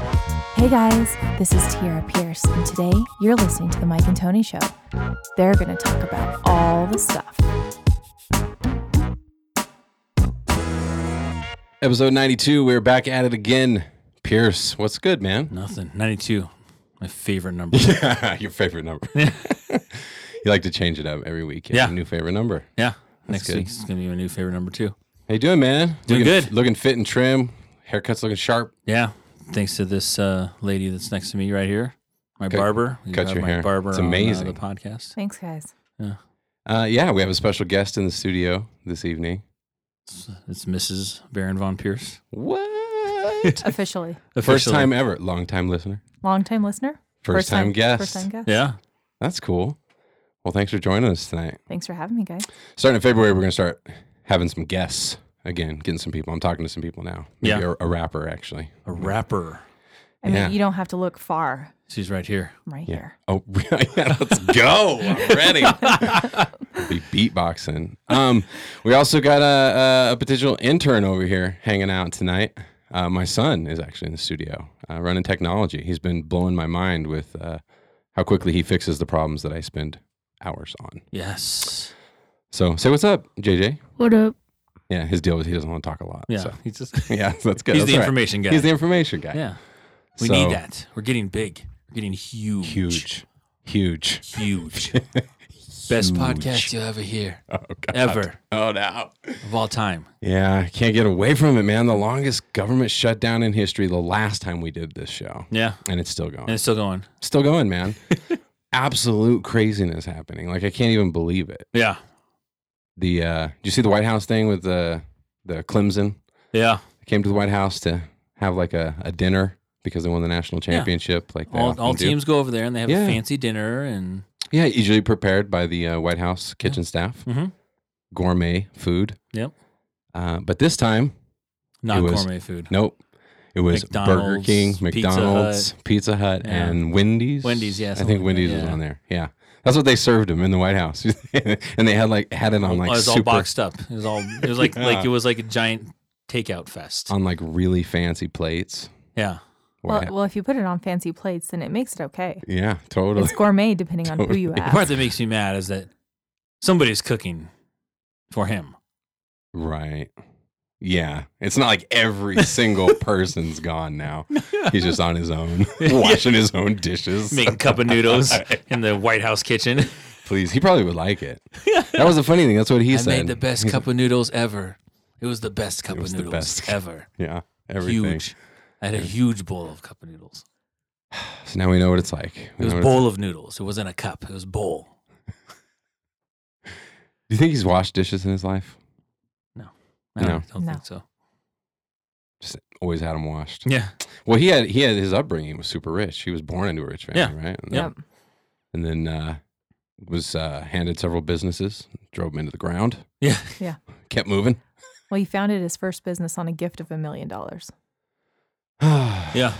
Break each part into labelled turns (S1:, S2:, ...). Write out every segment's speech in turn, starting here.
S1: Hey guys, this is Tiara Pierce, and today you're listening to The Mike and Tony Show. They're going to talk about all the stuff.
S2: Episode 92, we're back at it again. Pierce, what's good, man?
S3: Nothing. 92. My favorite number.
S2: Your favorite number. you like to change it up every week. You have
S3: Yeah.
S2: A new favorite number.
S3: yeah. Next
S2: good.
S3: week is going to be my new favorite number, too.
S2: How you doing, man? looking,
S3: Doing good.
S2: Looking fit and trim. Haircut's looking sharp.
S3: Yeah. Thanks to this uh, lady that's next to me right here, my barber. You
S2: cut
S3: have
S2: your
S3: my
S2: hair.
S3: barber
S2: It's
S3: on, uh,
S2: amazing.
S3: the podcast.
S1: Thanks, guys.
S2: Uh, yeah, we have a special guest in the studio this evening.
S3: It's, it's Mrs. Baron Von Pierce.
S2: What?
S1: Officially.
S2: First
S3: Officially.
S2: time ever. Long time listener.
S1: Long time listener?
S2: First, time, guest.
S1: First time guest.
S3: Yeah.
S2: That's cool. Well, thanks for joining us tonight.
S1: Thanks for having me, guys.
S2: Starting in February, we're going to start having some guests again, getting some people. I'm talking to some people now. Maybe
S3: Yeah.
S2: a, a rapper, actually.
S3: A rapper.
S1: I mean,
S2: Yeah.
S1: you don't have to look far
S3: She's right here.
S1: I'm right here.
S2: Oh, yeah, let's go. I'm ready. We'll be beatboxing. Um, we also got a, a, a potential intern over here hanging out tonight. Uh, my son is actually in the studio uh, running technology. He's been blowing my mind with uh, how quickly he fixes the problems that I spend hours on.
S3: Yes.
S2: So say what's up, JJ.
S1: What up?
S2: Yeah, his deal is he doesn't want to talk a lot.
S3: Yeah.
S2: so.
S3: He's just.
S2: yeah, that's good.
S3: He's
S2: That's
S3: the
S2: all right.
S3: information guy.
S2: He's the information guy.
S3: yeah. We
S2: So-
S3: need that. We're getting big. We're getting huge.
S2: huge, huge.
S3: Huge. Best podcast you'll ever hear.
S2: Oh God.
S3: Ever.
S2: Oh no.
S3: Of all time.
S2: Yeah, I can't get away from it, man. The longest government shutdown in history the last time we did this show.
S3: Yeah.
S2: And it's still going.
S3: And it's still going.
S2: still going, man. Absolute craziness happening. Like I can't even believe it.
S3: Yeah.
S2: The uh did you see the White House thing with the the Clemson?
S3: Yeah.
S2: Came to the White House to have like a, a dinner because they won the national championship. Like they
S3: all,
S2: often
S3: all
S2: do.
S3: teams go over there and they have
S2: Yeah.
S3: a fancy dinner and
S2: Yeah, usually prepared by the uh, White House kitchen staff.
S3: Mhm.
S2: Gourmet food.
S3: Yep.
S2: Uh, but this time,
S3: not
S2: It was-
S3: gourmet food.
S2: nope. It was Burger
S3: McDonald's,
S2: King,
S3: Pizza
S2: McDonald's, Pizza Hut,
S3: Yeah.
S2: and Wendy's.
S3: Wendy's, yeah,
S2: I
S3: something
S2: think
S3: like
S2: Wendy's
S3: that,
S2: was
S3: yeah.
S2: on there. Yeah. That's what they served him in the White House. and they had like had it on like
S3: it was
S2: super
S3: all boxed up. It was all it was like like it was like a giant takeout fest.
S2: on like really fancy plates.
S3: yeah.
S1: Well,
S2: White House-
S1: well, if you put it on fancy plates, then it makes it okay.
S2: yeah, totally.
S1: It's gourmet depending on who you
S3: The
S1: ask.
S3: part that makes me mad is that somebody's cooking for him.
S2: Right. Yeah. It's not like every single person's gone now. He's just on his own, washing his own dishes.
S3: Making cup of noodles in the White House kitchen.
S2: Please. He probably would like it. That was the funny thing. That's what he
S3: I
S2: said.
S3: made the best cup of noodles ever. It was the best cup
S2: It was
S3: of
S2: the
S3: noodles
S2: best.
S3: ever.
S2: Yeah. Everything.
S3: Huge. I had a huge bowl of cup of noodles.
S2: So now we know what it's like. We
S3: It
S2: know
S3: was
S2: what it's-
S3: bowl of noodles. It wasn't a cup. It was bowl.
S2: Do you think he's washed dishes in his life?
S3: I
S2: No.
S3: don't, don't
S1: No.
S3: think so.
S2: Just always had them washed.
S3: Yeah.
S2: Well, he had he had his upbringing was super rich. He was born into a rich family,
S3: Yeah.
S2: right? And
S1: Yep.
S2: then, and then uh, was uh, handed several businesses, drove them into the ground,
S3: Yeah.
S2: kept moving.
S1: Well, he founded his first business on a gift of a million dollars.
S3: Yeah.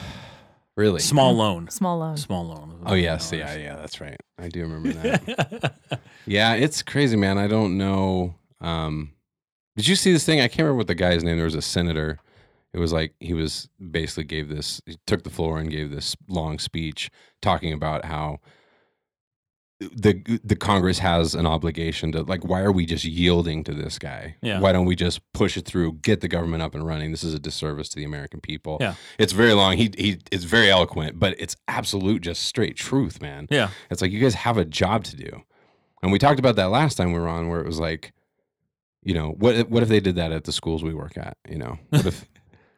S2: really?
S3: Small loan.
S1: Small loan.
S3: Small loan.
S2: Oh yes, yeah, yeah, that's right. I do remember that. yeah, it's crazy, man. I don't know. Um, did you see this thing? I can't remember what the guy's name. There was a senator. It was like he was basically gave this, he took the floor and gave this long speech talking about how the the Congress has an obligation to like. Why are we just yielding to this guy?
S3: Yeah.
S2: Why don't we just push it through, get the government up and running? This is a disservice to the American people.
S3: Yeah.
S2: It's very long. He he is very eloquent, but it's absolute, just straight truth, man.
S3: Yeah.
S2: It's like you guys have a job to do. And we talked about that last time we were on where it was like, you know, what if- what if they did that at the schools we work at, you know? What if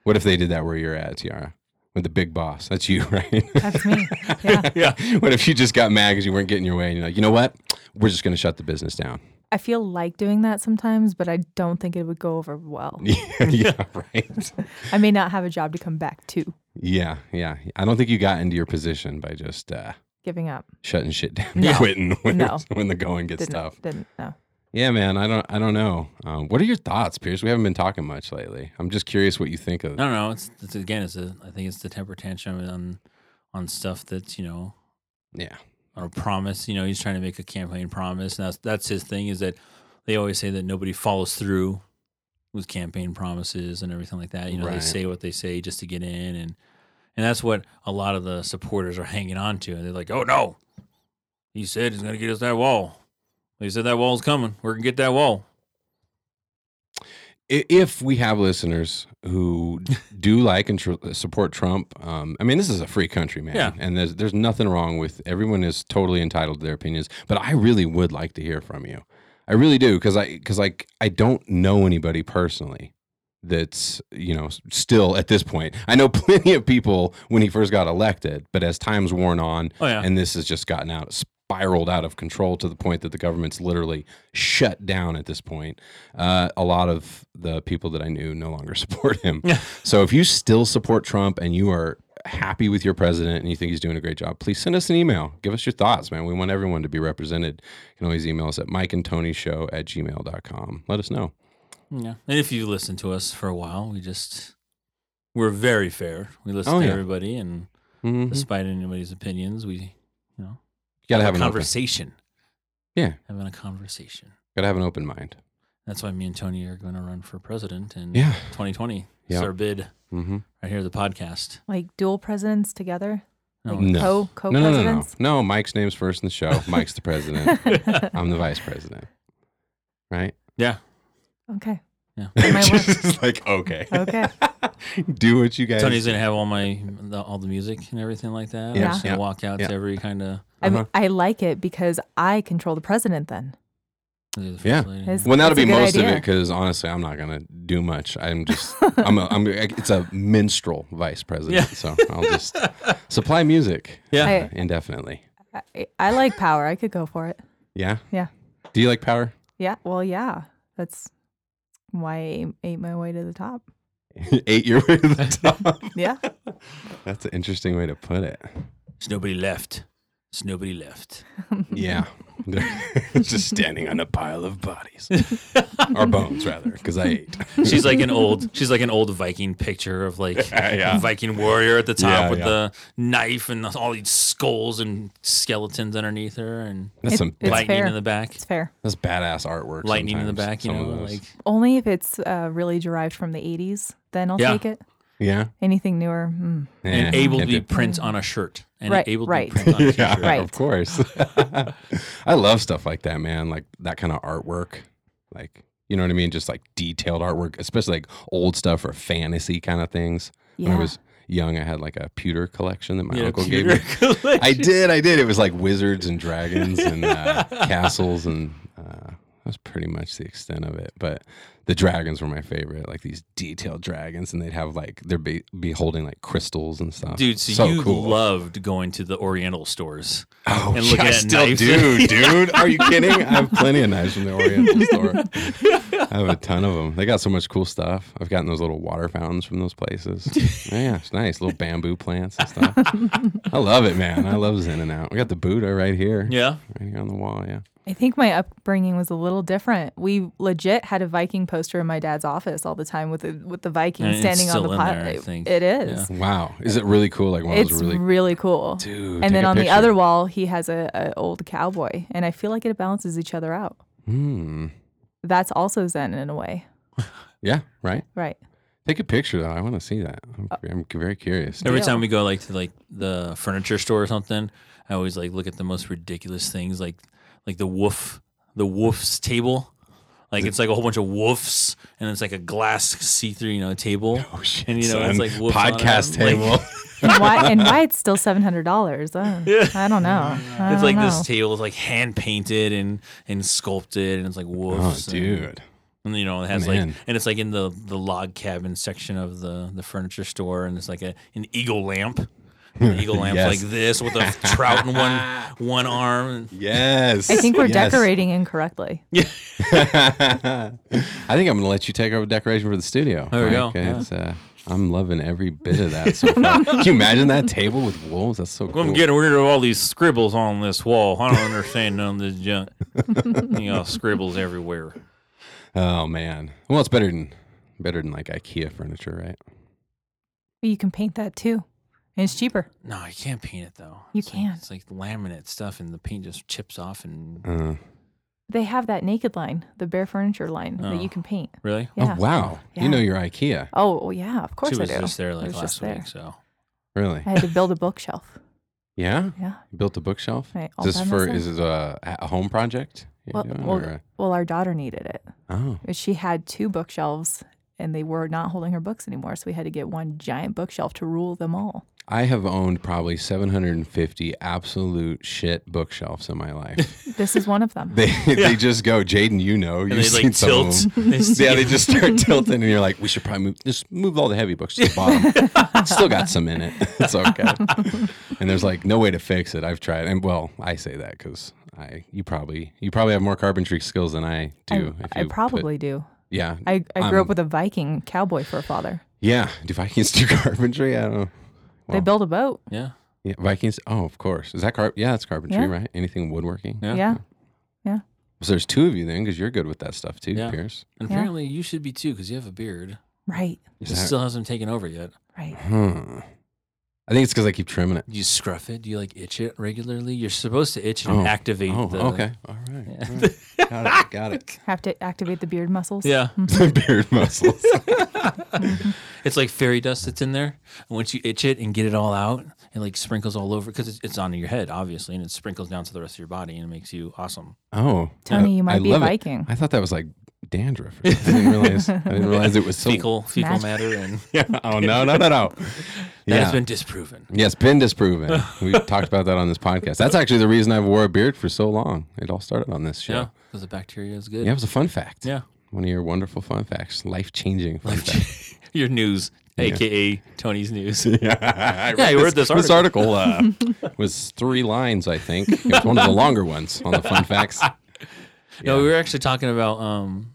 S2: what if they did that where you're at, Tiara? With the big boss. That's you, right?
S1: That's me. Yeah.
S2: yeah. What if you just got mad because you weren't getting your way and you're like, you know what? We're just gonna shut the business down.
S1: I feel like doing that sometimes, but I don't think it would go over well.
S2: yeah, yeah, right.
S1: I may not have a job to come back to
S2: Yeah, yeah. I don't think you got into your position by just uh
S1: giving up.
S2: shutting shit down,
S1: No.
S2: quitting when,
S1: No.
S2: when the going gets
S1: Didn't,
S2: tough.
S1: didn't no.
S2: Yeah, man. I don't. I don't know. Um, what are your thoughts, Pierce? We haven't been talking much lately. I'm just curious what you think of.
S3: I don't know. It's, it's again. It's a. I think it's the temper tantrum on, on stuff that's you know
S2: Yeah.
S3: on a promise. You know, he's trying to make a campaign promise, and that's that's his thing. Is that they always say that nobody follows through with campaign promises and everything like that. You know, they
S2: Right.
S3: say what they say just to get in, and And that's what a lot of the supporters are hanging on to. And they're like, oh no, he said he's going to get us that wall. He said that wall's coming. We're going to get that wall.
S2: I- If we have listeners who do like and tr- support Trump, um, I mean, this is a free country, man.
S3: Yeah.
S2: And there's, there's nothing wrong with everyone is totally entitled to their opinions. But I really would like to hear from you. I really do because I because like I don't know anybody personally that's you know s- still at this point. I know plenty of people when he first got elected, but as time's worn on,
S3: Oh, yeah.
S2: and this has just gotten out spiraled out of control to the point that the government's literally shut down at this point uh, a lot of the people that i knew no longer support him so if you still support trump and you are happy with your president and you think he's doing a great job please send us an email give us your thoughts man we want everyone to be represented you can always email us at mike and tony show at gmail.com let us know
S3: Yeah. And if you listen to us for a while, we just, we're very fair. We listen
S2: Oh,
S3: to
S2: yeah.
S3: everybody. And
S2: Mhm.
S3: despite anybody's opinions, we, you know,
S2: you gotta have an open,
S3: conversation.
S2: Yeah.
S3: Having a conversation.
S2: gotta have an open mind
S3: That's why me and Tony are going to run for president in
S2: yeah
S3: 2020.
S2: Yeah.
S3: It's our bid
S2: hmm
S3: right here, at the podcast. Oh,
S1: Like dual presidents together? Like
S2: No.
S1: co
S2: no
S1: co
S2: no no no
S1: presidents?
S2: no mike's name's first in the show mike's the president I'm the vice president. Right?
S3: Yeah.
S1: okay.
S3: Yeah.
S1: My
S2: Just
S1: work.
S2: is like, okay.
S1: Okay.
S2: Do what you guys
S3: Tony's gonna have all my the, all the music and everything like that.
S1: Yeah.
S3: I'm just gonna
S2: Yeah.
S3: walk out
S2: Yeah.
S3: to every kind of
S1: I mean,
S2: Uh-huh.
S1: I like it because I control the president then.
S2: Yeah.
S1: It's-
S2: Well, that'll
S1: That's
S2: be
S1: a good
S2: most of
S1: idea.
S2: it because honestly, I'm not gonna do much. I'm just, I'm, a, I'm. It's a minstrel vice president,
S3: Yeah.
S2: so I'll just supply music
S3: yeah.
S1: I,
S2: indefinitely.
S1: I, I like power. I could go for it.
S2: Yeah.
S1: Yeah.
S2: Do you like power?
S1: Yeah. Well, yeah. That's why I ate- ate my way to the top.
S2: Eight year way to the top.
S1: Yeah.
S2: That's an interesting way to put it.
S3: There's nobody left. There's nobody left.
S2: Yeah.
S3: Mm-hmm.
S2: just standing on a pile of bodies or bones, rather, because I ate.
S3: She's like an old. She's like an old Viking picture of like
S2: Yeah.
S3: Viking warrior at the top
S2: Yeah,
S3: with
S2: yeah.
S3: the knife and all these skulls and skeletons underneath her and
S2: That's
S1: It-
S2: some.
S1: It's
S3: lightning
S1: fair.
S3: in the back.
S1: It's fair.
S2: That's badass artwork.
S3: Lightning in the
S2: sometimes,
S3: back. You
S2: some
S3: know,
S2: of those.
S3: like
S1: Only if it's uh, really derived from the 80s, then I'll
S3: Yeah.
S1: take it.
S2: yeah,
S1: Anything newer. Mm.
S3: and
S2: Yeah.
S3: able to
S2: And
S3: be
S2: the-
S3: print on a shirt and
S1: Right,
S3: able
S1: right.
S3: to be print on a
S2: yeah,
S3: t-shirt.
S1: Right.
S2: of course. I love stuff like that, man. Like that kind of artwork, like you know what I mean. Just like detailed artwork, especially like old stuff or fantasy kind of things. When
S1: Yeah.
S2: I was young, I had like a pewter collection that my
S3: You know,
S2: uncle gave
S3: computer
S2: me.
S3: collection.
S2: I did, I did. It was like wizards and dragons and uh, castles, and uh, that was pretty much the extent of it. But the dragons were my favorite, like these detailed dragons, and they'd have like they'd be, be holding like crystals and stuff.
S3: Dude, so, you
S2: cool.
S3: loved going to the Oriental stores.
S2: oh,
S3: and
S2: yeah,
S3: looking
S2: I
S3: at
S2: still
S3: knives.
S2: do, dude. Are you kidding? I have plenty of knives from the Oriental store. I have a ton of them. They got so much cool stuff. I've gotten those little water fountains from those places. yeah, it's nice. Little bamboo plants and stuff. I love it, man. I love Zen and Out. We got the Buddha right here.
S3: Yeah.
S2: Right here on the wall, yeah.
S1: I think my upbringing was a little different. We legit had a Viking poster in my dad's office all the time with the, with the Viking
S3: And it's
S1: standing on
S3: still
S1: the
S3: in
S1: pot.
S3: there, I think.
S1: It is.
S2: Wow. Is it really cool? Like one of
S1: It's
S2: those really
S1: really, cool.
S2: Dude, take
S1: and then
S2: a
S1: on the
S2: picture.
S1: other wall, he has a, a old cowboy, and I feel like it balances each other out.
S2: Hmm.
S1: That's also Zen in a way,
S2: Yeah, right.
S1: right?
S2: Take a picture though. I want to see that. I'm,
S1: Uh,
S2: I'm very curious.
S3: Every
S1: Yeah.
S3: time we go like to like the furniture store or something, I always like look at the most ridiculous things like like the woof the woof's table. Like it's like a whole bunch of woofs and it's like a glass see through, you know, table.
S2: Oh shit.
S3: And, you know, it's
S2: son.
S3: like whoops on
S2: podcast
S3: it, like-
S2: table.
S1: And why and why it's still seven hundred dollars? uh, I don't know. I
S3: It's
S1: don't
S3: like
S1: know.
S3: this table is like hand painted and and sculpted and it's like
S2: oh,
S3: woofs. and-
S2: dude.
S3: And you know, it has
S2: Man.
S3: like, and it's like in the the log cabin section of the the furniture store, and it's like a an eagle lamp. An eagle lamp
S2: Yes.
S3: like this with a trout in one one arm. and-
S2: Yes.
S1: I think we're
S2: Yes.
S1: decorating incorrectly.
S2: I think I'm gonna let you take over decoration for the studio.
S3: There we go.
S2: Mike. It's, uh, I'm loving every bit of that so far. Can you imagine that table with wolves? That's so cool.
S3: I'm getting rid of all these scribbles on this wall. I don't understand none of this junk. you know, scribbles everywhere.
S2: oh man. Well, it's better than better than like IKEA furniture, right?
S1: But you can paint that too, and it's cheaper.
S3: No, you can't paint it though.
S1: You
S3: It's like-
S1: can.
S3: It's like laminate stuff, and the paint just chips off. And
S2: Uh,
S1: They have that naked line, the bare furniture line that
S3: Oh.
S1: you can paint.
S3: really,
S1: Yeah.
S2: Oh wow.
S1: Yeah.
S2: You know your IKEA.
S1: Oh well, yeah, of course
S3: she was
S1: I do.
S3: just there
S1: I
S3: like
S1: was
S3: last
S1: just
S3: week.
S1: there.
S3: So
S2: Really?
S1: I had to build a bookshelf.
S2: yeah.
S1: Yeah.
S2: You built a bookshelf.
S1: Right, all
S2: Is this
S1: by
S2: for?
S1: myself.
S2: Is it a, a home project? you're
S1: Well,
S2: doing,
S1: well,
S2: or a-
S1: well, our daughter needed it.
S2: oh,
S1: She had two bookshelves and they were not holding her books anymore. So we had to get one giant bookshelf to rule them all.
S2: I have owned probably 750 absolute shit bookshelves in my life.
S1: This is one of them.
S2: they they just go, Jaden. You know,
S3: And
S2: you've
S3: they
S2: seen
S3: like
S2: some of
S3: tilt.
S2: them. Yeah, they just start tilting, and you're like, "We should probably move just move all the heavy books to the bottom. Still got some in it. It's okay." And there's like no way to fix it. I've tried, and well, I say that because I you probably you probably have more carpentry skills than I
S1: I-
S2: do. if
S1: I,
S2: you put-
S1: probably do.
S2: yeah
S1: I, I grew
S2: I'm-
S1: up with a Viking cowboy for a father.
S2: yeah. Do Vikings do carpentry? I don't know.
S1: They
S2: Wow.
S1: built a boat.
S3: yeah.
S2: Yeah, Vikings. Oh, of course. Is that carp? Yeah, that's carpentry,
S1: Yeah.
S2: right? Anything woodworking.
S3: Yeah.
S1: Yeah.
S2: So there's two of you then, because you're good with that stuff too,
S3: Yeah.
S2: Pierce.
S3: And
S1: Yeah.
S3: apparently you should be too because you have a beard.
S1: Right.
S2: Is
S3: It
S2: that-
S3: still hasn't taken over yet.
S1: Right.
S2: Hmm. I think it's because I keep trimming it.
S3: Do you scruff it? Do you like itch it regularly? You're supposed to itch it
S2: Oh.
S3: and activate
S2: Oh,
S3: the.
S2: okay. All right.
S3: Yeah.
S2: all right. Got it. Got it.
S1: Have to activate the beard muscles.
S3: Yeah.
S2: The beard muscles.
S3: It's like fairy dust that's in there. And once you itch it and get it all out, it like sprinkles all over because it's, it's on your head, obviously, and it sprinkles down to the rest of your body and it makes you awesome.
S2: Oh,
S1: Tony, you
S2: I
S1: might be a
S2: love it.
S1: Viking.
S2: I thought that was like dandruff. or something. I didn't realize. I didn't realize it was so.
S3: Fecal, fecal
S1: Magic.
S3: matter, and that
S2: Yeah. Oh no no no no.
S3: has
S2: Yeah.
S3: been disproven.
S2: yeah, it's been disproven. We talked about that on this podcast. That's actually the reason I've wore a beard for so long. It all started on this
S3: Yeah,
S2: show.
S3: because the bacteria is
S2: Yeah,
S3: good.
S2: it was a fun fact.
S3: Yeah.
S2: One of your wonderful fun facts, life changing fun
S3: Life-
S2: fact.
S3: your news, aka Tony's news.
S2: yeah, I
S3: Yeah, you
S2: read
S3: read this
S2: This article uh, was three lines, I think. It was one of the longer ones on the fun facts.
S3: No, we were actually talking about um,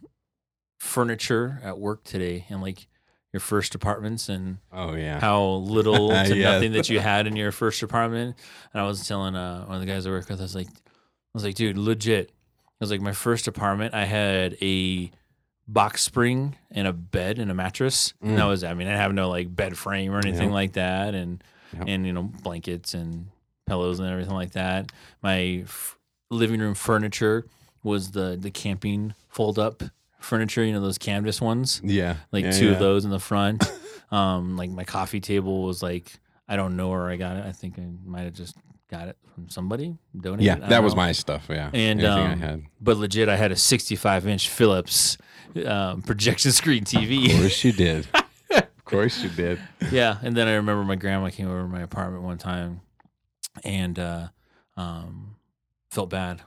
S3: furniture at work today, and like your first apartments and
S2: Oh yeah.
S3: how little to
S2: Yes.
S3: nothing that you had in your first apartment. And I was telling uh, one of the guys I work with, I was like, I was like, dude, legit. I was like, my first apartment, I had a box spring and a bed and a mattress. And that
S2: Mm.
S3: was, I mean, I have no like bed frame or anything
S2: Yep.
S3: like that, and
S2: Yep.
S3: and you know blankets and pillows and everything like that. My f- living room furniture was the the camping fold up furniture, you know those canvas ones
S2: yeah.
S3: like
S2: Yeah,
S3: two
S2: yeah.
S3: of those in the front. um, like my coffee table was like I don't know where I got it. I think I might have just got it from somebody donated.
S2: Yeah,
S3: I
S2: that
S3: don't
S2: was
S3: know.
S2: my stuff. Yeah.
S3: And,
S2: Anything
S3: um,
S2: I had.
S3: But legit, I had a 65 inch Philips um, projection screen
S2: Of
S3: TV.
S2: course you did. of course you did.
S3: yeah, and then I remember my grandma came over to my apartment one time, and uh, um, felt bad.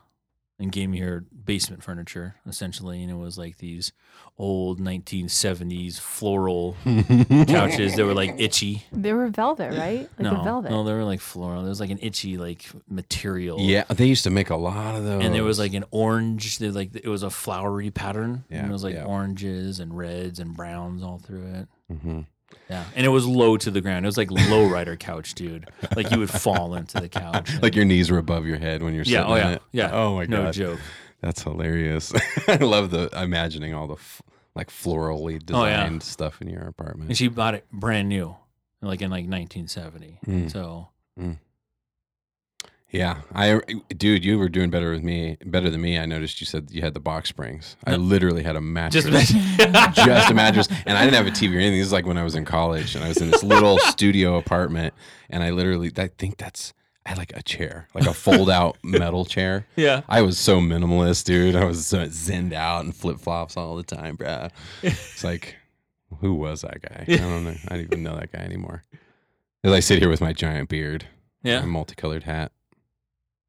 S3: And gave me her basement furniture essentially, and it was like these old 1970s floral couches that were like itchy.
S1: They were velvet, right? Like
S3: no,
S1: a velvet.
S3: No, they were like floral. There was like an itchy like material.
S2: Yeah, they used to make a lot of those.
S3: And there was like an orange, there like it was a flowery pattern.
S2: Yeah,
S3: And it was like
S2: yeah.
S3: oranges and reds and browns all through it.
S2: Mhm.
S3: Yeah. And it was low to the ground. It was like low rider couch, dude. Like you would fall into the couch.
S2: like your knees were above your head when you're sitting
S3: Yeah, oh
S2: on
S3: yeah.
S2: it.
S3: Yeah.
S2: Oh my
S3: No
S2: god.
S3: joke.
S2: That's hilarious. I love the imagining all the f- like florally
S3: Oh, yeah.
S2: designed stuff in your apartment.
S3: And she bought it brand new, like in like nineteen seventy.
S2: Mm.
S3: So
S2: Yeah, I dude, you were doing better with me, better than me. I noticed you said you had the box springs. I
S3: No.
S2: literally had a mattress,
S3: just
S2: just, a mattress, and I didn't have a TV or anything. This is like when I was in college, and I was in this little studio apartment, and I literally, I think that's, I had like a chair, like a fold-out metal chair.
S3: Yeah.
S2: I was so minimalist, dude. I was so zenned out and flip flops all the time, bruh. It's like, who was that guy? I don't know. I don't even know that guy anymore. As I sit here with my giant beard
S3: Yeah.
S2: a multicolored hat.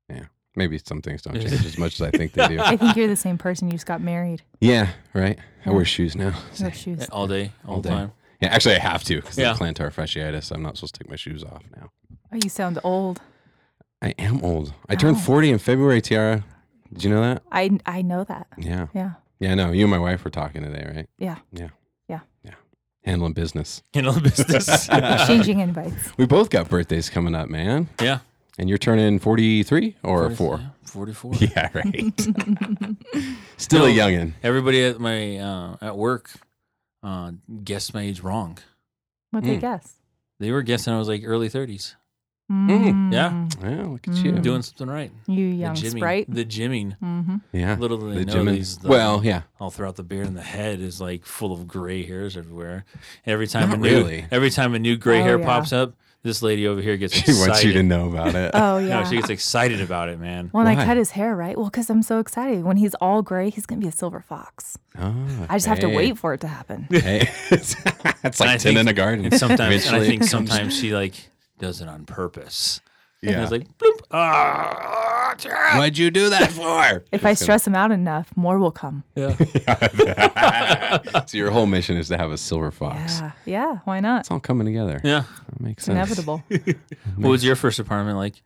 S2: Yeah. Maybe some things don't change as much as I think they do.
S1: I think you're the same person. You just got married.
S2: Yeah, right. I
S1: Yeah.
S2: wear shoes now.
S1: Your shoes.
S3: All day, all,
S2: All
S3: the
S2: day.
S3: time.
S2: Yeah, actually, I have to because
S3: Yeah.
S2: of plantar fasciitis. I'm not supposed to take my shoes off now.
S1: Oh, you sound old.
S2: I am old. I turned
S1: Oh.
S2: 40 in February, Tiara. Did you know that?
S1: I I know that.
S2: Yeah.
S1: Yeah.
S2: Yeah, no, you and my wife were talking today, right?
S1: Yeah.
S2: Yeah.
S1: Yeah.
S2: Yeah. Handling business.
S3: Handle business.
S1: Exchanging invites.
S2: We both got birthdays coming up, man.
S3: yeah.
S2: And you're turning 43 or 4?
S3: Yeah, Forty four.
S2: Yeah, right. Still a
S3: No.
S2: youngin'.
S3: Everybody at my uh, at work uh, guessed my age wrong.
S1: What'd they
S2: Mm.
S1: guess?
S3: They were guessing I was like early 30s. Yeah.
S2: Yeah, look at you.
S3: Doing something right.
S1: Mm. You
S3: The
S1: Hmm. young
S3: jimming.
S1: sprite. Mm-hmm.
S3: The jimming.
S2: yeah.
S3: Little do they
S2: The
S3: know
S2: Jimin-
S3: these. uh, The,
S2: well, yeah.
S3: all throughout the beard and the head is like full of gray hairs everywhere. Every time
S2: Not
S3: a new,
S2: really.
S3: every time a new gray
S1: Oh,
S3: hair
S1: yeah.
S3: pops up, this lady over here gets
S2: She
S3: excited.
S2: wants you to know about it.
S1: Oh yeah.
S3: No, she gets excited about it, man.
S1: when
S2: Why?
S1: I cut his hair, right? Well, because I'm so excited. When he's all gray, he's gonna be a silver fox.
S2: Ah,
S1: I just have to
S2: hey,
S1: wait for it to happen.
S2: Hey. it's
S3: And I
S2: like 10
S3: think-
S2: in a garden.
S3: And sometimes and I
S2: Eventually
S3: think
S2: it comes-
S3: sometimes she like does it on purpose. And
S2: yeah.
S3: it's like bloop. Ah, ah,
S2: What'd you do that for?
S1: If I stress him out enough, more will come.
S3: yeah.
S2: so your whole mission is to have a silver fox.
S1: Yeah. Yeah. Why not?
S2: It's all coming together.
S3: yeah.
S2: That makes
S1: It's
S2: sense.
S1: inevitable.
S3: What was your first apartment like?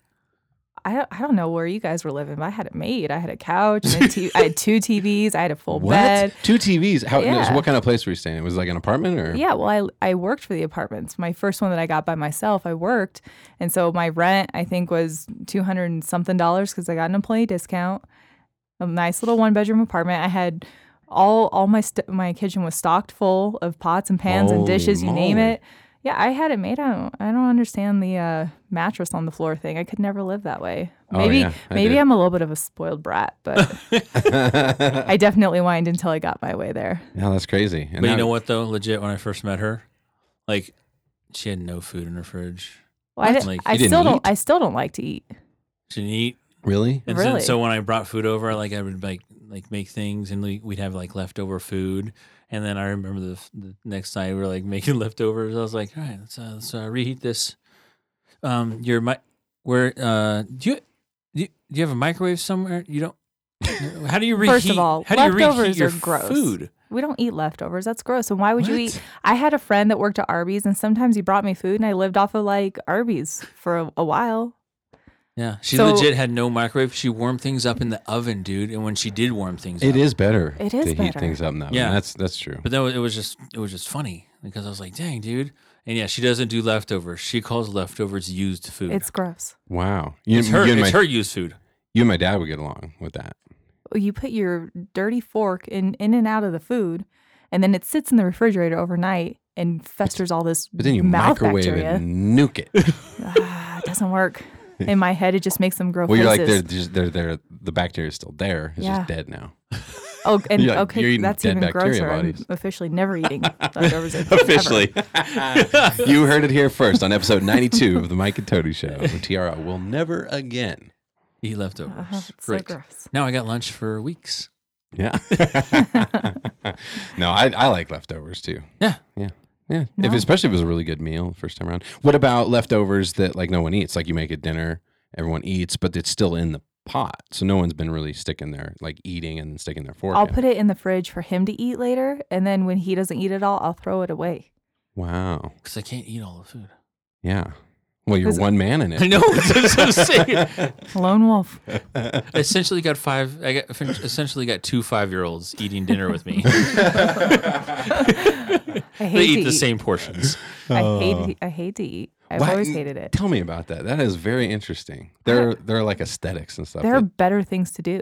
S1: I don't, I don't know where you guys were living, but I had it made. I had a couch. And a t- I had two TVs. I had a full
S2: What?
S1: bed.
S2: Two TVs. How, no, so
S1: Yeah.
S2: what kind of place were you staying? in? Was it like an apartment or?
S1: Yeah, well, I, I worked for the apartments. My first one that I got by myself, I worked. And so my rent, I think, was 200 and something dollars because I got an employee discount. A nice little one bedroom apartment. I had all all my st- my kitchen was stocked full of pots and pans and
S2: Holy
S1: dishes, you name
S2: moly.
S1: it. Yeah, I had it made. I don't, I don't understand the uh, mattress on the floor thing. I could never live that way.
S2: Oh,
S1: Maybe
S2: yeah, I
S1: maybe
S2: did.
S1: I'm a little bit of a spoiled brat, but I definitely whined until I got my way there.
S2: No, that's crazy. And
S3: But you
S2: that-
S3: know what though? Legit, when I first met her, like she had no food in her fridge.
S1: Well, I,
S3: What?
S1: di-
S3: Like,
S1: I
S2: you didn't
S1: still
S2: eat?
S1: don't. I still don't like to eat.
S3: She didn't eat.
S2: Really?
S3: And so,
S1: Really?
S3: so when I brought food over, like I would like like make things, and we- we'd have like leftover food. And then I remember the, the next night we were like making leftovers. I was like, all right, let's uh, let's uh, reheat this. Um, your mi- where uh do you do you, do you have a microwave somewhere? You don't. How do you reheat?
S1: First of all,
S3: how do you reheat
S1: leftovers
S3: your
S1: are gross.
S3: food?
S1: We don't eat leftovers. That's gross. And why would you
S2: What?
S1: eat? I had a friend that worked at Arby's, and sometimes he brought me food, and I lived off of like Arby's for a, a while.
S3: Yeah, she
S1: So-
S3: legit had no microwave. She warmed things up in the oven, dude. And when she did warm things,
S2: It
S3: up,
S2: is better
S1: It
S2: to
S1: is
S2: heat
S1: better.
S2: things up now.
S3: Yeah.
S2: Yeah. That's that's true.
S3: But that was, it was just it was just funny because I was like, dang, dude. And yeah, she doesn't do leftovers. She calls leftovers used food.
S1: It's gross.
S2: Wow. You,
S3: It's her,
S2: you and
S3: it's
S2: my,
S3: her used food.
S2: you and my dad would get along with that.
S1: You put your dirty fork in in and out of the food, and then it sits in the refrigerator overnight and festers all this
S2: But then you
S1: mouth
S2: microwave
S1: bacteria.
S2: and nuke it.
S1: Ah, it doesn't work. In my head, it just makes them grow
S2: well,
S1: faces.
S2: you're like they're just they're there. The bacteria's still there. It's
S1: Yeah.
S2: just dead now.
S1: oh, and
S2: you're like,
S1: okay,
S2: you're eating
S1: that's
S2: dead
S1: even
S2: bacteria
S1: grosser.
S2: bodies.
S1: I'm officially never eating leftovers. ever.
S2: you heard it here first on episode 92 of the Mike and Tony Show. TRL will never again.
S3: Eat leftovers.
S1: Oh, it's so
S3: Great.
S1: gross.
S3: Now I got lunch for weeks.
S2: Yeah. no, I, I like leftovers too.
S3: Yeah.
S2: Yeah. Yeah. If,
S1: No.
S2: especially if it was a really good meal first time around. What about leftovers that like no one eats? Like you make a dinner, everyone eats, but it's still in the pot. So no one's been really sticking their like eating and sticking their fork.
S1: I'll
S2: in.
S1: put it in the fridge for him to eat later, and then when he doesn't eat it all, I'll throw it away.
S2: Wow.
S3: Because I can't eat all the food.
S2: Yeah. Well, you're
S1: Is it-
S2: one man in
S3: I
S2: it.
S3: know. That's what I'm saying.
S1: Lone wolf.
S3: I essentially got five. I got essentially got two five year olds eating dinner with me.
S1: I hate
S3: they
S1: to
S3: eat the
S1: eat.
S3: same portions.
S1: I hate. I hate to eat. I've
S2: Oh. Why-
S1: always hated it.
S2: Tell me about that. That is very interesting. There, there are like aesthetics and stuff.
S1: There are
S2: that
S1: better things to do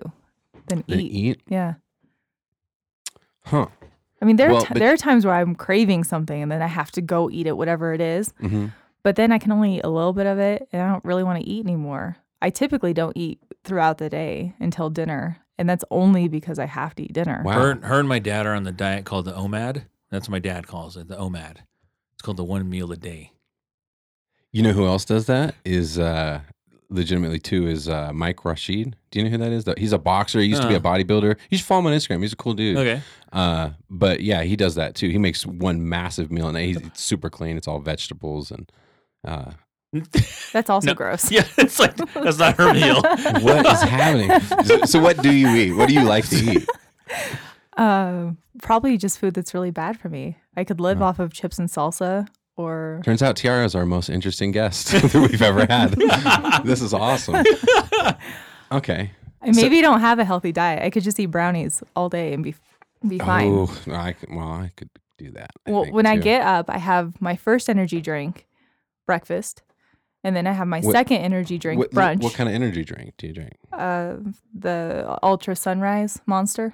S1: than
S2: they
S1: eat.
S2: eat,
S1: Yeah.
S2: huh?
S1: I mean, there
S2: Well,
S1: are t-
S2: but-
S1: there are times where I'm craving something, and then I have to go eat it, whatever it is.
S2: hmm
S1: But then I can only eat a little bit of it, and I don't really want to eat anymore. I typically don't eat throughout the day until dinner, and that's only because I have to eat dinner.
S2: Wow.
S3: Her, her and my dad are on the diet called the OMAD. That's what my dad calls it. The OMAD. It's called the one meal a day.
S2: You know who else does that? Is uh, legitimately too is uh, Mike Rashid. Do you know who that is? Though He's a boxer. He used to be a
S3: Uh.
S2: bodybuilder. You should follow him on Instagram. He's a cool dude.
S3: Okay.
S2: Uh, but yeah, he does that too. He makes one massive meal and he's it's super clean. It's all vegetables and. Uh,
S1: That's also
S3: No.
S1: gross.
S3: Yeah, it's like that's not her meal.
S2: what is happening? So, so what do you eat? What do you like to eat?
S1: Um, probably just food that's really bad for me. I could live off of chips and salsa or
S2: Turns out Tiara is our most interesting guest that we've ever had. this is awesome. Okay.
S1: I maybe don't have a healthy diet. I could just eat brownies all day and be be fine.
S2: Oh, I could, well, I could do that. I
S1: well,
S2: think,
S1: when I
S2: too.
S1: get up, I have my first energy drink, breakfast, and then I have my
S2: What-
S1: second energy drink,
S2: what,
S1: brunch.
S2: What kind of energy drink do you drink?
S1: uh, the Ultra Sunrise Monster.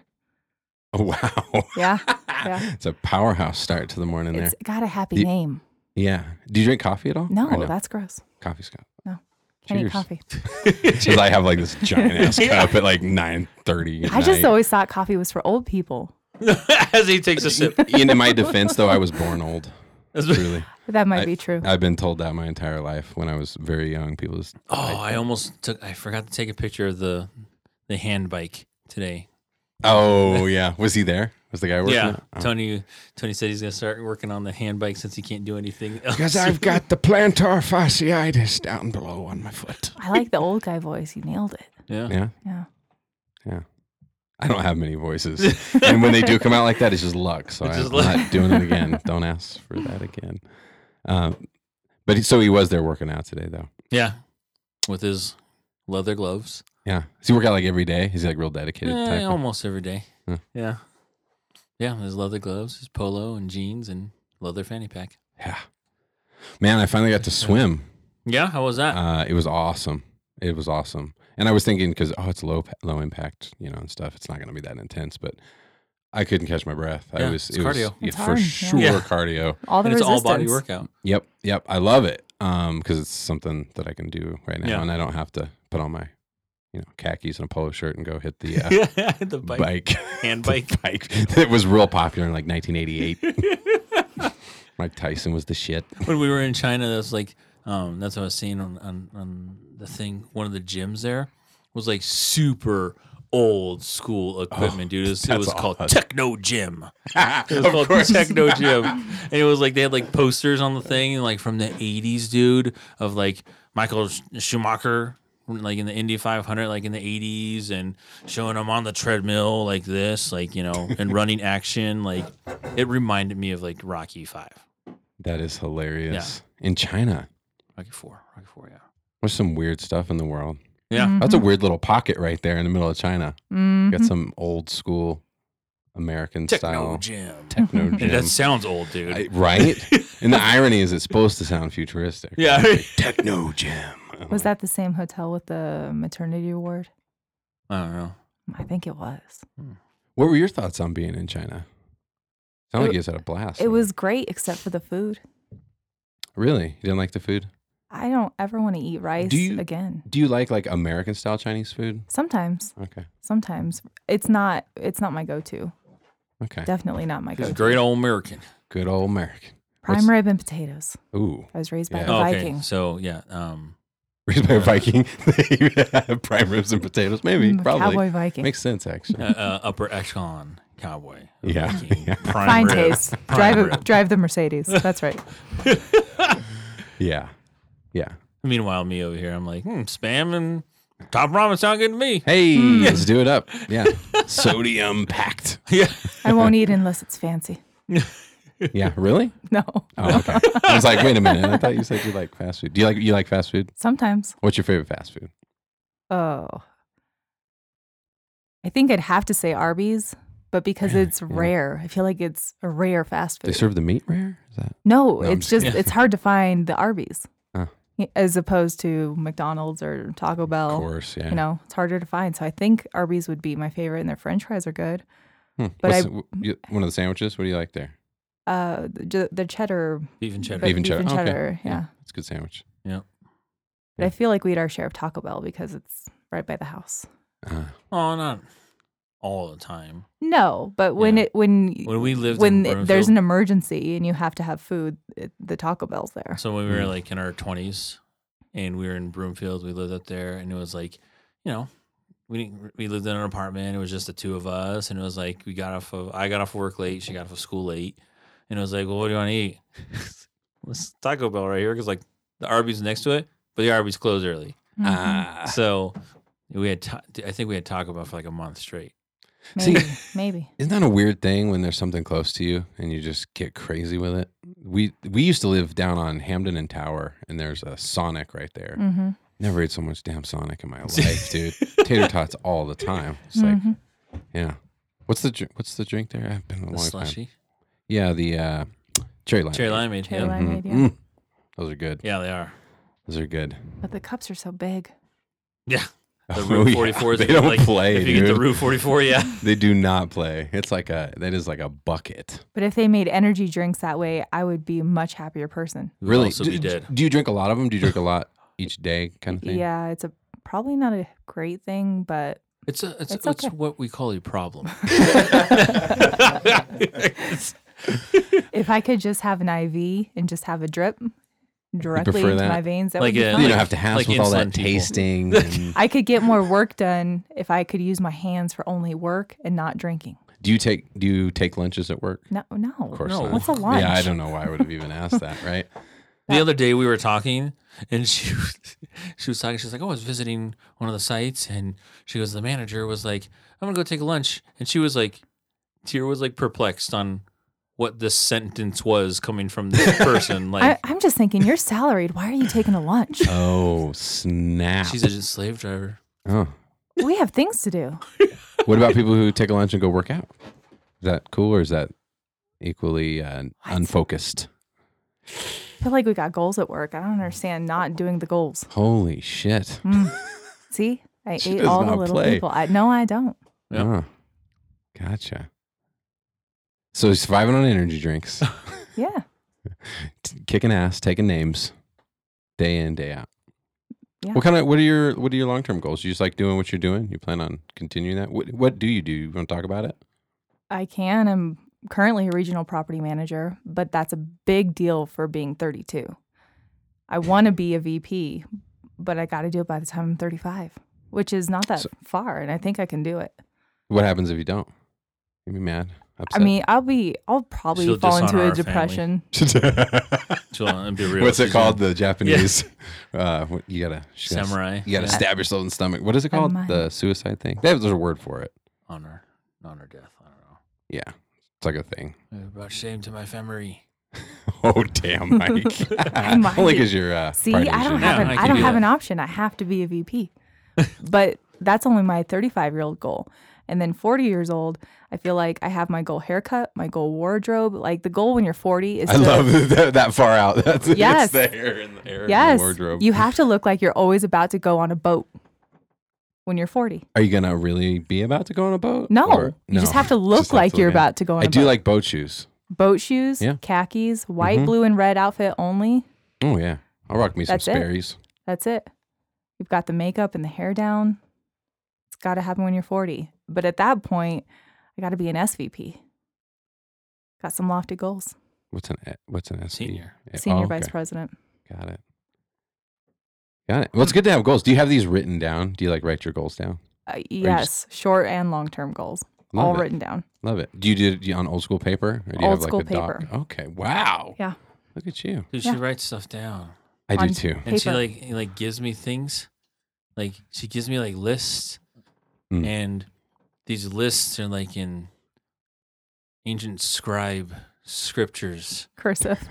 S2: Oh wow,
S1: Yeah, yeah.
S2: it's a powerhouse start to the morning there.
S1: It's got a happy
S2: You-
S1: name.
S2: Yeah. Do you drink coffee at all?
S1: No,
S2: Or no?
S1: that's gross.
S2: coffee's good.
S1: I need
S2: Cheers.
S1: coffee.
S2: Because I have like this giant ass cup at like nine thirty.
S1: I just always thought coffee was for old people.
S3: As he takes a sip.
S2: in my defense though, I was born old.
S3: That's-
S2: Truly,
S1: But that might
S2: I-
S1: be true.
S2: I've been told that my entire life. When I was very young, people just
S3: Oh, I almost took. I forgot to take a picture of the the hand bike today.
S2: Oh yeah, was he there? Was the guy working?
S3: yeah,
S2: it? Oh.
S3: Tony. Tony said he's gonna start working on the hand bike since he can't do anything. else.
S2: Because I've got the plantar fasciitis down below on my foot.
S1: I like the old guy voice. You nailed it.
S3: yeah.
S2: Yeah,
S1: Yeah.
S2: I don't have many voices, and when they do come out like that, it's just luck. So
S3: It's
S2: I'm
S3: just luck.
S2: not doing it again. Don't ask for that again. Um, but he, so he was there working out today, though.
S3: yeah, with his leather gloves.
S2: Yeah, does he work out like every day? Is he like real dedicated?
S3: Eh,
S2: type of-
S3: almost every day.
S2: Huh.
S3: Yeah, yeah. His leather gloves, his polo and jeans, and leather fanny pack.
S2: yeah, man, I finally got to swim.
S3: Yeah, how was that?
S2: Uh, it was awesome. It was awesome. And I was thinking because oh, it's low low impact, you know, and stuff. It's not going to be that intense, but I couldn't catch my breath. I
S3: Yeah,
S2: was
S3: it's
S2: it was
S3: cardio.
S2: yeah,
S1: It's
S2: for
S1: hard, yeah.
S2: sure
S3: Yeah.
S2: cardio.
S1: All the
S3: and it's all
S1: resistance.
S3: body workout.
S2: Yep, yep. I love it um because it's something that I can do right now,
S3: Yeah.
S2: and I don't have to put on my you know khakis and a polo shirt and go hit the uh,
S3: Yeah, the bike,
S2: bike.
S3: hand bike.
S2: bike that was real popular in like 1988. Mike Tyson was the shit.
S3: when we were in China, that was like um, that's what I was seeing on, on on the thing. One of the gyms there was like super old school equipment, dude. It was, it
S2: Oh, that's
S3: was called
S2: awesome.
S3: Techno Gym. It was
S2: of
S3: called
S2: course.
S3: Techno Gym, and it was like they had like posters on the thing, like from the '80s, dude, of like Michael Sch- Schumacher. Like in the Indy 500, like in the 80s, and showing them on the treadmill like this, like you know, and running action, like it reminded me of like Rocky Five,
S2: That is hilarious. In China,
S3: Rocky Four, Rocky Four, yeah.
S2: there's some weird stuff in the world.
S3: Yeah.
S1: Mm-hmm.
S2: That's a weird little pocket right there in the middle of China.
S1: Mhm.
S2: Got some old school American
S3: Techno
S2: style
S3: Gym.
S2: techno
S1: That
S2: gym.
S3: That sounds old, dude.
S2: I- right? and the irony is it's supposed to sound futuristic.
S3: yeah.
S2: Techno gym.
S1: Was that the same hotel with the maternity ward?
S3: I don't know.
S1: I think it was.
S2: What were your thoughts on being in China? Sound like you guys had a blast.
S1: It was great except for the food.
S2: really. You didn't like the food.
S1: I don't ever want to eat rice
S2: Do you-
S1: again.
S2: Do you like like American style Chinese food?
S1: Sometimes,
S2: Okay,
S1: sometimes it's not it's not my go-to.
S2: okay.
S1: Definitely not my
S3: He's a
S1: go-to.
S3: great old American.
S2: Good old American.
S1: Prime
S2: What's-
S1: rib and potatoes.
S2: Ooh,
S1: I was raised by
S2: Yeah.
S1: the
S3: Oh, okay.
S1: Vikings.
S3: So yeah. Um,
S2: raised by a Viking. Prime ribs and potatoes, maybe,
S1: Mm,
S2: probably
S1: Cowboy Viking.
S2: makes sense
S3: uh,
S2: actually.
S3: uh, upper echelon cowboy.
S2: Yeah.
S3: Viking,
S2: Yeah.
S1: Fine
S3: Prime rib.
S1: taste.
S3: Prime
S1: Drive a,
S3: rib.
S1: drive the Mercedes. That's right.
S2: Yeah,
S3: Hmm.
S2: yeah.
S3: Meanwhile, me over here, I'm like, hmm, spam and top ramen sound good to me.
S2: Hey, let's do it up. Yeah. Sodium packed.
S3: Yeah.
S1: I won't eat unless it's fancy.
S2: Yeah, really?
S1: No.
S2: Oh, okay. I was like, wait a minute. I thought you said you like fast food. Do you like you like fast food?
S1: Sometimes.
S2: What's your favorite fast food?
S1: Oh. I think I'd have to say Arby's, but because
S2: Really?
S1: it's
S2: Yeah.
S1: rare, I feel like it's a rare fast
S2: They
S1: food.
S2: serve the meat rare? Is that
S1: no,
S2: No, I'm
S1: it's
S2: just
S1: just
S3: kidding.
S1: it's hard to find the Arby's.
S2: Huh.
S1: y- As opposed to McDonald's or Taco
S2: of
S1: Bell.
S2: course, yeah.
S1: You know, it's harder to find. So I think Arby's would be my favorite and their french fries are good.
S2: Hmm.
S1: but
S2: What's-
S1: I-
S2: w- you- one of the sandwiches? What do you like there?
S1: Uh the, the cheddar
S3: Beef and cheddar.
S1: Beef.
S2: Even cheddar.
S1: and
S2: Oh, okay.
S1: cheddar, yeah.
S2: It's a good sandwich.
S1: But I feel like we eat our share of Taco Bell because it's right by the house.
S2: Uh,
S1: Mm-hmm.
S3: Oh, not all the time.
S1: No, but when
S3: Yeah.
S1: it when
S3: When we lived
S1: when
S3: in
S1: it- there's an
S3: Broomfield-
S1: emergency and you have to have food, it, the Taco Bell's there.
S3: So when we
S2: Mm.
S3: were like in our twenties, and we were in Broomfield, we lived up there, and it was like, you know, we didn't, we lived in an apartment. It was just the two of us, and it was like we got off of I got off work late, she got off of school late, and it was like, well, what do you want to eat? Let's Taco Bell right here because like the Arby's next to it, but the Arby's closed early,
S2: Uh,
S1: Mhm.
S2: Ah.
S3: so we had ta- I think we had Taco Bell for like a month straight.
S2: see-
S1: maybe, maybe.
S2: Isn't that a weird thing when there's something close to you and you just get crazy with it? We we used to live down on Hamden and Tower and there's a Sonic right there.
S1: hmm
S2: Never ate so much damn Sonic in my life, dude. Tater tots all the time. It's
S1: Mm-hmm.
S2: like, yeah. What's the dr- what's the drink there? I've been a
S3: The
S2: long time.
S3: slushy,
S2: Yeah, the uh, cherry lime.
S3: cherry limeade,
S1: Cherry
S3: yeah.
S1: lime. Limeade, yeah.
S2: Mm. Those are good.
S3: yeah, they are.
S2: Those are good.
S1: But the cups are so big.
S3: Yeah, The
S2: Oh,
S3: Rue
S2: yeah.
S3: 44 is
S2: They
S3: if you
S2: don't
S3: like,
S2: play,
S3: If you get the
S2: dude.
S3: Rue 44, yeah.
S2: They do not play. It's like a that is like a bucket.
S1: But if they made energy drinks that way, I would be a much happier person.
S3: would
S2: Really?
S3: also
S2: do,
S3: be dead.
S2: do you drink a lot of them? Do you drink a lot each day, kind of thing?
S1: Yeah, it's a probably not a great thing, but
S3: It's a, it's,
S1: It's
S3: it's,
S1: okay.
S3: what we call a problem.
S1: if I could just have an IV and just have a drip directly
S2: prefer
S1: into
S2: that?
S1: my veins, that
S3: Like
S1: would be
S3: a-
S1: fine.
S2: You
S3: Like-
S2: don't have to hassle
S3: like
S2: with all that
S3: insulin people.
S2: tasting. and-
S1: I could get more work done if I could use my hands for only work and not drinking.
S2: do you take do you take lunches at work?
S1: No, no.
S2: Of course
S3: No.
S2: not.
S1: What's a lunch?
S2: Yeah, I don't know why I would have even asked that, right?
S3: the other day we were talking and she was- she was talking she's like oh i was visiting one of the sites and she goes the manager was like i'm gonna go take lunch and she was like tear was like perplexed on what this sentence was coming from this person
S1: I,
S3: like
S1: I'm just thinking, you're salaried. Why are you taking a lunch?
S2: Oh snap!
S3: she's a slave driver
S2: oh.
S1: we have things to do.
S2: What about people who take a lunch and go work out? Is that cool or is that equally uh, unfocused?
S1: I feel like we got goals at work. I don't
S2: Mm.
S1: understand not doing the goals.
S2: Holy shit!
S1: See, I
S2: She
S1: ate
S2: does
S1: all the
S2: not
S1: little
S2: play.
S1: people. I, no, I don't.
S3: Yep.
S2: Oh, gotcha. So he's surviving on energy drinks,
S1: Yeah,
S2: t- kicking ass, taking names, day in day out.
S1: Yeah.
S2: What kind of what are your what are your long term goals? You just like doing what you're doing. You plan on continuing that. What what do you do? You want to talk about it?
S1: I can. I'm currently a regional property manager, but that's a big deal for being 32. I want to be a VP, but I got to do it by the time I'm 35, which is not that
S2: So-
S1: far, and I think I can do it.
S2: What happens if you don't? You'd be mad.
S1: I
S2: Upset.
S1: mean, I'll be, I'll probably
S3: She'll
S1: fall into
S3: dishonor
S1: a
S3: our family.
S1: depression.
S3: Chill on and uh, be real.
S2: What's it
S3: She's
S2: called?
S3: a
S2: The Japanese. Uh, what, you gotta she gotta-
S3: samurai
S2: You gotta
S3: Yeah.
S2: stab yourself in the stomach. What is it called?
S1: Samurai.
S2: The suicide thing. That- There's a word for it.
S3: honor honor death i don't
S2: Yeah, it's like a thing.
S3: know it brought shame to my family
S2: Oh damn, Mike!
S1: might.
S2: Only because you're uh,
S1: See,
S2: part of
S1: I
S2: your
S1: don't
S2: gene.
S1: have
S3: Yeah,
S1: an,
S3: I
S1: I,
S3: can
S1: don't
S3: do
S1: have
S3: that.
S1: an option. I have to be a VP, but that's only my 35 year old goal. And then 40 years old, I feel like I have my goal haircut, my goal wardrobe. Like the goal when you're 40 is
S2: I
S1: to,
S2: love that- that, that far out. That's
S1: Yes.
S2: it's the hair and the hair and
S1: yes,
S2: the wardrobe.
S1: you have to look like you're always about to go on a boat when you're 40.
S2: Are you gonna really be about to go on a boat?
S1: No,
S2: Or-
S1: you just
S2: no.
S1: have to look
S2: Just have
S1: like
S2: to
S1: you're
S2: look at it.
S1: about to go on.
S2: I
S1: a
S2: do
S1: boat.
S2: like boat shoes.
S1: boat shoes,
S2: Yeah. Mm-hmm.
S1: khakis, white, blue, and red outfit only.
S2: Oh yeah, I'll rock me some
S1: That's it.
S2: Sperry's.
S1: That's it. You've got the makeup and the hair down. It's got to happen when you're 40. But at that point, I got to be an SVP. Got some lofty goals.
S2: What's an eh, what's an SB?
S3: Senior.
S2: Yeah,
S1: Senior
S2: oh,
S1: vice
S2: okay.
S1: president.
S2: Got it. Got it. Well, it's good to have goals. Do you have these written down? Do you like write your goals down?
S1: Uh, yes, short and long term goals,
S2: Love
S1: all
S2: it.
S1: written down.
S2: Love it. Do you do it on old school paper? Or do you
S1: Old
S2: have like
S1: school
S2: a doc?
S1: paper.
S2: Okay. Wow.
S1: Yeah.
S2: Look at you.
S3: dude
S1: Yeah.
S3: she writes stuff down
S2: I
S1: On-
S2: do too.
S3: and she
S1: Paper.
S3: like he, like gives me things like she gives me like lists
S2: Mm.
S3: and these lists are like in ancient scribe scriptures
S1: Cursive. Oh,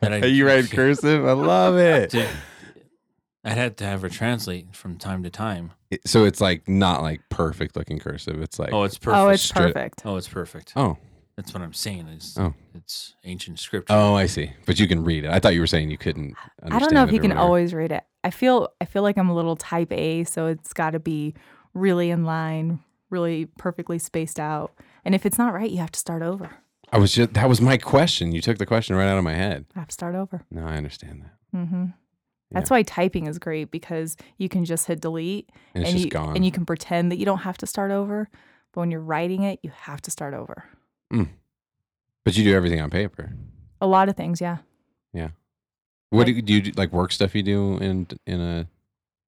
S3: that I
S2: cursive? I love it.
S3: Dude, I'd have to have her translate from time to time.
S2: It- So it's like not like perfect looking cursive. It's like
S3: Oh,
S2: oh,
S3: it's perfect.
S1: Oh, it's
S2: Straight-
S1: perfect.
S3: Oh, it's perfect.
S2: oh,
S3: That's what I'm saying. It's
S2: Oh.
S3: it's ancient scripture.
S2: I see. But you can read it. I thought you were saying you couldn't.
S1: I don't know if
S2: understand it
S1: you
S2: or
S1: can
S2: whatever.
S1: always read it. I feel I feel like I'm a little type A, so it's got to be really in line, really perfectly spaced out. And if it's not right, you have to start over.
S2: I was just that was my question. You took the question right out of my head.
S1: I have to start over.
S2: No, I understand that.
S1: hmm That's why typing is great because you can just hit delete
S2: And it's
S1: and
S2: just
S1: you,
S2: gone.
S1: and you can pretend that you don't have to start over. But when you're writing it, you have to start over.
S2: but you do everything on paper.
S1: A lot of things, yeah.
S2: Oh What do you, do you do, like work stuff you do in in a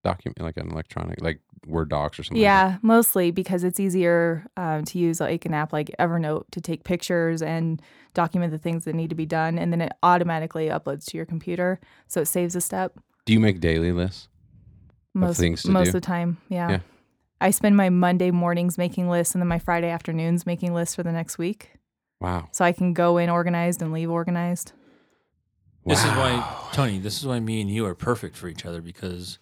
S2: document like an electronic like Word docs or something? like that?
S1: Yeah, mostly because it's easier um, to use like an app like Evernote to take pictures and document the things that need to be done. And then it automatically uploads to your computer. So it saves a step
S2: Do you make daily lists?
S1: most,
S2: things to
S1: most
S2: do.
S1: of the time. Yeah.
S2: Yeah.
S1: I spend my Monday mornings making lists and then my Friday afternoons making lists for the next week.
S2: Wow.
S1: so I can go in organized and leave organized.
S3: This is
S2: Wow.
S3: why Tony. This is why me and you are perfect for each other because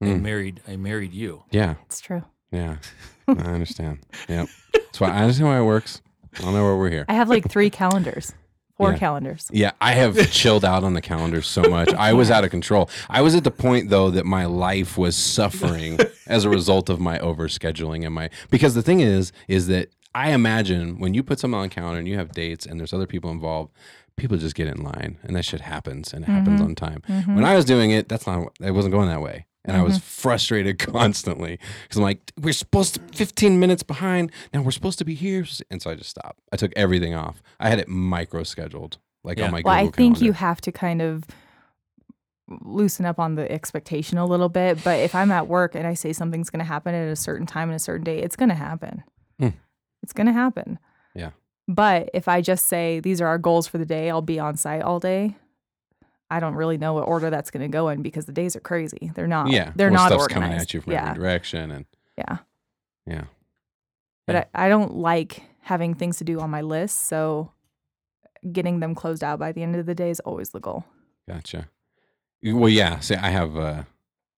S3: I
S2: Mm.
S3: married. I married you.
S2: Yeah.
S1: It's true.
S2: Yeah. I understand. Yep. That's why I understand why it works. I know why we're here.
S1: I have like three calendars, four
S2: Yeah.
S1: calendars.
S2: Yeah, I have chilled out on the calendar so much. I was out of control. I was at the point though that my life was suffering as a result of my overscheduling and my because the thing is is that I imagine when you put something on the calendar and you have dates and there's other people involved, people just get in line and that shit happens and it happens on time.
S1: Mm-hmm.
S2: When I was doing it, that's not it wasn't going that way. And I was frustrated constantly because I'm like, we're supposed to 15 minutes behind. Now we're supposed to be here. And so I just stopped. I took everything off. I had it micro scheduled, like
S3: Yeah.
S2: on my Google
S1: well, I think
S2: calendar.
S1: you have to kind of loosen up on the expectation a little bit. But if I'm at work and I say something's going to happen at a certain time and a certain day, it's going to happen.
S2: Hmm.
S1: It's going to happen.
S2: Yeah.
S1: But if I just say these are our goals for the day, I'll be on site all day. I don't really know what order that's going to go in because the days are crazy. They're not.
S2: yeah,
S1: They're
S2: well,
S1: not
S2: stuff's
S1: organized.
S2: coming at you from
S1: yeah.
S2: every direction, and
S1: Yeah.
S2: yeah,
S1: But I, I don't like having things to do on my list. So getting them closed out by the end of the day is always the goal.
S2: gotcha. Well, yeah. See, I have. uh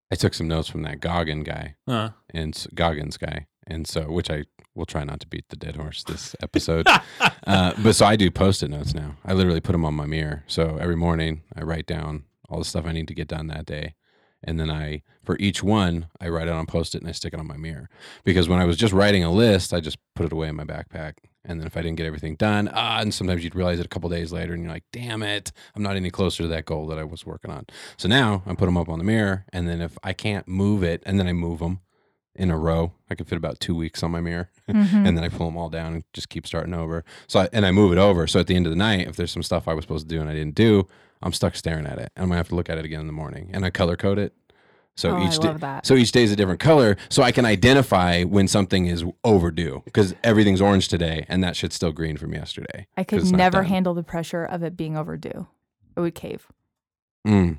S2: I took some notes from that Goggin guy
S3: Uh,
S2: and s- Goggins guy, and so which I will try not to beat the dead horse this episode. uh, but so I do post-it notes now. I literally put them on my mirror. So every morning I write down all the stuff I need to get done that day. And then I, for each one, I write it on post it and I stick it on my mirror. Because when I was just writing a list, I just put it away in my backpack. And then if I didn't get everything done, ah, and sometimes you'd realize it a couple days later and you're like, damn it, I'm not any closer to that goal that I was working on. So now I put them up on the mirror. And then if I can't move it, and then I move them in a row, I could fit about two weeks on my mirror
S1: Mhm.
S2: and then I pull them all down and just keep starting over. So I, and I move it over. So at the end of the night, if there's some stuff I was supposed to do and I didn't do, I'm stuck staring at it. I'm gonna have to look at it again in the morning, and I color code it. So
S1: Oh, I
S2: each day,
S1: love that.
S2: so each day is a different color, so I can identify when something is overdue because everything's orange today, and that shit's still green from yesterday.
S1: I
S2: 'cause
S1: could
S2: it's not
S1: never
S2: done.
S1: handle the pressure of it being overdue. It would cave.
S2: Mm.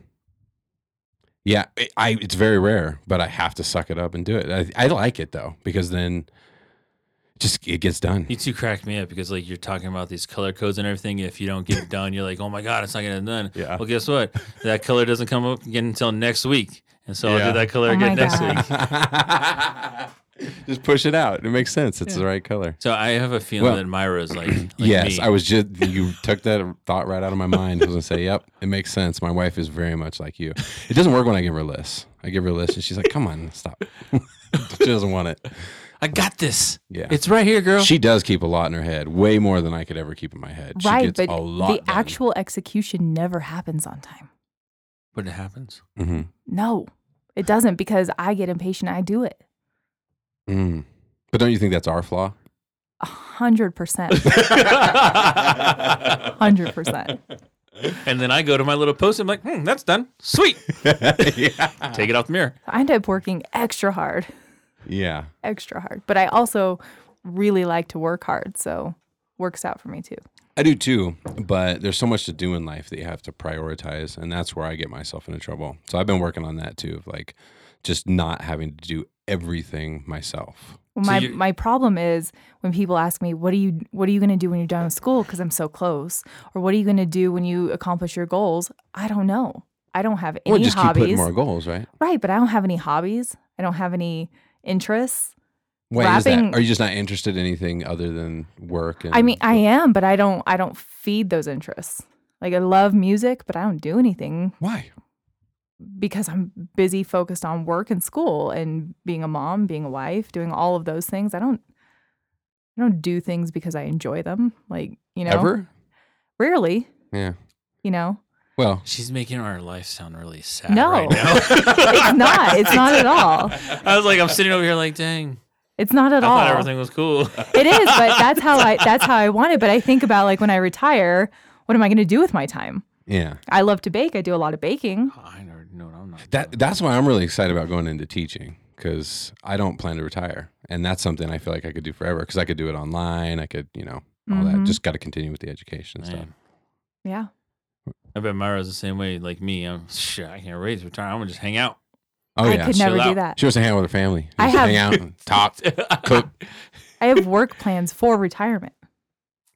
S2: Yeah, it, I it's very rare, but I have to suck it up and do it. I, I like it though because then just it gets done.
S3: you two cracked me up because like you're talking about these color codes and everything. If you don't get it done, you're like, oh my god, it's not getting done.
S2: Yeah.
S3: Well, guess what? That color doesn't come up again until next week, and so I'll
S2: Yeah.
S3: do that color
S1: Oh
S3: again
S1: my
S3: next
S1: God.
S3: week.
S2: just push it out. It makes sense. It's the right color.
S3: So I have a feeling
S2: Well-
S3: that Myra's like, like
S2: yes,
S3: me.
S2: I was just you took that thought right out of my mind. I was gonna say, "Yep, it makes sense." My wife is very much like you. It doesn't work when I give her lists. I give her lists, and she's like, "Come on, stop." she doesn't want it.
S3: I got this.
S2: Yeah.
S3: It's right here, girl.
S2: She does keep a lot in her head, way more than I could ever keep in my head. She
S1: right,
S2: gets
S1: but
S2: a lot.
S1: the actual execution never happens on time.
S3: but it happens.
S2: hmm
S1: No, it doesn't because I get impatient. I do it
S2: mm. But don't you think that's our flaw?
S1: a hundred percent, hundred percent.
S3: And then I go to my little post. I'm like, hmm, that's done. Sweet.
S2: yeah.
S3: Take it off the mirror.
S1: I end up working extra hard,
S2: Yeah.
S1: extra hard. But I also really like to work hard, so works out for me too.
S2: I do too, but there's so much to do in life that you have to prioritize, and that's where I get myself into trouble. So I've been working on that too, of like just not having to do everything myself.
S1: Well,
S3: So
S1: my
S3: you-
S1: my problem is when people ask me, "What do you What are you going to do when you're done with school?" Because I'm so close, or "What are you going to do when you accomplish your goals?" I don't know. I don't have any
S2: Well, just keep putting
S1: hobbies,
S2: more goals, right?
S1: right? But I don't have any hobbies. I don't have any interests.
S2: Wait, is that?
S1: Wrapping-
S2: Are you just not interested in anything other than work? And
S1: I mean, I am, but I don't. I don't feed those interests. Like I love music, but I don't do anything
S2: why?
S1: because I'm busy focused on work and school and being a mom, being a wife, doing all of those things. I don't. I don't do things because I enjoy them. Like you know,
S2: Ever?
S1: rarely.
S2: Yeah.
S1: you know
S2: Well,
S3: She's making our life sound really sad.
S1: No.
S3: right now.
S1: it's not it's not at all
S3: I was like, I'm sitting over here like, dang.
S1: it's not at
S3: I
S1: all
S3: thought everything was cool.
S1: it is but that's how i that's how i want it but i think about like when i retire what am i going to do with my time
S2: yeah.
S1: i love to bake i do a lot of baking
S3: I never know what I'm not.
S2: That that's why I'm really excited about going into teaching because I don't plan to retire, and that's something I feel like I could do forever because I could do it online. I could, you know, all that.
S1: Mhm.
S2: Just got to continue with the education stuff.
S3: Man.
S1: yeah
S3: I bet Myra's the same way like me. I'm shit, I can't wait to retire. I'm gonna just hang out.
S2: Oh
S1: i
S2: yeah,
S1: could
S3: chill
S1: never do
S3: out.
S1: that
S2: She wants to hang out with her family. Just
S1: I have-
S2: hang out and talk, cook.
S1: i have work plans for retirement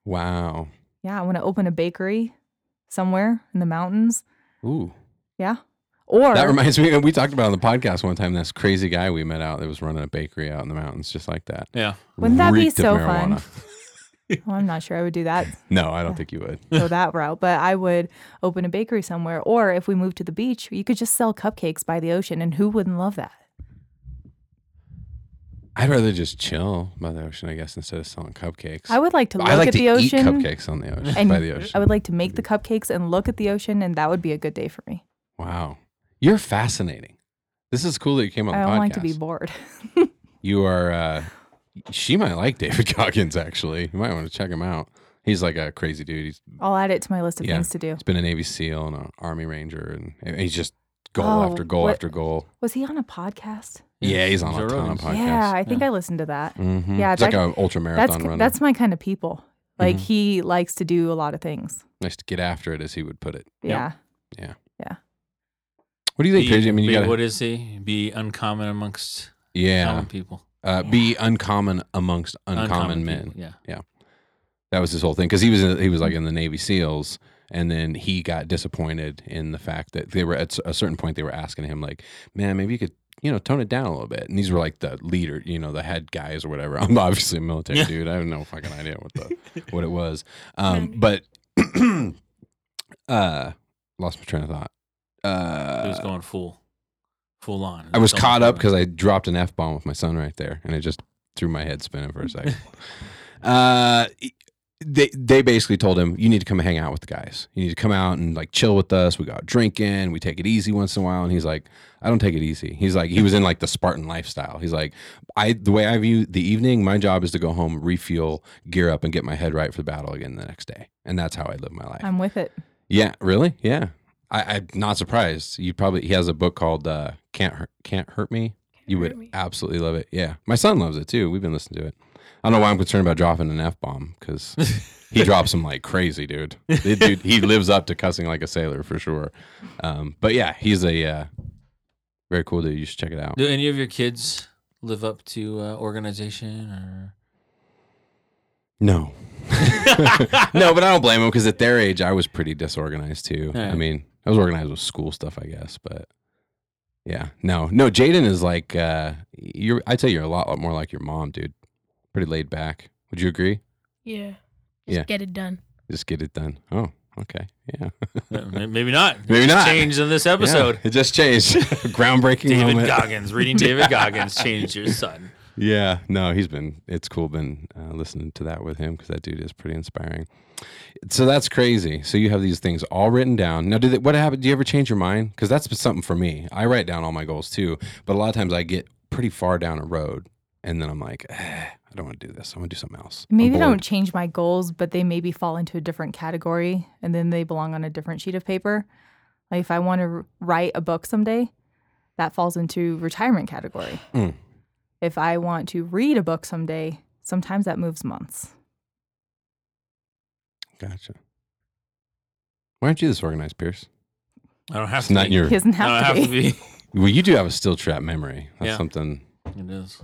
S2: Wow.
S1: yeah i want to open a bakery somewhere in the mountains
S2: Ooh.
S1: yeah or
S2: That reminds me. We talked about on the podcast one time this crazy guy we met out that was running a bakery out in the mountains, just like that.
S3: yeah.
S1: Wouldn't that be
S2: Reeked of
S1: so
S2: marijuana.
S1: well, i'm not sure i would do that
S2: No, I don't think you would.
S1: go that route but i would open a bakery somewhere or if we moved to the beach you could just sell cupcakes by the ocean and who wouldn't love that
S2: I'd rather just chill by the ocean, I guess, instead of selling cupcakes.
S1: I would like to look
S2: I like
S1: at
S2: to
S1: the
S2: eat
S1: ocean.
S2: cupcakes on the ocean
S1: and
S2: by the ocean.
S1: I would like to make the cupcakes and look at the ocean, and that would be a good day for me.
S2: wow, you're fascinating. This is cool that you came on
S1: I
S2: the
S1: don't
S2: podcast.
S1: like to be bored.
S2: you are. Uh, she might like David Goggins. Actually, you might want to check him out. He's like a crazy dude. He's
S1: I'll add it to my list of
S2: Yeah.
S1: things to do.
S2: He's been a Navy SEAL and an Army Ranger, and- and he's just goal
S1: Oh,
S2: after goal
S1: what-
S2: after goal.
S1: Was he on a podcast?
S2: Yeah, he's on
S3: Joe
S2: a ton
S3: Rogan's.
S2: of podcasts.
S1: Yeah, I think I listened to that.
S2: Mhm.
S1: Yeah,
S2: it's like
S1: that-
S2: an ultra
S1: That's
S2: marathon runner.
S1: that's my kind of people. Like
S2: Mhm.
S1: he likes to do a lot of things.
S2: nice to get after it, as he would put it.
S3: Yep.
S1: Yeah.
S2: What do you think,
S3: Be-
S2: Paige? I mean, you
S3: be-
S2: got
S3: what is he? Be uncommon amongst
S2: yeah,
S3: common people.
S2: uh, be uncommon amongst uncommon, men.
S3: people, Yeah.
S2: That was his whole thing because he was in, he was like in the Navy SEALs, and then he got disappointed in the fact that they were at a certain point they were asking him like, "Man, maybe you could." You know, tone it down a little bit. And these were like the leader, you know, the head guys or whatever. I'm obviously a military
S3: Yeah.
S2: dude. I have no fucking idea what the what it was. Um, but uh, lost my train of thought. Uh,
S3: he was going full, full on.
S2: I was
S3: Someone
S2: caught
S3: told
S2: up
S3: me.
S2: because I dropped an f bomb with my son right there, and it just threw my head spinning for a second. uh, they they basically told him, "You need to come hang out with the guys. You need to come out and like chill with us. We got drinking. We take it easy once in a while." And he's like, "I don't take it easy." He's like, he was in like the Spartan lifestyle. He's like, "I the way I view the evening, my job is to go home, refuel, gear up, and get my head right for the battle again the next day." And that's how I live my life.
S1: I'm with it.
S2: Yeah, really? Yeah. I, I'm not surprised. You probably he has a book called uh, "Can't Hurt, Can't Hurt Me." you would absolutely love it. Yeah, my son loves it too. We've been listening to it. I don't know why I'm concerned about dropping an f bomb because he drops them like crazy, dude. The dude, he lives up to cussing like a sailor for sure. Um, but yeah, he's a uh, very cool dude. You should check it out.
S3: Do any of your kids live up to uh, organization or?
S2: No. no, but I don't blame him because at their age, I was pretty disorganized too.
S3: Yeah.
S2: I mean, I was organized with school stuff, I guess, but yeah, no, no. Jaden is like, uh, you're. I tell you, you're a lot, lot more like your mom, dude. Pretty laid back. Would you agree?
S4: Yeah. Just
S2: Yeah.
S4: get it done.
S2: Just get it done. Oh, okay, yeah.
S3: Uh, may- Maybe not.
S2: Maybe not.
S3: Changed in this episode.
S2: Yeah, it just changed. Groundbreaking
S3: David
S2: moment.
S3: Goggins reading David Goggins changed your son.
S2: Yeah, no, he's been. It's cool. Been uh, listening to that with him because that dude is pretty inspiring. So that's crazy. So you have these things all written down. Now, did it, what happened? Do you ever change your mind? Because that's been something for me. I write down all my goals too, but a lot of times I get pretty far down a road, and then I'm like, eh, I don't want to do this. I want to do something else. I'm
S1: Maybe I
S2: bored."
S1: don't change my goals, but they maybe fall into a different category and then they belong on a different sheet of paper. Like if I want to write a book someday, that falls into retirement category.
S2: Mm.
S1: If I want to read a book someday, sometimes that moves months.
S2: Gotcha. Why aren't you this organized, Pierce?
S3: I don't have
S2: It's
S3: to.
S2: not
S3: be.
S2: your.
S1: He doesn't
S3: I don't
S1: have to be.
S2: Well, you do have a still trap memory. That's
S3: Yeah.
S2: something.
S3: It is.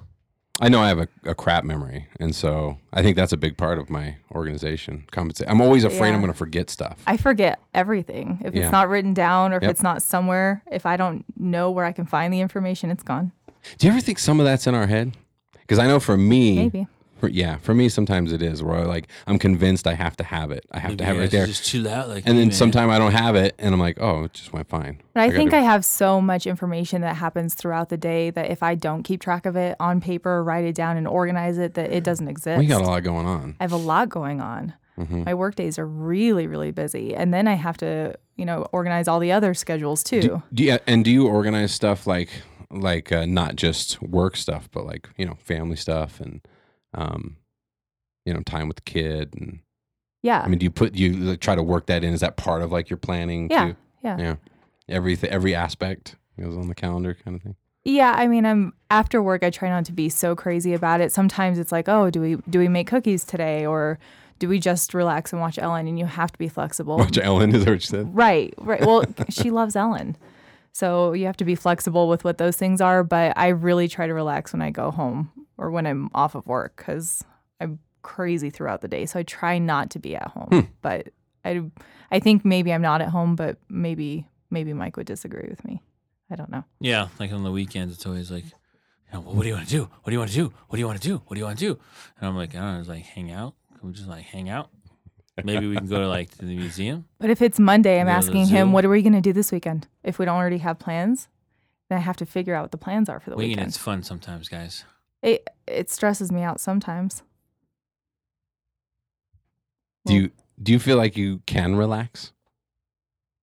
S2: I know I have a, a crap memory, and so I think that's a big part of my organization. Compensate. I'm always afraid I'm
S1: Yeah.
S2: going to forget stuff.
S1: I forget everything. If
S2: Yeah.
S1: it's not written down or if
S2: Yep.
S1: it's not somewhere, if I don't know where I can find the information, it's gone.
S2: Do you ever think some of that's in our head? Because I know for me,
S1: Maybe.
S2: for- yeah, for me sometimes it is. Where I, like I'm convinced I have to have it. I have
S3: Maybe
S2: to have it
S3: you
S2: right
S3: guys
S2: there.
S3: Just chill out, like.
S2: and
S3: hey,
S2: then
S3: man.
S2: sometime I don't have it, and I'm like, oh, it just went fine.
S1: But I, think
S2: gotta-
S1: I have so much information that happens throughout the day that if I don't keep track of it on paper, write it down, and organize it, that it doesn't exist.
S2: we got a lot going on.
S1: I have a lot going on.
S2: Mhm.
S1: My work days are really, really busy. And then I have to, you know, organize all the other schedules too.
S2: Do, do you, and do you organize stuff like like uh, not just work stuff, but like you know family stuff and um, you know time with the kid and
S1: yeah.
S2: I mean, do you put do you like, try to work that in? Is that part of like your planning?
S1: yeah.
S2: too?
S1: Yeah.
S2: yeah. Every every aspect goes on the calendar, kind of thing.
S1: Yeah, I mean, I'm after work. I try not to be so crazy about it. Sometimes it's like, oh, do we do we make cookies today, or do we just relax and watch Ellen? And you have to be flexible.
S2: Watch Ellen is that what you said.
S1: right, right. Well, she loves Ellen, so you have to be flexible with what those things are. But I really try to relax when I go home or when I'm off of work because I'm crazy throughout the day. So I try not to be at home. But I, I think maybe I'm not at home, but maybe maybe Mike would disagree with me. I don't know.
S3: Yeah, like on the weekends, it's always like, you know, well, what do you want to do? What do you want to do? What do you want to do? What do you want to do? And I'm like, I don't know, it's like hang out. Can we just like hang out? Maybe we can go to like to the museum.
S1: But if it's Monday, I'm
S3: Go to the
S1: asking him,
S3: zoo.
S1: what are we going to do this weekend? If we don't already have plans, then I have to figure out what the plans are for the
S3: Weekend,
S1: weekend.
S3: it's fun sometimes, guys.
S1: It it stresses me out sometimes.
S2: Do you do you feel like you can relax?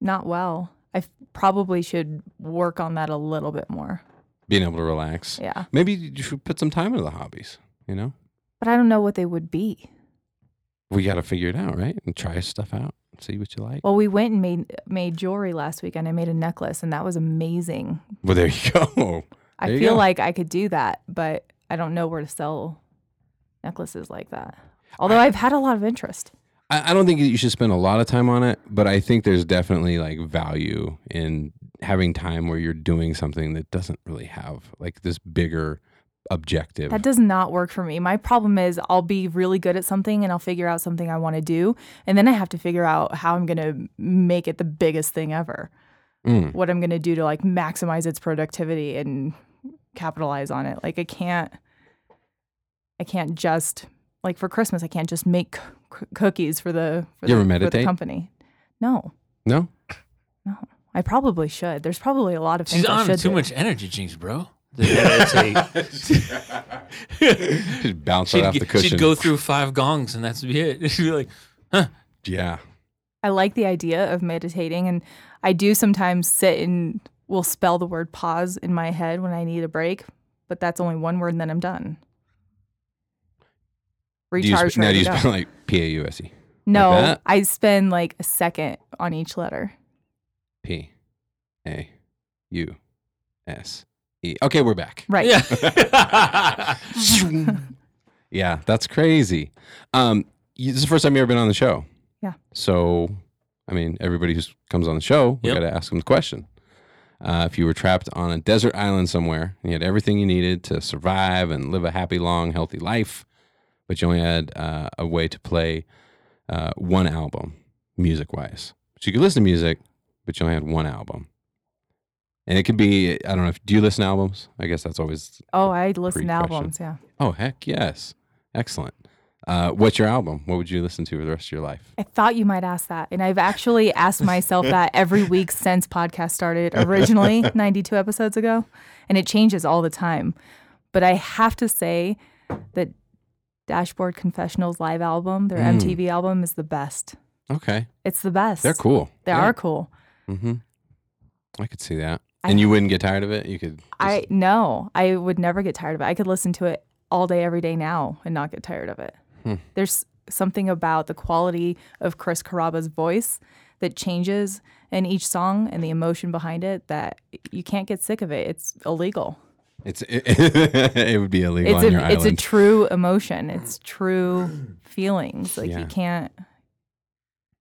S1: Not well. I f- probably should work on that a little bit more.
S2: Being able to relax.
S1: Yeah.
S2: Maybe you should put some time into the hobbies. You know,
S1: But I don't know what they would be.
S2: we got to figure it out, right? And try stuff out, and see what you like.
S1: Well, we went and made made jewelry last weekend. I made a necklace and that was amazing.
S2: Well, there you go.
S1: I
S2: There you
S1: feel
S2: go.
S1: like I could do that, but I don't know where to sell necklaces like that. Although I've had a lot of interest.
S2: I, I don't think you should spend a lot of time on it, but I think there's definitely like value in having time where you're doing something that doesn't really have like this bigger objective.
S1: That does not work for me. My problem is I'll be really good at something and I'll figure out something I want to do, and then I have to figure out how I'm going to make it the biggest thing ever.
S2: Mm.
S1: What I'm going to do to like maximize its productivity and capitalize on it. Like I can't I can't just like for Christmas I can't just make c- cookies for the for, the,
S2: You ever
S1: for the
S2: meditate?
S1: company. No.
S2: No,
S1: I probably should. There's probably a lot of things
S3: She's
S1: I
S3: on
S1: should
S3: too
S1: do.
S3: much energy, Jinx, bro. She'd,
S2: just bounce right off the
S3: get-
S2: cushion.
S3: she'd go through five gongs and that's be it. She'd be like,
S2: Yeah,
S1: I like the idea of meditating, and I do sometimes sit and will spell the word pause in my head when I need a break, but that's only one word, and then I'm done.
S2: Do you
S1: Recharge.
S2: sp- now do
S1: ready
S2: you
S1: to go.
S2: spend like P A U S E
S1: no,
S2: that?
S1: I spend like a second on each letter.
S2: P A U S E? Okay, we're back.
S1: Right.
S3: yeah.
S2: yeah, that's crazy. Um, you, this is the first time you've ever been on the show.
S1: Yeah.
S2: So, I mean, everybody who comes on the show, we
S3: Yep.
S2: got to ask them the question. Uh, if you were trapped on a desert island somewhere and you had everything you needed to survive and live a happy, long, healthy life, but you only had uh, a way to play uh, one album, music wise. So you could listen to music, but you only had one album. And it could be, I don't know if, do you listen to albums? I guess that's always
S1: Oh, I listen to
S2: Pre-question.
S1: albums. Yeah.
S2: Oh heck yes! Excellent. Uh, what's your album? What would you listen to for the rest of your life?
S1: I thought you might ask that. And I've actually asked myself that every week since podcast started originally 92 episodes ago. And it changes all the time. But I have to say that Dashboard Confessionals live album, their
S2: Mm.
S1: MTV album, is the best.
S2: Okay,
S1: It's the best.
S2: they're cool.
S1: They
S2: Yeah.
S1: are cool.
S2: Mhm. I could see that.
S1: I-
S2: and you wouldn't get tired of it. You could.
S1: I no, I would never get tired of it. I could listen to it all day, every day now and not get tired of it.
S2: Hmm.
S1: There's something about the quality of Chris Caraba's voice that changes in each song and the emotion behind it that you can't get sick of it. It's illegal.
S2: It's it, it would be illegal
S1: it's a
S2: on your
S1: it's a
S2: island.
S1: true emotion. It's true feelings. Like
S2: Yeah.
S1: you can't.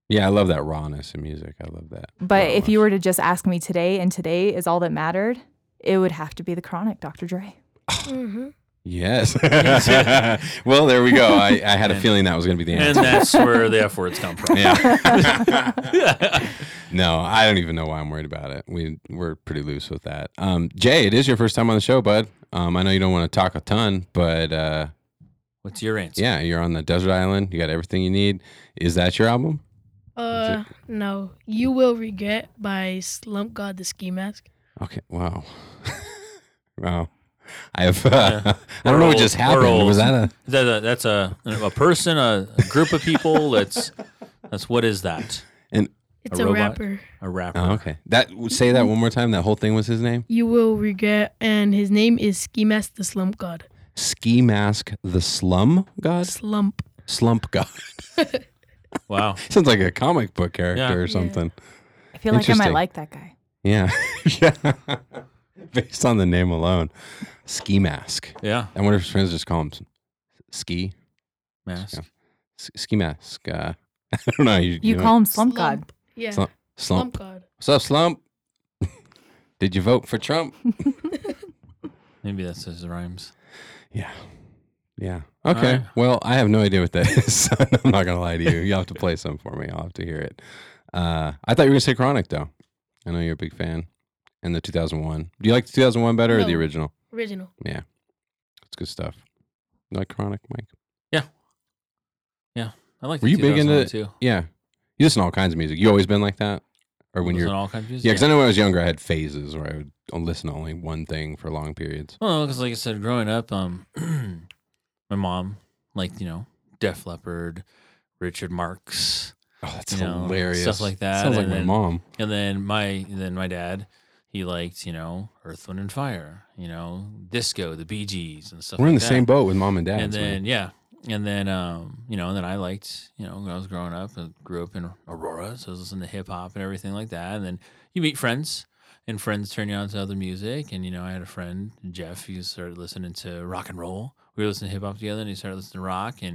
S2: yeah, I love that rawness in music. I love that.
S1: But
S2: rawness.
S1: if you were to just ask me today, and today is all that mattered, it would have to be the Chronic, Dr. Dre. Mm-hmm.
S2: yes. well, there we go. I, I had a
S3: And-
S2: feeling that was going to be the
S3: And
S2: answer.
S3: that's where the F words come from.
S2: Yeah. no, I don't even know why I'm worried about it. We we're pretty loose with that. Um, Jay, it is your first time on the show, bud. Um, I know you don't want to talk a ton, but uh,
S3: What's your answer?
S2: yeah, you're on the desert island. You got everything you need. Is that your album?
S4: Uh, no. You Will Regret by Slump God the Ski Mask.
S2: Okay. Wow. wow. I have. Uh,
S3: Yeah.
S2: I don't know what
S3: We're
S2: just
S3: old. We're
S2: happened.
S3: old.
S2: Was that a?
S3: Is that a- that's a a person, a, a group of people. That's that's what is that?
S4: It's
S3: A
S4: a,
S3: robot?
S4: rapper.
S3: A rapper.
S2: Oh, okay. That say that one more time. That whole thing was his name.
S4: You Will Regret, and his name is Ski Mask the Slump God.
S2: Ski Mask, the Slum God,
S4: Slump.
S2: Slump God.
S3: Wow.
S2: Sounds like a comic book character
S3: Yeah.
S2: or something.
S1: I feel like I might
S2: Interesting.
S1: like that guy.
S2: Yeah. yeah. Based on the name alone, ski mask.
S3: Yeah.
S2: I wonder if his friends just call him s- ski
S3: Mask.
S2: S- ski mask. Uh, I don't know. You,
S1: You,
S2: know
S1: call him Slump God.
S4: Yeah.
S2: Slump.
S4: Slump,
S2: slump.
S4: God.
S2: What's up, slump? Did you vote for Trump?
S3: Maybe that's his rhymes.
S2: Yeah. Yeah. Okay.
S3: right.
S2: Well, I have no idea what that is. I'm not gonna lie to you. You'll have to play some for me. I'll have to hear it. Uh, I thought you were gonna say Chronic though. I know you're a big fan. And the 2001. Do you like the 2001 better or the
S4: No.
S2: original?
S4: Original.
S2: It's good stuff. You like Chronic, Mike.
S3: I like.
S2: Were
S3: the
S2: you big into-
S3: 2001 too?
S2: Yeah. You listen to all kinds of music. You always been like that? or when
S3: Was
S2: you're
S3: it all confused?
S2: yeah. Because I know when I was younger, I had phases where I would listen to only one thing for long periods.
S3: Well, because like I said, growing up, um, my mom liked you know Def Leppard, Richard Marx,
S2: Oh, that's
S3: You know,
S2: hilarious.
S3: stuff like that,
S2: Sounds like
S3: and
S2: my
S3: then-
S2: mom.
S3: And then my and then my dad, he liked you know Earth, Wind and Fire, you know disco, the Bee Gees and stuff.
S2: We're in the
S3: like
S2: same
S3: that.
S2: boat with mom and dad.
S3: And then yeah, and then um, you know, and then I liked you know when I was growing up and grew up in Aurora, so I was listening to hip hop and everything like that. And then you meet friends, and friends turn you on to other music. And you know, I had a friend Jeff who started listening to rock and roll. We were listening to hip hop together, and he started listening to rock, and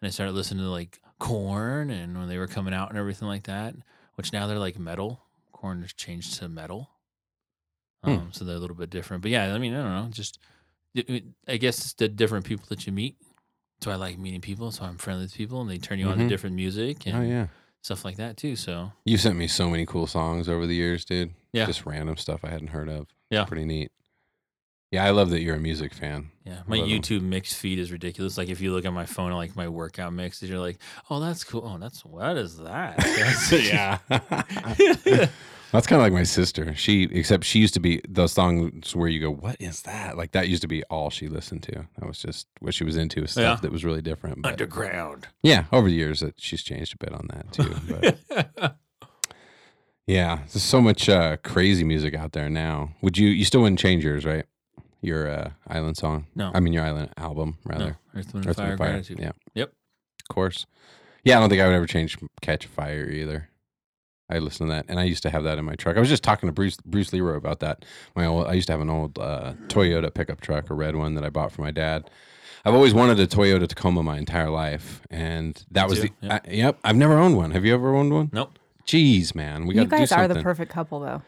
S3: and I started listening to like Corn and when they were coming out and everything like that. Which now they're like metal. Corn has changed to metal,
S2: Hmm.
S3: um, so they're a little bit different. But yeah, I mean, I don't know, just. it- it- I guess it's the different people that you meet. So I like meeting people, so I'm friendly with people, and they turn you on
S2: Mhm.
S3: to different music and
S2: oh yeah,
S3: stuff like that too. So
S2: you sent me so many cool songs over the years, dude.
S3: Yeah.
S2: just random stuff I hadn't heard of.
S3: Yeah.
S2: pretty neat. Yeah, I love that you're a music fan.
S3: yeah, my
S2: love 'em.
S3: YouTube mix feed is ridiculous. Like if you look at my phone, like my workout mixes, you're like, oh, that's cool. Oh, that's what is that?
S2: yeah. That's kind of like my sister. She, except she used to be those songs where you go, "What is that?" Like that used to be all she listened to. That was just what she was into. Stuff
S3: Yeah.
S2: that was really different. But
S3: underground.
S2: yeah, over the years, that she's changed a bit on that too. But yeah, there's so much uh, crazy music out there now. Would you? You still wouldn't change yours, right? Your uh, island song.
S3: No.
S2: I mean your island album rather.
S3: no, Earth,
S2: Earth, Wind,
S3: Wind, and Mm,
S2: Fire.
S3: Fire, gratitude.
S2: Yeah.
S3: Yep.
S2: Of course. Yeah, I don't think I would ever change Catch a Fire either. I listen to that, and I used to have that in my truck. I was just talking to Bruce Bruce Leroy about that. My old, I used to have an old uh, Toyota pickup truck, a red one that I bought for my dad. I've always wanted a Toyota Tacoma my entire life, and that
S3: Me
S2: was
S3: too,
S2: the
S3: yeah.
S2: I- yep. I've never owned one. Have you ever owned one?
S3: Nope.
S2: Jeez, man, we got
S1: you
S2: to do
S1: guys are
S2: something.
S1: the perfect couple, though.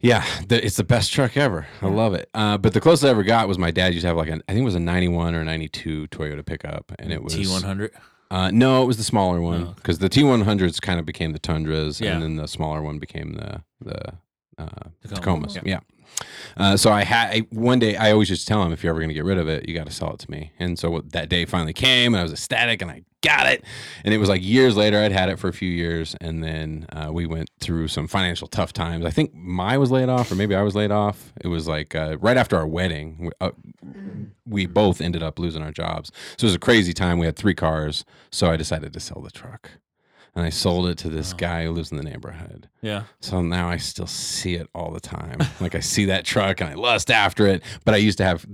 S2: Yeah, the, it's the best truck ever. I love it. Uh, but the closest I ever got was my dad used to have like an, I think it was a '91 or '92 Toyota pickup, and it was
S3: T100.
S2: Uh, no, it was the smaller one
S3: Oh, okay.
S2: because the T100s kind of became the Tundras,
S3: Yeah.
S2: and then the smaller one became the the uh,
S3: Tacoma.
S2: Tacomas. Yeah. Uh, so I had I, one day. I always just tell him if you're ever going to get rid of it, you got to sell it to me. And so that day finally came, and I was ecstatic, and I got it. And it was like years later. I'd had it for a few years, and then uh, we went through some financial tough times. I think my was laid off, or maybe I was laid off. It was like uh, right after our wedding. We, uh, we both ended up losing our jobs. So it was a crazy time. We had three cars, so I decided to sell the truck, and I sold it to this
S3: Wow.
S2: guy who lives in the neighborhood.
S3: Yeah.
S2: So now I still see it all the time. Like I see that truck and I lust after it, but I used to have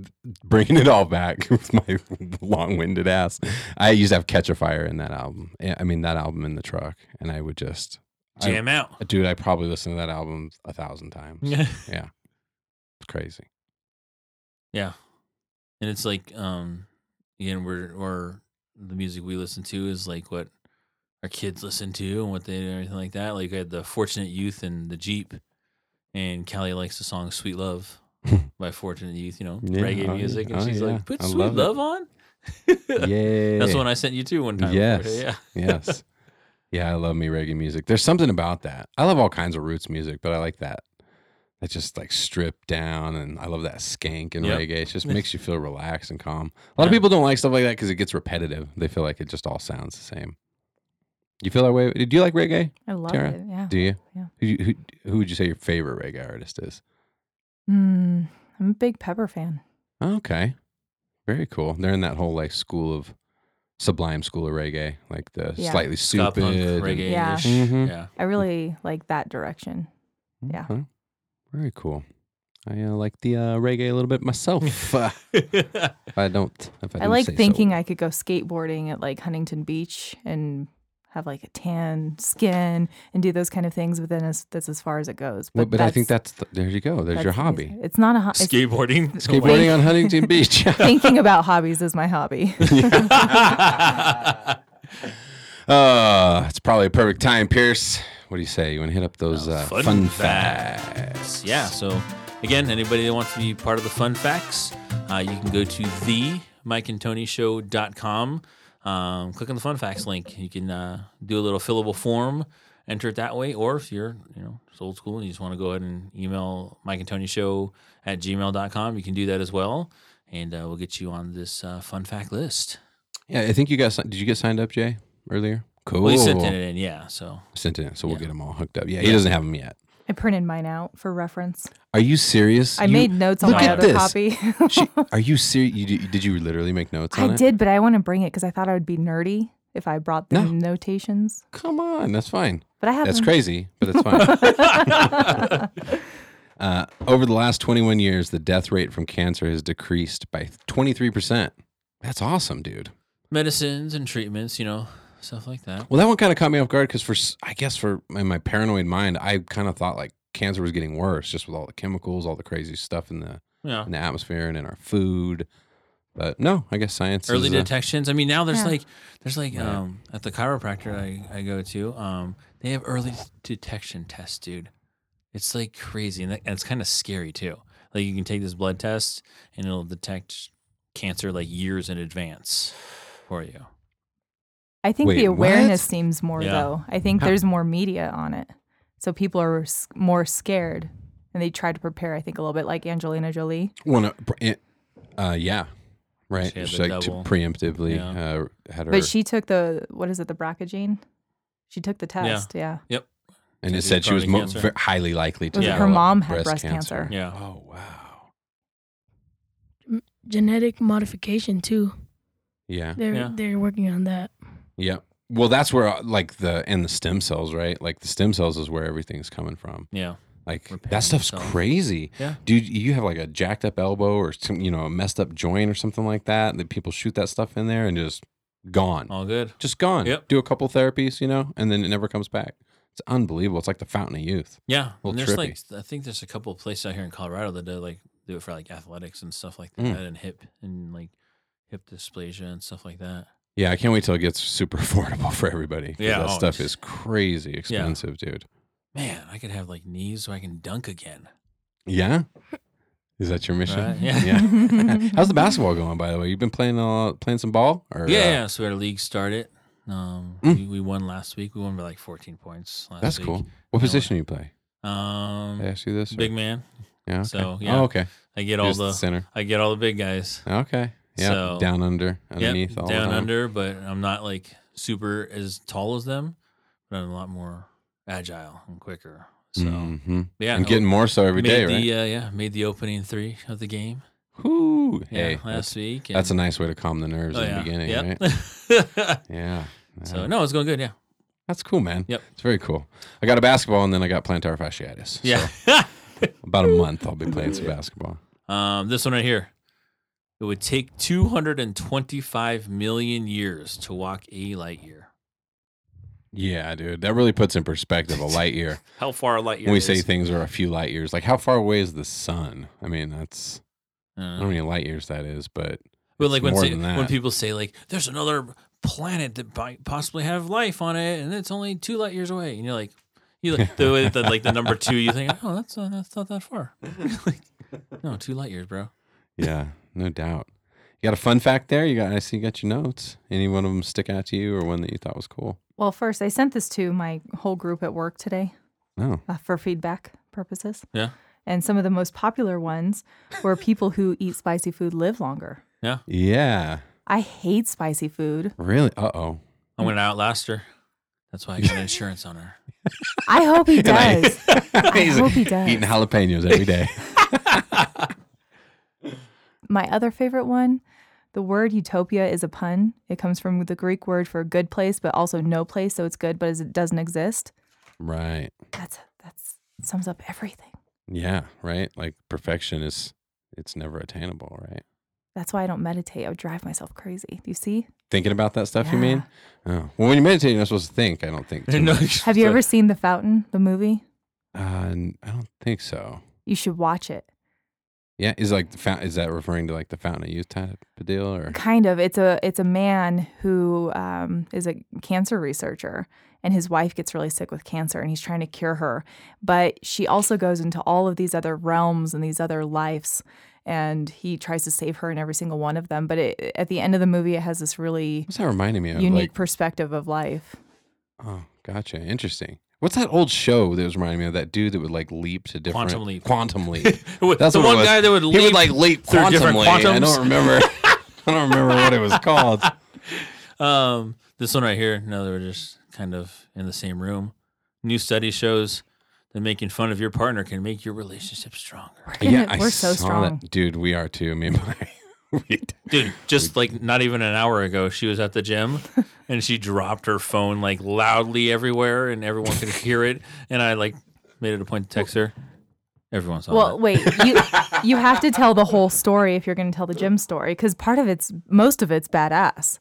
S2: bringing it all back with my long-winded ass. I used to have Catch a Fire in that album. Yeah, I mean that album in the truck, and I would just, I-
S3: Jam out.
S2: dude, I probably listened to that album a thousand times. It's
S3: yeah.
S2: crazy.
S3: And it's like, um, again, we're, or the music we listen to is like what our kids listen to and what they do and everything like that. Like I had the Fortunate Youth and the Jeep, and Callie likes the song "Sweet Love" by Fortunate Youth. You know,
S2: Yeah,
S3: reggae
S2: oh, yeah,
S3: music, and
S2: oh,
S3: she's
S2: yeah.
S3: like, "Put
S2: I
S3: Sweet
S2: love it."
S3: Love on."
S2: Yeah,
S3: That's the one I sent you to one time.
S2: Yes.
S3: Yeah.
S2: yes. Yeah, I love me reggae music. There's something about that. I love all kinds of roots music, but I like that. That's just like stripped down, and I love that skank and
S3: Yeah.
S2: reggae. It just makes you feel relaxed and calm. A lot of people don't like stuff like that because it gets repetitive. They feel like it just all sounds the same. You feel that way? Do you like reggae?
S1: I love
S2: Tara,
S1: it. Yeah.
S2: Do you?
S1: Uh-huh. Yeah.
S2: Who, you- who, who would you say your favorite reggae artist is?
S1: Mm, I'm a big Pepper fan.
S2: Okay, very cool. They're in that whole like school of sublime school of reggae, like the
S1: Yeah.
S2: slightly
S3: Ska
S2: stupid
S3: punk,
S2: and-
S3: reggae.
S1: Yeah.
S2: Mhm.
S3: Yeah.
S1: I really like that direction. Yeah.
S2: Okay. Very cool. I uh, like the uh, reggae a little bit myself. uh, if I don't, if I,
S1: I
S2: do
S1: like
S2: say so.
S1: thinking I could go skateboarding at like Huntington Beach and have like a tan skin and do those kind of things, but then as, that's as far as it goes.
S2: Well, but I think
S1: that's-
S2: that's the, there. You go. There's your
S1: that's
S2: hobby.
S1: amazing. It's not a hobby.
S3: Skateboarding.
S2: Skateboarding on Huntington Beach.
S1: Thinking about hobbies is my hobby.
S2: uh, it's probably a perfect time, Pierce. What do you say? You want to hit up those uh, fun,
S3: fun
S2: facts?
S3: yeah so again anybody that wants to be part of the fun facts uh, you can go to the mike and tony show.com um, click on the fun facts link you can uh, do a little fillable form enter it that way or if you're you know just old school and you just want to go ahead and email mike and tony show at gmail.com you can do that as well and uh, we'll get you on this uh, fun fact list
S2: Yeah, I think you got. si- Did you get signed up, Jay? Earlier, Cool.
S3: Well, he sent it in, yeah. So
S2: Sent it in, so we'll
S3: Yeah.
S2: get them all hooked up. Yeah, he
S3: Yeah.
S2: doesn't have them yet.
S1: I printed mine out for reference.
S2: Are you serious?
S1: I
S2: You-
S1: made notes on
S2: look
S1: my
S2: at
S1: other
S2: this.
S1: copy.
S2: She- are you serious? You, did- did you literally make notes on
S1: I
S2: it?
S1: did, but I want to bring it because I thought I would be nerdy if I brought the
S2: No.
S1: notations.
S2: Come on, that's fine.
S1: But I have
S2: That's
S1: them.
S2: crazy, but that's fine. uh, over the last 21 years, the death rate from cancer has decreased by 23%. That's awesome, dude.
S3: medicines and treatments, you know, stuff like that.
S2: Well, that one kind of caught me off guard because, for s- I guess, for in my paranoid mind, I kind of thought like cancer was getting worse just with all the chemicals, all the crazy stuff in the
S3: Yeah.
S2: in the atmosphere and in our food. But no, I guess science.
S3: Early
S2: is, uh,
S3: detections. I mean, now there's
S1: Yeah.
S3: like there's like
S2: Right.
S3: um at the chiropractor I, I go to, um they have early detection tests, dude. It's like crazy and, that, and it's kind of scary too. Like you can take this blood test and it'll detect cancer like years in advance for you.
S1: I think
S2: Wait,
S1: the awareness
S2: what?
S1: seems more
S3: Yeah.
S1: though. I think
S2: How-
S1: there's more media on it, so people are s- more scared and they try to prepare. I think a little bit like Angelina Jolie.
S2: One, of- uh, yeah, right.
S3: She had
S2: She
S3: the
S2: like to
S3: double.
S2: preemptively
S3: Yeah.
S2: uh, had her,
S1: But she took the what is it, the BRCA gene? She took the test. Yeah.
S2: and it
S3: She
S2: said she was
S3: had
S2: mo-
S3: cancer.
S2: ver- highly likely to.
S1: Was it
S3: Yeah.
S1: her
S2: develop
S1: mom had breast cancer.
S3: Yeah.
S2: Oh wow.
S4: Genetic modification too.
S2: Yeah.
S4: They're
S3: Yeah.
S4: they're working on that.
S2: Yeah. Well, that's where uh, like the and the stem cells, right? Like the stem cells is where everything's coming from.
S3: Yeah.
S2: Like
S3: Repairing
S2: that stuff's
S3: cells.
S2: crazy.
S3: Yeah.
S2: Dude, you have like a jacked up elbow or some, you know, a messed up joint or something like that. That people shoot that stuff in there and just gone.
S3: All good.
S2: Just gone.
S3: Yep.
S2: Do a couple therapies, you know, and then it never comes back. It's unbelievable. It's like the fountain of youth.
S3: Yeah.
S2: Little
S3: And there's
S2: trippy.
S3: like I think there's a couple of places out here in Colorado that do like do it for like athletics and stuff like that
S2: Mm.
S3: and hip and like hip dysplasia and stuff like that.
S2: Yeah, I can't wait till it gets super affordable for everybody. 'cause
S3: Yeah,
S2: That
S3: oh,
S2: stuff
S3: it's-
S2: is crazy expensive, dude.
S3: Man, I could have like knees so I can dunk again.
S2: Yeah. Is that your mission?
S3: Right? Yeah.
S2: Yeah. How's the basketball going, by the way? You've been playing uh, playing some ball? Or, uh,
S3: Yeah, yeah. So our league started. Um,
S2: Mm.
S3: we, we won last week. We won by like 14 points. Last
S2: that's
S3: week.
S2: cool. What
S3: No,
S2: position do you play?
S3: Um,
S2: Did I ask you this? or-
S3: big man.
S2: yeah. okay.
S3: so, yeah,
S2: Oh, okay.
S3: I get all
S2: Just
S3: the
S2: center.
S3: I get all the big guys.
S2: Okay. Yeah.
S3: So-
S2: down under, underneath,
S3: yep,
S2: all the
S3: down
S2: time.
S3: under, but I'm not like super as tall as them, but I'm a lot more agile and quicker. So
S2: Mhm.
S3: yeah,
S2: I'm
S3: no,
S2: getting more so every
S3: made
S2: day,
S3: the,
S2: right?
S3: Uh, yeah, made the opening three of the game.
S2: Whoo.
S3: Yeah,
S2: Hey, that's,
S3: last week.
S2: that's a
S3: and-
S2: nice way to calm the nerves
S3: oh,
S2: in the
S3: yeah,
S2: beginning,
S3: yep.
S2: right? Yeah.
S3: so
S2: Yeah.
S3: no, it's going good. Yeah,
S2: That's cool, man.
S3: Yep.
S2: It's very cool. I got a basketball and then I got plantar fasciitis. So
S3: yeah.
S2: about a month I'll be playing some basketball.
S3: Um, this one right here. It would take 225 million years to walk a light year.
S2: Yeah, dude. That really puts in perspective a light year.
S3: How far a light year?
S2: when we
S3: is.
S2: say things are a few light years, like how far away is the sun? I mean, that's
S3: Uh,
S2: I don't know how many light years that is, but
S3: but
S2: it's
S3: like when
S2: more
S3: say-
S2: than
S3: when
S2: that.
S3: people say like, "There's another planet that might possibly have life on it, and it's only two light years away," and you're like, you like the way that like the number two, you think, "Oh, that's uh, that's not that far." Like, no, two light years, bro.
S2: yeah, no doubt. You got a fun fact there. You got I see you got your notes. Any one of them stick out to you, or one that you thought was cool?
S1: Well, first I sent this to my whole group at work today
S2: No,
S1: uh, for feedback purposes.
S3: Yeah,
S1: And some of the most popular ones were people who eat spicy food live longer.
S3: yeah.
S2: yeah,
S1: I hate spicy food.
S2: really. Uh oh,
S3: I went out last her. That's why I got insurance on her.
S1: I hope he
S2: I-
S1: does. I hope he does.
S2: eating jalapenos every day.
S1: My other favorite one, the word utopia is a pun. It comes from the Greek word for good place, but also no place, so it's good, but it doesn't exist.
S2: right?
S1: That's that's sums up everything.
S2: Yeah, right. Like perfection is it's never attainable, right?
S1: That's why I don't meditate. I would drive myself crazy. Do you see?
S2: Thinking about that stuff, you mean?
S1: Yeah.
S2: Oh. Well, when you meditate, you're not supposed to think. I don't think. Too
S3: No,
S2: much.
S1: Have you ever seen The Fountain, the movie?
S2: Uh, n- I don't think so.
S1: You should watch it.
S2: Yeah, is like the fount- is that referring to like the fountain of youth type of deal or
S1: Kind of. It's a it's a man who um, is a cancer researcher, and his wife gets really sick with cancer, and he's trying to cure her. But she also goes into all of these other realms and these other lives, and he tries to save her in every single one of them. But it, at the end of the movie, it has this really
S2: what's that reminding me of?
S1: unique
S2: Like,
S1: perspective of life.
S2: oh, gotcha, interesting. What's that old show that was reminding me of that dude that would like leap to different
S3: Quantum Leap.
S2: Quantum leap.
S3: That's
S2: That's
S3: the
S2: what it
S3: one
S2: was.
S3: guy that would
S2: he
S3: leap
S2: would like leap
S3: through different
S2: quantumly. I
S3: quantums.
S2: don't remember. I don't remember what it was called.
S3: Um, This one right here, no, they were just kind of in the same room. New study shows that making fun of your partner can make your relationship stronger.
S1: We're, gonna- we're so
S2: saw
S1: strong.
S2: that. dude. We are too. Me and my, we,
S3: Dude, just like not even an hour ago, she was at the gym and she dropped her phone like loudly everywhere and everyone could hear it. And I like made it a point to text her. Everyone saw
S1: Well,
S3: that.
S1: wait. You you have to tell the whole story if you're going to tell the gym story because part of it's most of it's badass.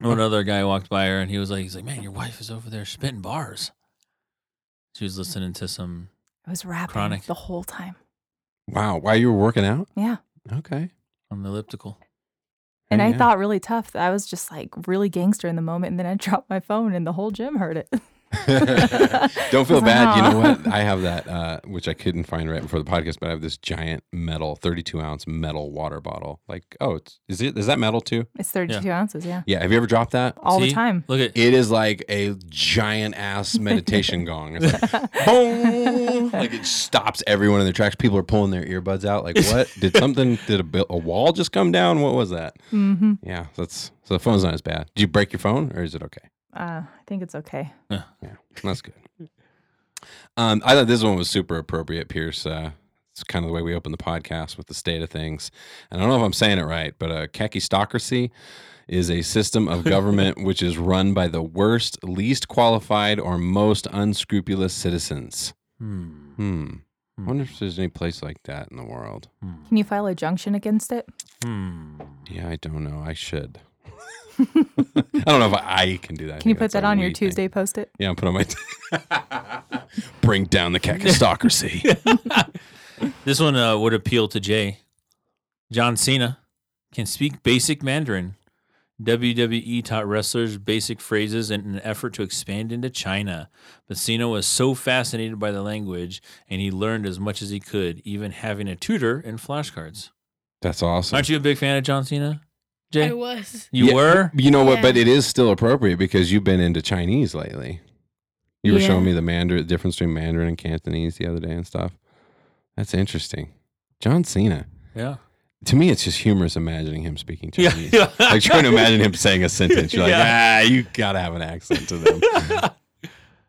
S3: One other guy walked by her and he was like, he's like, man, your wife is over there spitting bars. She was listening to some.
S1: It was rapping
S3: Chronic.
S1: the whole time.
S2: wow, while you were working out,
S1: Yeah.
S2: okay.
S3: On the elliptical.
S1: And I
S2: Yeah.
S1: thought really tough. I was just like really gangster in the moment, and then I dropped my phone, and the whole gym heard it.
S2: Don't
S1: Wow.
S2: feel bad. You know what? I have that, uh, which I couldn't find right before the podcast, but I have this giant metal, 32 ounce metal water bottle. Like, oh, it's, is it is that metal too?
S1: It's 32 ounces, yeah,
S2: Yeah. Have you ever dropped that?
S1: all the
S3: See?
S1: time.
S3: Look at
S2: It is like a giant ass meditation gong. It's like boom, like it stops everyone in their tracks. People are pulling their earbuds out. Like, what did something? Did a, bu- a wall just come down? What was that?
S1: hmm
S2: Yeah, that's so the phone's not as bad. Did you break your phone, or is it okay?
S1: Uh, I think it's okay.
S2: Yeah, that's good. Um, I thought this one was super appropriate, Pierce. Uh, it's kind of the way we open the podcast with the state of things. And I don't know if I'm saying it right, but a kakistocracy is a system of government which is run by the worst, least qualified, or most unscrupulous citizens.
S3: Hmm.
S2: Hmm. I
S3: Hmm.
S2: wonder if there's any place like that in the world.
S3: Hmm.
S1: Can you file a junction against it?
S3: Hmm.
S2: Yeah, I don't know. I should. I don't know if I can do that. I
S1: Can you put
S2: think that's
S1: that
S2: a
S1: on your
S2: we thing.
S1: Tuesday post it?
S2: Yeah, I'll put on my. Bring down the kakistocracy.
S3: This one uh, would appeal to Jay. John Cena can speak basic Mandarin. WWE taught wrestlers basic phrases in an effort to expand into China, but Cena was so fascinated by the language and he learned as much as he could, even having a tutor and flashcards.
S2: That's awesome.
S3: Aren't you a big fan of John Cena,
S4: I
S3: Jay?
S4: was.
S3: You
S2: Yeah.
S3: were.
S2: You know what?
S4: Yeah.
S2: But it is still appropriate because you've been into Chinese lately. You were
S1: Yeah.
S2: showing me the Mandarin, the difference between Mandarin and Cantonese the other day and stuff. That's interesting. John Cena.
S3: Yeah.
S2: To me, it's just humorous imagining him speaking Chinese.
S3: Yeah.
S2: Like trying to imagine him saying a sentence. You're like, ah, you gotta have an accent to them. yeah,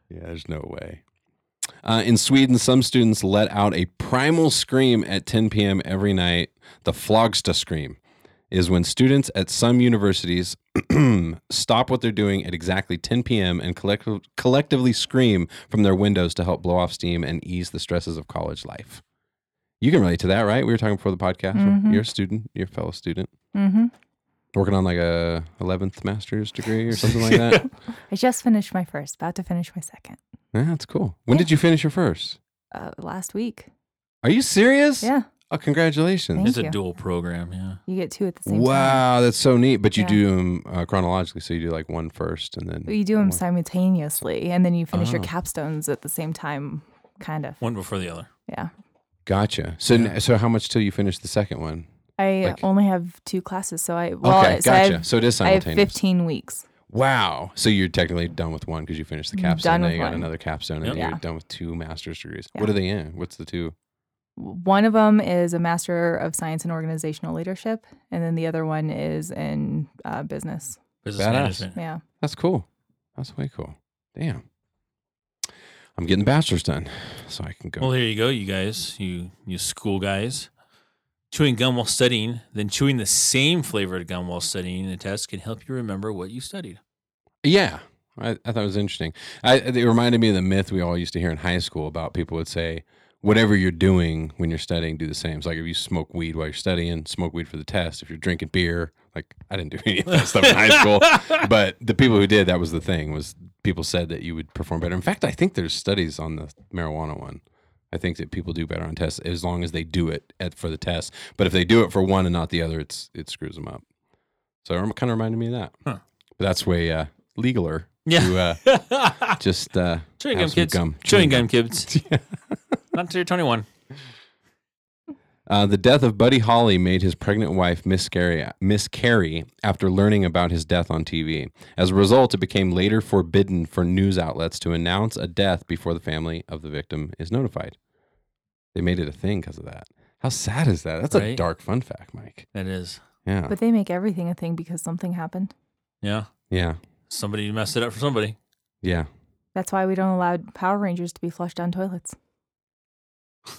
S2: there's no way. Uh, in Sweden, some students let out a primal scream at 10 p.m. every night. The flogsta scream is when students at some universities stop what they're doing at exactly 10 p.m. and collect- collectively scream from their windows to help blow off steam and ease the stresses of college life. You can relate to that, right? We were talking before the podcast.
S1: Mhm.
S2: You're a student, you're a fellow student
S1: Mm-hmm.
S2: working on like a 11th master's degree or something like that.
S1: I just finished my first, about to finish my second
S2: yeah, that's cool. When did you finish your first?
S1: uh, last week.
S2: Are you serious?
S1: Yeah,
S2: Oh, congratulations.
S1: Thank
S3: It's a
S1: you.
S3: dual program. Yeah.
S1: you get two at the same time.
S2: Wow, that's so neat. But you
S1: Yeah.
S2: do them uh, chronologically, so you do like one first, and then
S1: But You do them
S2: one-
S1: simultaneously, and then you finish your
S2: Oh.
S1: capstones at the same time, kind of.
S3: One before the other.
S1: Yeah.
S2: Gotcha. So, n-
S3: Yeah.
S2: so how much till you finish the second one?
S1: I
S2: Like-
S1: only have two classes, so I well,
S2: okay,
S1: so I
S2: gotcha.
S1: have-
S2: so it is
S1: I have
S2: simultaneous.
S1: 15 weeks.
S2: Wow. So you're technically done with one because you finished the
S1: Mm,
S2: capstone,
S1: done
S2: then
S1: with
S2: you got
S1: one.
S2: another capstone, and
S3: Yep.
S2: then you're
S1: Yeah.
S2: done with two master's degrees.
S1: Yeah.
S2: What are they in? What's the two?
S1: One of them is a master of science in organizational leadership, and then the other one is in uh, business.
S3: Business
S2: Badass.
S3: management.
S1: Yeah.
S2: That's cool. That's way cool. Damn. I'm getting bachelor's done, so I can go.
S3: Well, here you go, you guys, you you school guys. Chewing gum while studying, then chewing the same flavored gum while studying in a test can help you remember what you studied.
S2: Yeah, I, I thought it was interesting. I, it reminded me of the myth we all used to hear in high school about people would say, whatever you're doing when you're studying, do the same. It's like if you smoke weed while you're studying, smoke weed for the test. If you're drinking beer, like I didn't do any of that stuff in high school, but the people who did, that was the thing. Was people said that you would perform better. In fact, I think there's studies on the marijuana one. I think that people do better on tests as long as they do it at, for the test. But if they do it for one and not the other, it's it screws them up. So it kind of reminded me of that.
S3: Huh.
S2: But that's way uh, legaler
S3: Yeah.
S2: to uh, just uh,
S3: chewing
S2: have
S3: gum,
S2: some
S3: kids. Chewing gum, kids.
S2: Yeah.
S3: Not till you're 21.
S2: Uh, the death of Buddy Holly made his pregnant wife miscarry, miscarry after learning about his death on TV. As a result, it became later forbidden for news outlets to announce a death before the family of the victim is notified. They made it a thing because of that. How sad is that? That's a
S3: Right.
S2: dark fun fact, Mike.
S3: That is.
S2: Yeah.
S1: But they make everything a thing because something happened.
S3: Yeah.
S2: Yeah.
S3: Somebody messed it up for somebody.
S2: Yeah.
S1: That's why we don't allow Power Rangers to be flushed down toilets.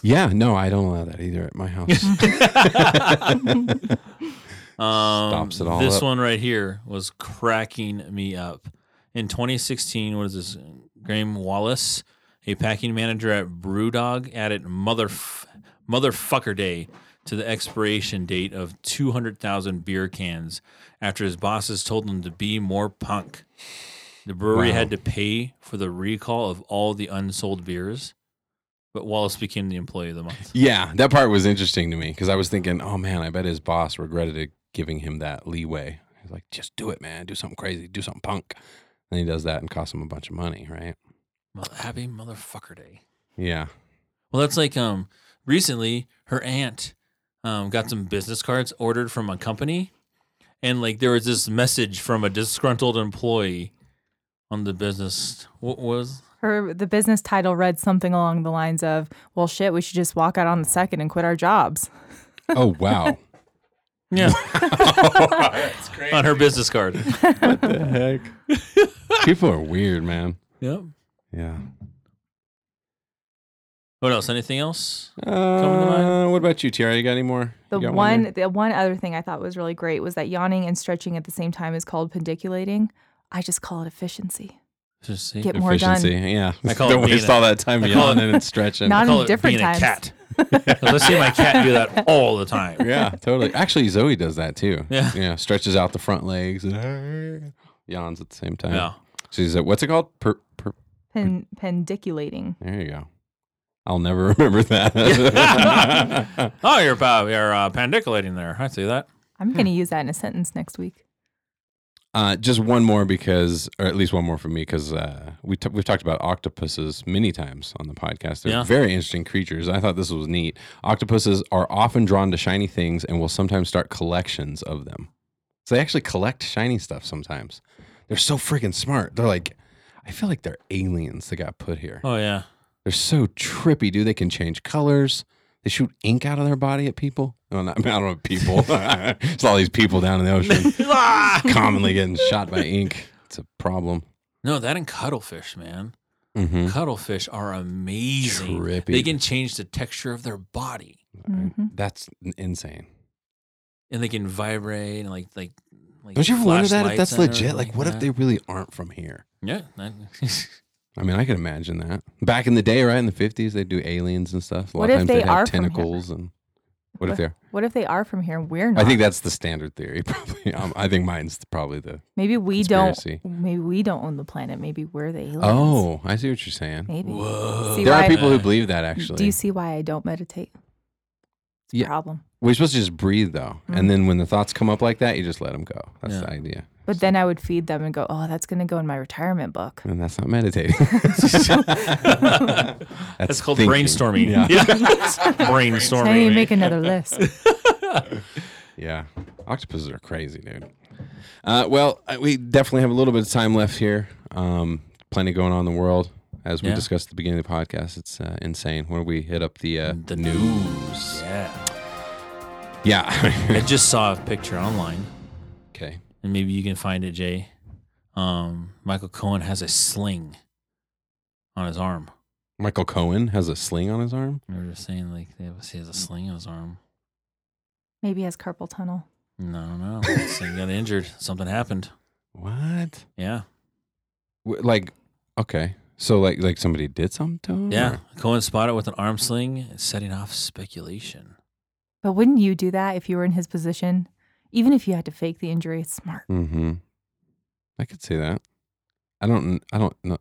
S2: Yeah. No, I don't allow that either at my house.
S3: Um,
S2: Stops it all
S3: This
S2: up.
S3: one right here was cracking me up. In 2016, what is this? Graham Wallace, a packing manager at Brewdog, added motherf- motherfucker day to the expiration date of 200,000 beer cans after his bosses told him to be more punk. The brewery
S2: Wow.
S3: had to pay for the recall of all the unsold beers, but Wallace became the employee of the month.
S2: yeah. That part was interesting to me because I was thinking, oh man, I bet his boss regretted it giving him that leeway. He's like, just do it, man. Do something crazy. Do something punk. And he does that and costs him a bunch of money, right?
S3: Mother- Happy motherfucker day.
S2: Yeah.
S3: Well, that's like um recently her aunt um got some business cards ordered from a company and like there was this message from a disgruntled employee on the business what was
S1: Her the business title read something along the lines of, "Well, shit, we should just walk out on the second and quit our jobs."
S2: Oh wow.
S3: yeah
S2: That's crazy.
S3: on her business card.
S2: What the heck? People are weird, man.
S3: yep.
S2: Yeah.
S3: What else? Anything else? to mind?
S2: Uh, what about you, Tiara? You got any more?
S1: The
S2: You got
S1: one,
S2: there?
S1: the one other thing I thought was really great was that yawning and stretching at the same time is called pendiculating. I just call it efficiency.
S3: Just see.
S1: Get more
S2: efficiency.
S1: done.
S2: Yeah.
S3: I call it
S2: Don't
S3: being
S2: waste
S3: a-
S2: all that time
S3: I call it-
S2: yawning and stretching.
S1: Not-
S3: I call it
S1: different
S3: being
S1: times.
S3: a cat. 'Cause I see my cat do that all the time.
S2: yeah, totally. Actually, Zoe does that too.
S3: Yeah.
S2: Yeah. Stretches out the front legs and yawns at the same time.
S3: Yeah.
S2: She's like, what's it called? Per, per,
S1: Pen, pendiculating.
S2: there you go. I'll never remember that.
S3: Oh, you're pa- you're uh, pandiculating there. I see that.
S2: Hmm.
S1: I'm going to use that in a sentence next week.
S2: Uh, just one more because, or at least one more for me, because uh, we t- we've talked about octopuses many times on the podcast. They're
S3: Yeah.
S2: very interesting creatures. I thought this was neat. Octopuses are often drawn to shiny things and will sometimes start collections of them. So they actually collect shiny stuff sometimes. They're so freaking smart. They're like, I feel like they're aliens that got put here.
S3: Oh yeah.
S2: They're so trippy, dude. They can change colors. They shoot ink out of their body at people. No, not, I, mean, I don't know, people. it's all these people down in the ocean
S3: Ah!
S2: commonly getting shot by ink. It's a problem.
S3: No, that and cuttlefish, man.
S2: Mm-hmm.
S3: Cuttlefish are amazing.
S2: Trippy.
S3: They can change the texture of their body
S1: Mhm.
S2: That's n- insane.
S3: and they can vibrate and like like. like
S2: Don't you ever wonder that if
S3: flashlights
S2: that's
S3: and
S2: legit?
S3: everything
S2: Like, what if
S3: that.
S2: they really aren't from here?
S3: Yeah. that-
S2: I mean, I can imagine that. Back in the day, right in the fifties, they do aliens and stuff. A lot
S1: What
S2: of
S1: if
S2: times
S1: they
S2: would
S1: are
S2: have
S1: from here?
S2: tentacles and. What if they're?
S1: What if they are from here and we're not?
S2: I think that's the standard theory. Probably, um, I think mine's probably the.
S1: maybe we
S2: Conspiracy.
S1: don't. Maybe we don't own the planet. Maybe we're the aliens.
S2: Oh, I see what you're saying.
S1: maybe.
S3: Whoa.
S1: See
S2: There
S1: why-
S2: are people who believe that actually.
S1: Do you see why I don't meditate? It's a
S2: Yeah.
S1: problem.
S2: We're supposed to just breathe though,
S1: Mm-hmm.
S2: and then when the thoughts come up like that, you just let them go. That's
S3: Yeah.
S2: the idea,
S1: But then I would feed them and go, "Oh, that's going to go in my retirement book."
S2: and that's not meditating.
S3: that's,
S2: That's
S3: called
S2: thinking.
S3: brainstorming.
S2: Yeah.
S1: So now you
S3: brainstorming.
S1: make another list.
S2: Yeah, octopuses are crazy, dude. Uh, well, I- we definitely have a little bit of time left here. Um, plenty going on in the world, as we
S3: Yeah.
S2: discussed at the beginning of the podcast. It's uh, insane when we hit up the uh,
S3: the news. Yeah. I
S2: Yeah.
S3: just saw a picture online,
S2: okay.
S3: and maybe you can find it, Jay. Um, Michael Cohen has a sling on his arm.
S2: Michael Cohen has a sling on his arm.
S3: We were just saying, like, they have- he has a sling on his arm.
S1: Maybe he has carpal tunnel.
S3: No, no. So he got injured. Something happened.
S2: What?
S3: Yeah.
S2: W- Like, okay. So like like somebody did something to him.
S3: Yeah.
S2: or-
S3: Cohen spotted with an arm sling, setting off speculation.
S1: But wouldn't you do that if you were in his position? Even if you had to fake the injury, it's smart.
S2: Mm-hmm. I could see that. I don't. I don't know.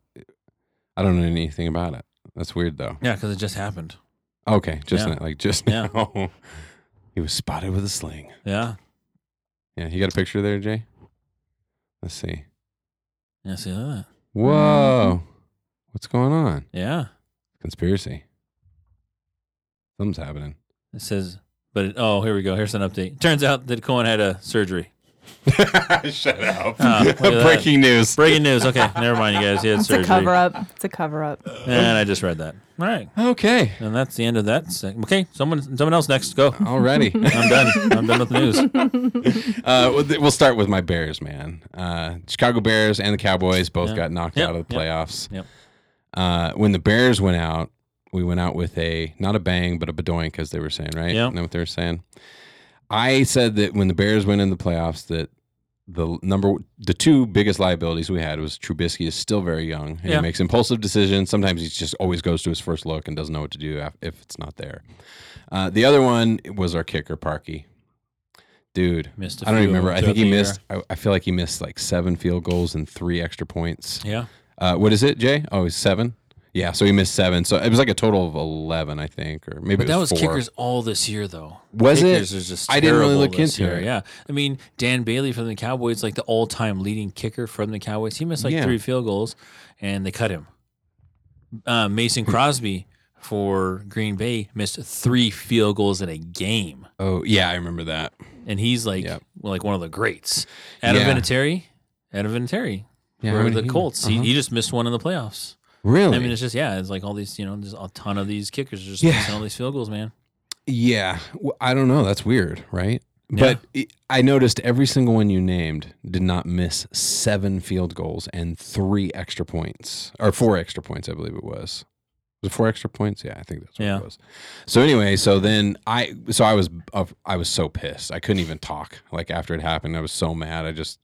S2: I don't know anything about it. That's weird though.
S3: Yeah, because it just happened.
S2: Okay, just
S3: Yeah.
S2: now, like just
S3: Yeah.
S2: now. he was spotted with a sling.
S3: Yeah.
S2: Yeah, you got a picture there, Jay? Let's see.
S3: Yeah, see that?
S2: Whoa.
S3: Mm-hmm.
S2: What's going on?
S3: Yeah.
S2: Conspiracy. Something's happening.
S3: It says, but it, oh, here we go. Here's an update. Turns out that Cohen had a surgery.
S2: Shut up.
S3: Oh, look at that.
S2: Breaking news.
S3: Breaking news. Okay, never mind, you guys. He had
S1: It's
S3: surgery.
S1: a cover up. It's a cover up.
S3: And I just read that. All right,
S2: Okay.
S3: and that's the end of that. sec- Okay, someone, someone else next. Go.
S2: Alrighty.
S3: I'm done. I'm done with the news.
S2: Uh, we'll- we'll start with my Bears, man. Uh, Chicago Bears and the Cowboys both
S3: Yeah.
S2: got knocked
S3: Yep,
S2: out of the
S3: yep,
S2: playoffs.
S3: yep.
S2: Uh, when the Bears went out, we went out with a not a bang, but a bedoink, as they were saying, right?
S3: Yep.
S2: You know what they were saying. I said that when the Bears went in the playoffs, that the number the two biggest liabilities we had was Trubisky is still very young and
S3: Yeah.
S2: he makes impulsive decisions. Sometimes he just always goes to his first look and doesn't know what to do af- if it's not there. Uh, the other one was our kicker, Parky. Dude,
S3: Missed. I
S2: I don't even remember. I think he missed. I, I feel like he missed like seven field goals and three extra points.
S3: Yeah.
S2: Uh, what is it, Jay? Oh, he's seven. Yeah, so he missed seven. So it was like a total of eleven, I think, or maybe
S3: But
S2: it
S3: that was
S2: was four.
S3: kickers all this year, though.
S2: Was
S3: kickers
S2: it?
S3: Is just
S2: I didn't really
S3: terrible
S2: look
S3: this
S2: into
S3: year.
S2: it.
S3: Yeah, I mean Dan Bailey from the Cowboys, like the all-time leading kicker from the Cowboys. He missed like
S2: Yeah.
S3: three field goals, and they cut him. Uh, Mason Crosby for Green Bay missed three field goals in a game,
S2: Oh, yeah, I remember that.
S3: and he's like
S2: Yep.
S3: well, like one of the greats. Adam
S2: Yeah.
S3: Vinatieri, Adam Vinatieri
S2: Yeah, how
S3: for
S2: many
S3: the
S2: he-
S3: Colts.
S2: uh-huh.
S3: He, he just missed one in the playoffs.
S2: Really?
S3: I mean, it's just yeah, it's like all these you know, there's a ton of these kickers just
S2: Yeah.
S3: missing all these field goals, man.
S2: yeah. Well, I don't know. That's weird, right? But it, I noticed every single one you named did not miss seven field goals and three extra points, or four extra points, I believe it was. Was it four extra points? Yeah, I think that's what
S3: Yeah.
S2: it was. So anyway, so then I, so I was, of- I was so pissed. I couldn't even talk. Like after it happened, I was so mad. I just,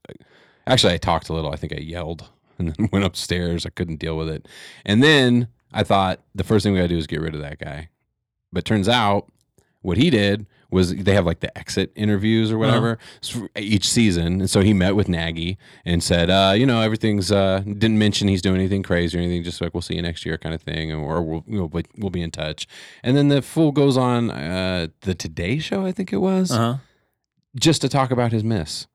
S2: actually, I talked a little. I think I yelled and then went upstairs. I couldn't deal with it. And then I thought the first thing we gotta do is get rid of that guy. But turns out what he did was they have like the exit interviews or whatever s- each season. And so he met with Nagy and said, uh, you know, everything's uh, didn't mention he's doing anything crazy or anything. Just like we'll see you next year, kind of thing, or we'll you know, like, we'll be in touch. And then the fool goes on uh, the Today Show, I think it was,
S3: Uh huh.
S2: just to talk about his miss.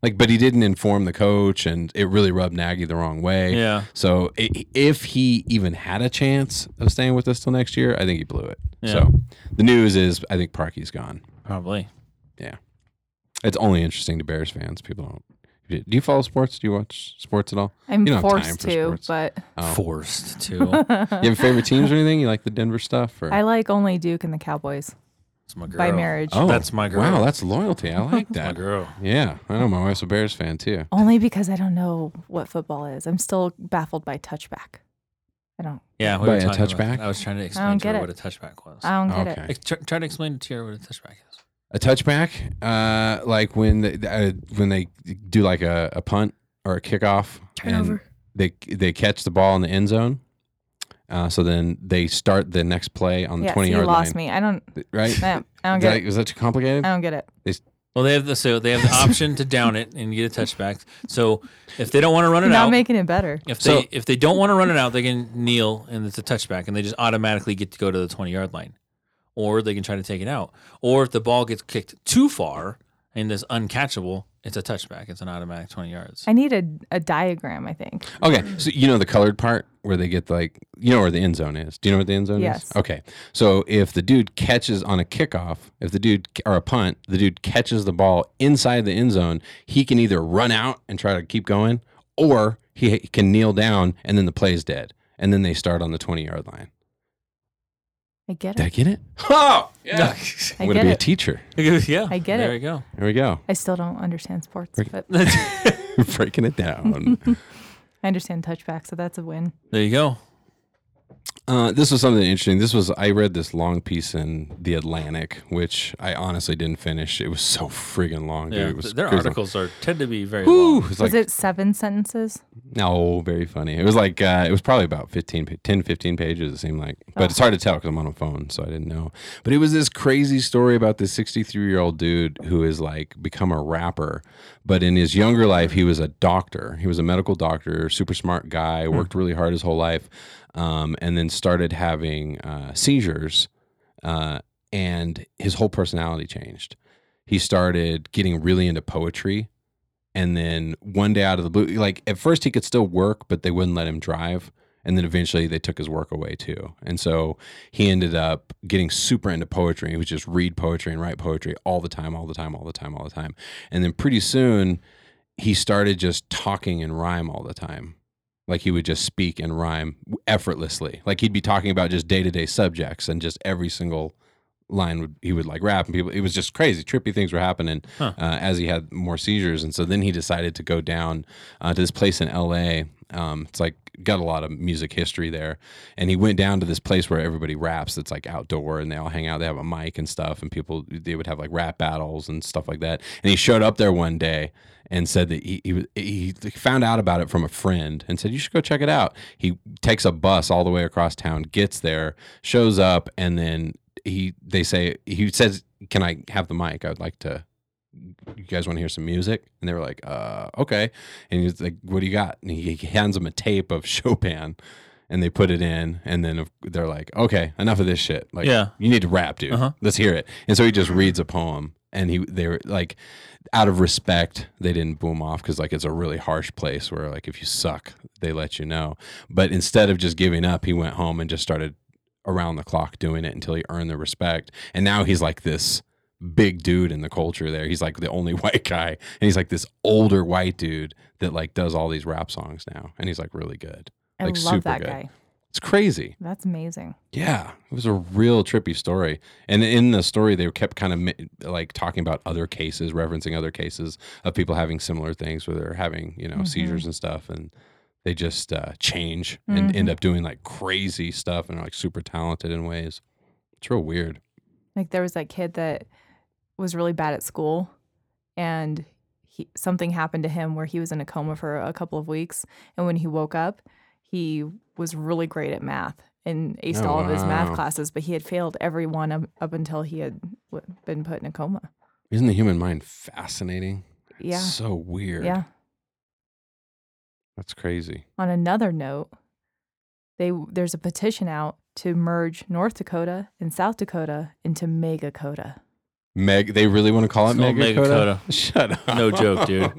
S2: Like, but he didn't inform the coach, and it really rubbed Nagy the wrong way.
S3: Yeah.
S2: So i- if he even had a chance of staying with us till next year, I think he blew it.
S3: Yeah.
S2: So the news is, I think Parky's gone.
S3: Probably.
S2: It's only interesting to Bears fans. People don't. Do you follow sports? Do you watch sports at all?
S1: I'm
S2: You don't have time
S1: forced
S2: for
S1: to,
S2: sports.
S1: but
S2: Oh.
S3: Forced to.
S2: You have favorite teams or anything? You like the Denver stuff? Or
S1: I like only Duke and the Cowboys
S3: It's my girl.
S1: by marriage.
S2: oh,
S3: that's my girl.
S2: Wow, that's loyalty. I like
S3: my
S2: that.
S3: girl.
S2: yeah, I know. My wife's a Bears fan too.
S1: Only because I don't know what football is. I'm still baffled by touchback. I don't.
S3: Yeah, we
S2: By
S3: were
S2: a
S3: talking about
S2: touchback?
S3: that. I was trying to explain
S1: don't
S3: to her
S1: get
S3: what a
S1: it. Um,
S3: touchback was.
S1: I don't get it.
S2: Okay,
S3: Ex- try, try to explain to her what a touchback is.
S2: a touchback, uh, like when they, uh, when they do like a, a punt or a kickoff, and
S4: Turnover.
S2: they they catch the ball in the end zone. Uh, so then they start the next play on the
S1: Yeah, so
S2: twenty
S1: you
S2: yard
S1: lost
S2: line,
S1: me. I don't.
S2: right?
S1: I don't, I don't
S2: Is
S1: get
S2: that,
S1: it.
S2: was that too complicated?
S1: I don't get it.
S3: Well, they have the so they have the option to down it and get a touchback. So if they don't want to run it
S1: Not
S3: out,
S1: making it better.
S3: if
S2: So-
S3: they if they don't want to run it out, they can kneel and it's a touchback, and they just automatically get to go to the twenty yard line, or they can try to take it out, or if the ball gets kicked too far and is uncatchable, it's a touchback. It's an automatic twenty yards.
S1: I need a, a diagram. I think.
S2: Okay, so you know the colored part where they get like you know where the end zone is. Do you know where the end zone
S1: Yes.
S2: is? Okay, so if the dude catches on a kickoff, if the dude or a punt, the dude catches the ball inside the end zone, he can either run out and try to keep going, or he h- can kneel down and then the play's dead, and then they start on the twenty yard line.
S1: I get
S2: Did I
S1: it.
S2: get it? Oh, yeah.
S1: I
S2: I'm gonna
S1: get
S2: be a
S1: it.
S2: teacher.
S3: yeah,
S1: I get
S3: there
S1: it.
S3: you go.
S2: There we go,
S1: I still don't understand sports, but
S2: breaking it down.
S1: I understand touchback, so that's a win.
S3: There you go.
S2: Uh, this was something interesting. This was I read this long piece in the Atlantic, which I honestly didn't finish. It was so friggin' long, dude.
S3: Yeah,
S2: It was
S3: th- their
S2: it was
S3: articles are tend to be very
S2: Like, Whew,
S3: long.
S2: it was
S1: Was
S2: like
S1: it seven sentences?
S2: no, very funny. It was like uh, it was probably about 15, pa- 10, 15 pages. It seemed like, but it's hard to tell because I'm on a phone, so I didn't know. But it was this crazy story about this sixty-three year old dude who is like become a rapper, but in his younger life he was a doctor. He was a medical doctor, super smart guy, worked really hard his whole life, um, and then started having uh, seizures, uh, and his whole personality changed. He started getting really into poetry and then one day out of the blue like at first he could still work but they wouldn't let him drive and then eventually they took his work away too. And so he ended up getting super into poetry. He would just read poetry and write poetry all the time, all the time, all the time, all the time. And then pretty soon he started just talking in rhyme all the time. Like he would just speak and rhyme effortlessly. Like he'd be talking about just day to day subjects and just every single line would he would like rap and people it was just crazy trippy things were happening
S3: Huh.
S2: uh, as he had more seizures and so then he decided to go down uh, to this place in la um, it's like got a lot of music history there and he went down to this place where everybody raps that's like outdoor and they all hang out they have a mic and stuff and people they would have like rap battles and stuff like that and he showed up there one day and said that he, he was- he found out about it from a friend and said you should go check it out he takes a bus all the way across town gets there shows up and then he they say he says can i have the mic i would like to you guys want to hear some music and they were like uh okay and he's like what do you got and he he hands them a tape of chopin and they put it in and then of- they're like okay enough of this shit like
S3: Yeah.
S2: you need to rap dude
S3: Uh-huh.
S2: let's hear it and so he just reads a poem and he they were like out of respect they didn't boom off because like it's a really harsh place where like if you suck they let you know but instead of just giving up he went home and just started around the clock doing it until he earned their respect. And now he's like this big dude in the culture there. He's like the only white guy. And he's like this older white dude that like does all these rap songs now. And he's like really good.
S1: I
S2: Like, super
S1: love that
S2: good.
S1: guy.
S2: It's crazy.
S1: That's amazing.
S2: Yeah, it was a real trippy story. And in the story, they kept kind of mi- like talking about other cases, referencing other cases of people having similar things where they're having, you know,
S1: Mhm.
S2: seizures and stuff. And they just uh, change and end up doing like crazy stuff and are like super talented in ways. It's real weird.
S1: Like there was that kid that was really bad at school and he, something happened to him where he was in a coma for a couple of weeks and when he woke up, he was really great at math and aced
S2: Oh,
S1: all of his math
S2: wow.
S1: classes, but he had failed every one up, up until he had w- been put in a coma.
S2: Isn't the human mind fascinating? It's
S1: Yeah.
S2: so weird.
S1: Yeah.
S2: That's crazy.
S1: On another note, they there's a petition out to merge North Dakota and South Dakota into Megakota.
S2: Meg, they really want to call it
S3: It's called
S2: Meg Dakota? Shut up.
S3: No joke, dude.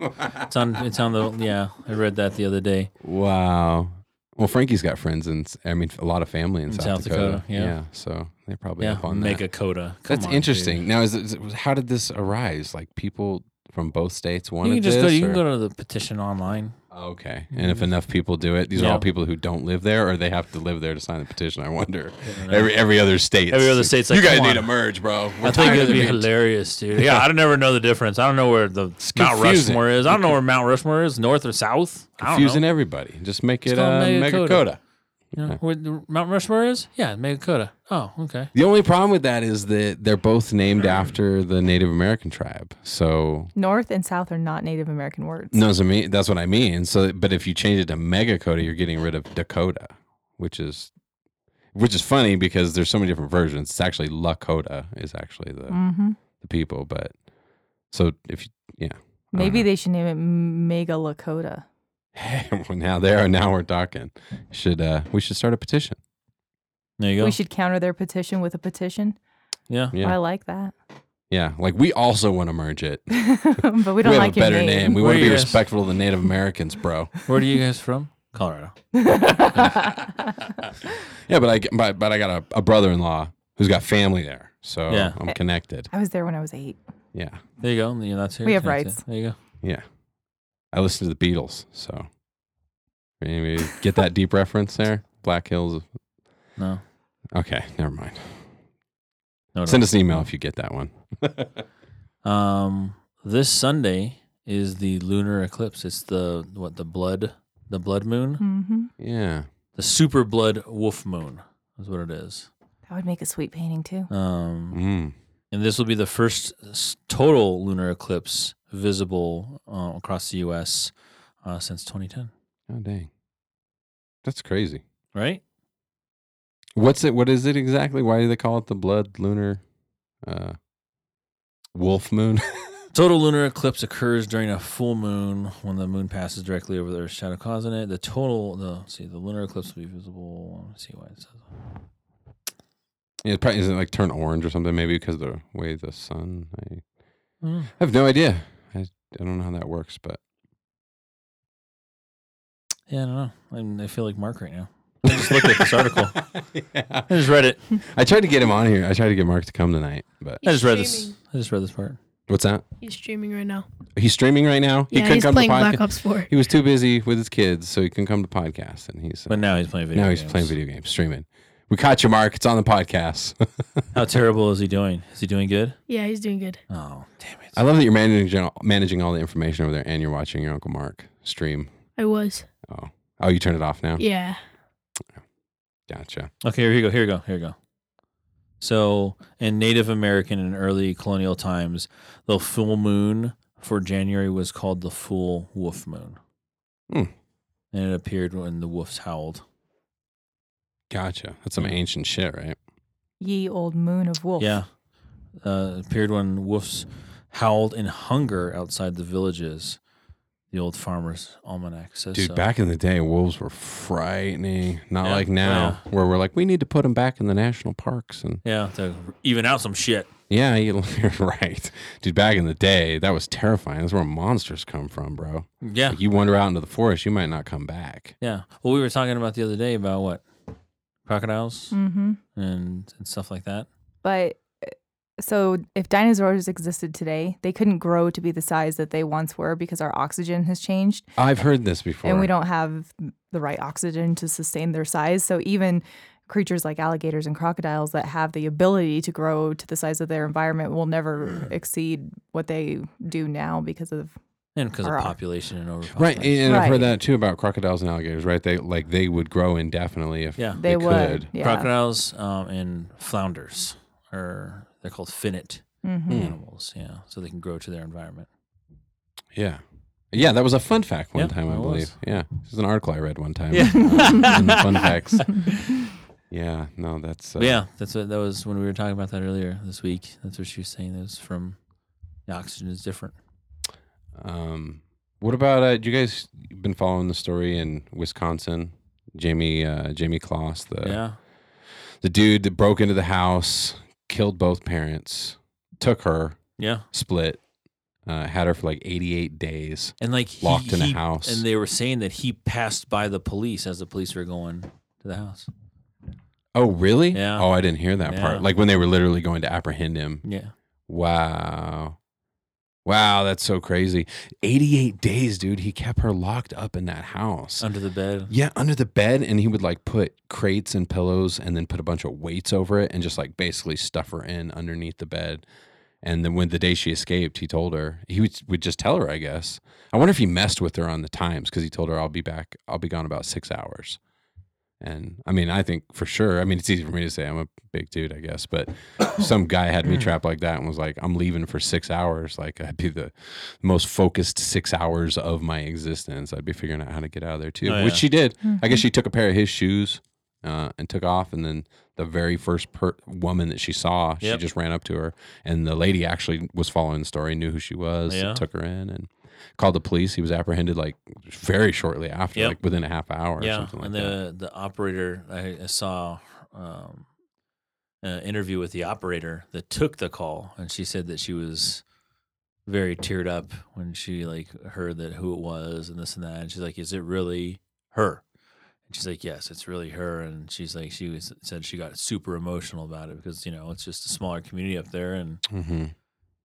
S3: It's on. It's on the. Yeah, I read that the other day.
S2: Wow. Well, Frankie's got friends in, I mean, a lot of family in, South, Dakota.
S3: yeah.
S2: So they're probably
S3: yeah,
S2: up on
S3: mega
S2: that.
S3: coda. Come
S2: That's
S3: on,
S2: interesting.
S3: dude.
S2: Now, is, it- is it- how did this arise? Like people from both states wanted
S3: You can just
S2: this?
S3: go. You
S2: or-
S3: can go to the petition online.
S2: Okay. And if enough people do it, these are
S3: Yeah.
S2: all people who don't live there, or they have to live there to sign the petition. I wonder.
S3: don't know.
S2: Every every other state.
S3: Every other state's
S2: you
S3: like,
S2: guys
S3: "Come
S2: need to
S3: on."
S2: merge, bro. We're
S3: I think
S2: tired
S3: it'd
S2: of
S3: be
S2: being-
S3: hilarious, dude. Yeah, I'd never know the difference. I don't know where the Mount
S2: confusing.
S3: Rushmore is. I don't know where Mount Rushmore is, north or south. I don't
S2: confusing
S3: know.
S2: everybody. Just make it
S3: call
S2: uh,
S3: it Megakota.
S2: Megakota.
S3: You know where the Mount Rushmore is? Yeah, mega coda. Oh, okay.
S2: The only problem with that is that they're both named after the Native American tribe. So
S1: North and South are not Native American words.
S2: No, so me, that's what I mean. So, but if you change it to Megakota, you're getting rid of Dakota, which is, which is funny because there's so many different versions. It's actually Lakota is actually the,
S1: hmm
S2: the people, but so if you, yeah,
S1: Maybe they should name it Megalakota.
S2: well, now there now we're talking. Should uh, we should start a petition?
S3: There you go.
S1: We should counter their petition with a petition.
S3: yeah.
S2: Yeah,
S1: I like that.
S2: yeah. Like we also want to merge it. We,
S1: but we don't
S2: have
S1: like
S2: a
S1: your
S2: better name. We
S3: Where
S2: want to be
S3: you guys-
S2: respectful to the Native Americans, bro.
S3: Where are you guys from? Colorado.
S2: yeah, but I but, but I got a, a brother-in-law who's got family there, so
S3: Yeah.
S2: I'm connected.
S1: I was there when I was eight.
S2: Yeah.
S3: There you go. Yeah, that's here.
S1: We have
S3: That's it.
S1: rights.
S3: There you go.
S2: Yeah. I listen to the Beatles, so anybody get that deep reference there? Black Hills.
S3: No.
S2: Okay, never mind.
S3: No.
S2: Send us an email if you get that one.
S3: no. Um, this Sunday is the lunar eclipse. It's the what the blood the blood moon,
S2: Mm-hmm.
S1: hmm
S2: Yeah.
S3: the super blood wolf moon is what it is.
S1: That would make a sweet painting too.
S3: Um,
S2: Mm.
S3: and this will be the first s- total lunar eclipse visible uh, across the U.S. Uh, since 2010.
S2: Oh dang. That's crazy.
S3: Right?
S2: What's it what is it exactly? Why do they call it the blood lunar uh wolf moon?
S3: Total lunar eclipse occurs during a full moon when the moon passes directly over the Earth's shadow, causing it. The total, the let's see, the lunar eclipse will be visible. Let's see why it says.
S2: it probably isn't like turn orange or something, maybe because of the way the sun I
S3: Mm.
S2: I have no idea. I, I don't know how that works, but
S3: Yeah, I don't know. I, mean, I feel like Mark right now. I just looked at this article.
S2: yeah.
S3: I just read it.
S2: I tried to get him on here. I tried to get Mark to come tonight, but
S3: I just read this.
S4: streaming.
S3: I just read this part.
S2: what's that?
S4: He's streaming right now.
S2: He's streaming right now.
S4: yeah, he's playing Black Ops 4.
S2: He was too busy with his kids, so he couldn't come to podcast. And he's uh,
S3: But now he's playing video.
S2: now he's
S3: games.
S2: playing video games, streaming. We caught you, Mark. It's on the podcast.
S3: How terrible is he doing? Is he doing good?
S4: Yeah, he's doing good.
S3: Oh, damn it.
S2: I love that you're managing managing all the information over there, and you're watching your uncle Mark stream.
S4: I was.
S2: Oh, oh, you turned it off now.
S4: Yeah.
S2: Gotcha.
S3: Okay, here you go. Here you go. Here you go. So, in Native American and early colonial times, the full moon for January was called the full wolf moon.
S2: Hmm.
S3: And it appeared when the wolves howled.
S2: Gotcha. That's some
S3: Yeah.
S2: ancient shit, right?
S1: Ye old moon of wolf.
S3: Yeah. Uh, it appeared when wolves howled in hunger outside the villages. The old farmer's almanac says
S2: Dude,
S3: so.
S2: back in the day, wolves were frightening. Not
S3: uh, Yeah.
S2: like now, where we're like, we need to put them back in the national parks. And
S3: Yeah, to even out some shit.
S2: yeah, you- you're right. Dude, back in the day, that was terrifying. That's where monsters come from, bro.
S3: Yeah.
S2: Like, you wander out into the forest, you might not come back.
S3: Yeah. Well, we were talking about the other day about what? Crocodiles
S1: Mm-hmm.
S3: and, and stuff like that.
S1: But uh, so if dinosaurs existed today, they couldn't grow to be the size that they once were because our oxygen has changed
S2: I've heard this before.
S1: and we don't have the right oxygen to sustain their size. So even creatures like alligators and crocodiles that have the ability to grow to the size of their environment will never
S2: Mm.
S1: exceed what they do now because of
S3: And because of
S1: Or-
S3: population and
S2: Right,
S3: overpopulation.
S2: and and I've heard
S1: Right.
S2: that too about crocodiles and alligators. Right, they like they would grow indefinitely if
S3: Yeah.
S1: they,
S2: They
S1: would.
S2: could.
S1: Yeah.
S3: Crocodiles um, and flounders are they're called finite
S1: Mhm.
S2: Hmm.
S3: animals. Yeah, so they can grow to their environment.
S2: Yeah. Yeah, that was a fun fact one
S3: Yeah,
S2: time, I
S3: it was.
S2: believe. Yeah. This is an article I read one time.
S3: Yeah.
S2: uh, in the fun facts. Yeah, no, that's. Uh,
S3: But yeah, that's what that was when we were talking about that earlier this week. That's what she was saying. That was from the oxygen is different.
S2: Um, what about, uh, do you guys been following the story in Wisconsin? Jamie, uh, Jamie Kloss, the,
S3: yeah,
S2: the dude that broke into the house, killed both parents, took her,
S3: yeah,
S2: split, uh, had her for like 88 days.
S3: and like he-
S2: Locked in a
S3: he-
S2: house.
S3: and they were saying that he passed by the police as the police were going to the house.
S2: Oh, really?
S3: Yeah.
S2: Oh, I didn't hear that
S3: Yeah.
S2: part. Like when they were literally going to apprehend him.
S3: Yeah,
S2: Wow. Wow, that's so crazy. 88 days, dude. He kept her locked up in that house.
S3: under the bed.
S2: yeah, under the bed. And he would like put crates and pillows and then put a bunch of weights over it and just like basically stuff her in underneath the bed. And then when the day she escaped, he told her, he would, would just tell her, I guess. I wonder if he messed with her on the times because he told her, I'll be back, I'll be gone about six hours. And I mean, I think for sure, I mean, it's easy for me to say I'm a big dude, I guess, but some guy had me trapped like that and was like, I'm leaving for six hours. Like, I'd be the most focused six hours of my existence. I'd be figuring out how to get out of there too,
S3: Oh,
S2: which
S3: yeah.
S2: she did. I guess
S1: Mhm.
S2: she took a pair of his shoes uh, and took off. And then the very first per- woman that she saw, she
S3: Yep.
S2: just ran up to her. And the lady actually was following the story, knew who she was, and
S3: Yeah.
S2: took her in and called the police. He was apprehended like very shortly after,
S3: Yep.
S2: like within a half hour or something like
S3: and
S2: that.
S3: the the operator I, I saw um, an interview with the operator that took the call, and she said that she was very teared up when she like heard that who it was and this and that. And she's like, "Is it really her?" And she's like, "Yes, it's really her." And she's like, she was, said she got super emotional about it because you know it's just a smaller community up there, and
S2: hmm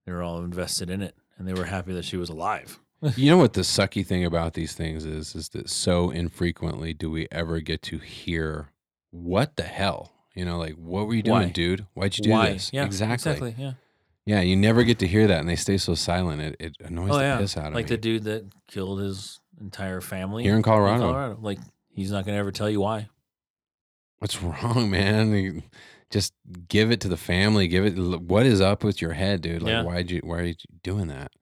S3: they were all invested in it, and they were happy that she was alive.
S2: you know what the sucky thing about these things is is that so infrequently do we ever get to hear what the hell you know like what were you doing
S3: Why?
S2: dude why'd you do this
S3: Yeah,
S2: exactly.
S3: Exactly. Yeah.
S2: yeah you never get to hear that and they stay so silent it, it annoys the piss out of
S3: Oh,
S2: me
S3: like the dude that killed his entire family
S2: here in colorado,
S3: Like he's not gonna ever tell you why.
S2: what's wrong man You- just give it to the family give it what is up with your head dude like
S3: Yeah.
S2: why'd you why are you doing that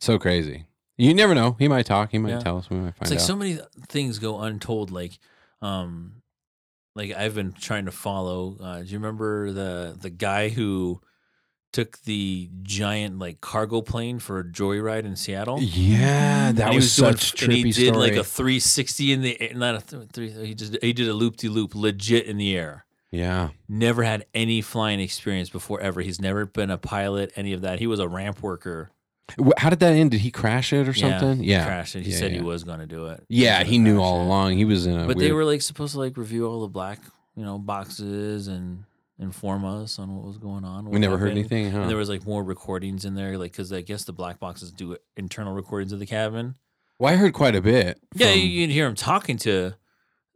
S2: so crazy you never know he might talk he might
S3: Yeah.
S2: tell us we might find
S3: it's like
S2: out
S3: so many things go untold. Like, um, like I've been trying to follow. Uh, do you remember the the guy who took the giant like cargo plane for a joyride in Seattle?
S2: yeah that
S3: And Mm-hmm. he
S2: was,
S3: doing-
S2: such
S3: and
S2: trippy
S3: he did
S2: story
S3: like a 360 in the air. Not a th- three. He just he did a loop de loop legit in the air.
S2: yeah
S3: never had any flying experience before ever. He's never been a pilot, any of that. He was a ramp worker
S2: Wh- How did that end? Did he crash it or something?
S3: he
S2: Yeah.
S3: crashed it. He
S2: Yeah,
S3: said he
S2: yeah.
S3: was going to do it.
S2: Yeah,
S3: was
S2: he
S3: gonna
S2: knew
S3: crash
S2: all
S3: it.
S2: along. He was in a
S3: But
S2: weird,
S3: they were like supposed to like review all the black, you know, boxes and inform us on what was going on.
S2: we
S3: what
S2: never heard
S3: happened.
S2: anything, Oh. huh?
S3: And there was like more recordings in there, like because I guess the black boxes do internal recordings of the cabin.
S2: well, I heard quite a bit.
S3: Yeah,
S2: from-
S3: you you can hear him talking to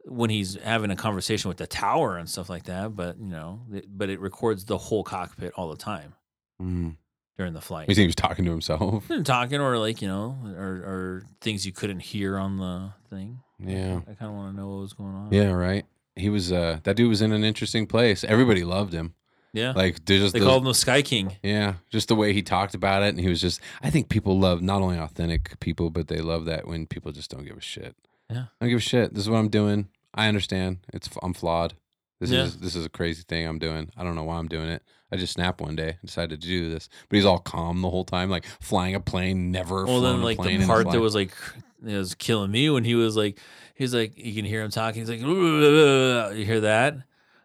S3: when he's having a conversation with the tower and stuff like that. But you know, it, but it records the whole cockpit all the time
S2: Mm.
S3: during the flight.
S2: You think he was talking to himself.
S3: Him talking or like you know, or, or things you couldn't hear on the thing.
S2: Yeah.
S3: I kind of want to know what was going on.
S2: Yeah, right. He was uh that dude was in an interesting place. Everybody loved him.
S3: yeah.
S2: Like there's just
S3: they
S2: those-
S3: called him the Sky King.
S2: yeah, just the way he talked about it and he was just I think people love not only authentic people, but they love that when people just don't give a shit.
S3: Yeah.
S2: I don't give a shit. This is what I'm doing. I understand. It's I'm flawed. This
S3: Yeah.
S2: is this is a crazy thing I'm doing. I don't know why I'm doing it. I just snapped one day and decided to do this. But he's all calm the whole time, like flying a plane, never
S3: Well,
S2: flown
S3: then
S2: a
S3: like
S2: plane in
S3: the
S2: his
S3: part that
S2: life.
S3: was like it was killing me when he was like he's like you can hear him talking. He's like you hear that.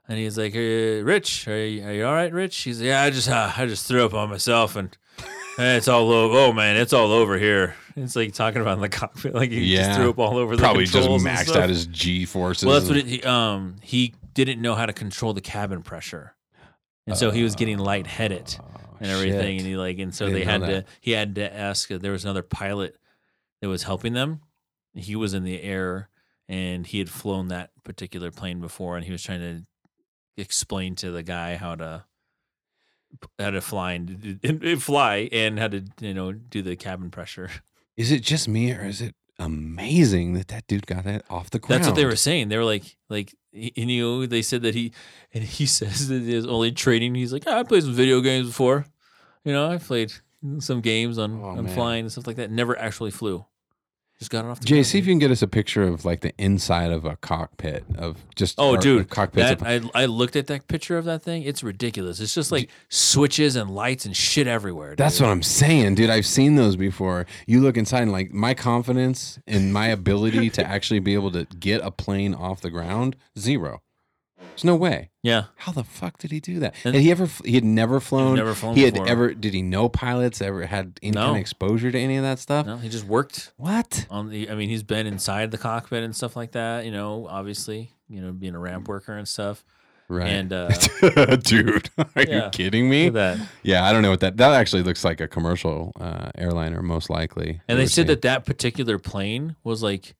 S3: And he's like, hey, "Rich, are you, are you all right, Rich?" He's like, "Yeah, I just uh, I just threw up on myself, and eh, it's all over. Oh man, it's all over here." It's like talking about in the cockpit, like he
S2: Yeah.
S3: just threw up all over. The
S2: probably just
S3: controls and
S2: maxed
S3: stuff.
S2: out his G forces.
S3: Well, that's what it, he, um he didn't know how to control the cabin pressure, and so he was getting lightheaded and everything. And he like, and so
S2: Oh, I
S3: they
S2: didn't
S3: had
S2: know
S3: to, he had to ask, uh, there was another pilot that was helping them. He was in the air and he had flown that particular plane before. And he was trying to explain to the guy how to, how to fly and, and- and fly and how to, you know, do the cabin pressure.
S2: Is it just me or is it amazing that that dude got that off the ground?
S3: That's what they were saying. They were like, like, he- and you know, they said that he, and he says that his only training, he's like, "Ah, I played some video games before. You know, I played some games on,
S2: Oh,
S3: on
S2: man.
S3: flying and stuff like that. Never actually flew. Just got it off the
S2: Jay,
S3: ground,
S2: see if
S3: dude.
S2: you can get us a picture of like the inside of a cockpit of just.
S3: Oh,
S2: or
S3: dude,
S2: cockpits.
S3: That,
S2: of-
S3: I, I looked at that picture of that thing. It's ridiculous. It's just like switches and lights and shit everywhere.
S2: that's
S3: dude.
S2: what I'm saying, dude. I've seen those before. You look inside, and like my confidence in my ability to actually be able to get a plane off the ground, zero. There's no way.
S3: Yeah.
S2: How the fuck did he do that?
S3: And-
S2: had he ever? f- He had never flown.
S3: never flown
S2: He had
S3: before.
S2: ever? Did he know pilots? Ever had any kind
S3: No.
S2: of exposure to any of that stuff?
S3: No, he just worked
S2: What?
S3: on the i mean he's been inside the cockpit and stuff like that you know obviously you know being a ramp worker and stuff
S2: Right.
S3: and uh
S2: Dude, are you
S3: Yeah.
S2: kidding
S3: look
S2: me?
S3: at that
S2: Yeah, I don't know what that. That actually looks like a commercial uh, airliner, most likely.
S3: and they
S2: We're
S3: said
S2: seeing-
S3: that that particular plane was like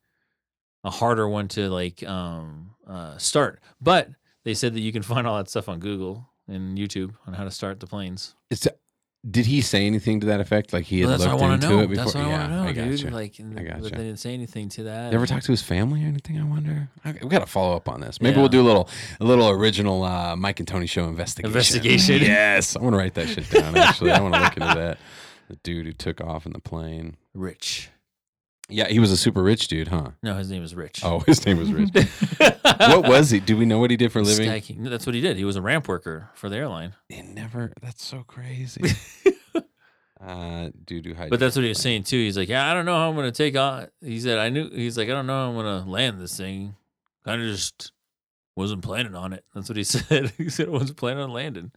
S3: a harder one to like um uh start but they said that you can find all that stuff on google and youtube on how to start the planes
S2: It's, did he say anything to that effect? Like he had
S3: Well, that's what i
S2: looked
S3: want
S2: into
S3: to know
S2: it before.
S3: that's what i
S2: yeah,
S3: want to know dude
S2: gotcha.
S3: like and
S2: I
S3: th- but
S2: gotcha.
S3: they didn't say anything to that
S2: You ever talk to his family or anything? I wonder. Okay, we got to follow up on this. Maybe
S3: Yeah.
S2: we'll do a little, a little original uh, Mike and Tony show investigation.
S3: Investigation.
S2: Yes, I want to write that shit down. Actually, I want to look into that. The dude who took off in the plane.
S3: rich
S2: Yeah, he was a super rich dude, huh?
S3: no his name is rich
S2: Oh, his name was Rich. what was he? Do we know what he did for a living?
S3: Sky King. No, that's what he did he was a ramp worker for the airline
S2: It never. That's so crazy. uh, doo doo
S3: But that's what he was saying too. He's like, yeah, I don't know how I'm gonna take on. He said, I knew. He's like, I don't know how I'm gonna land this thing. Kind of just wasn't planning on it. That's what he said. he said I wasn't planning on landing.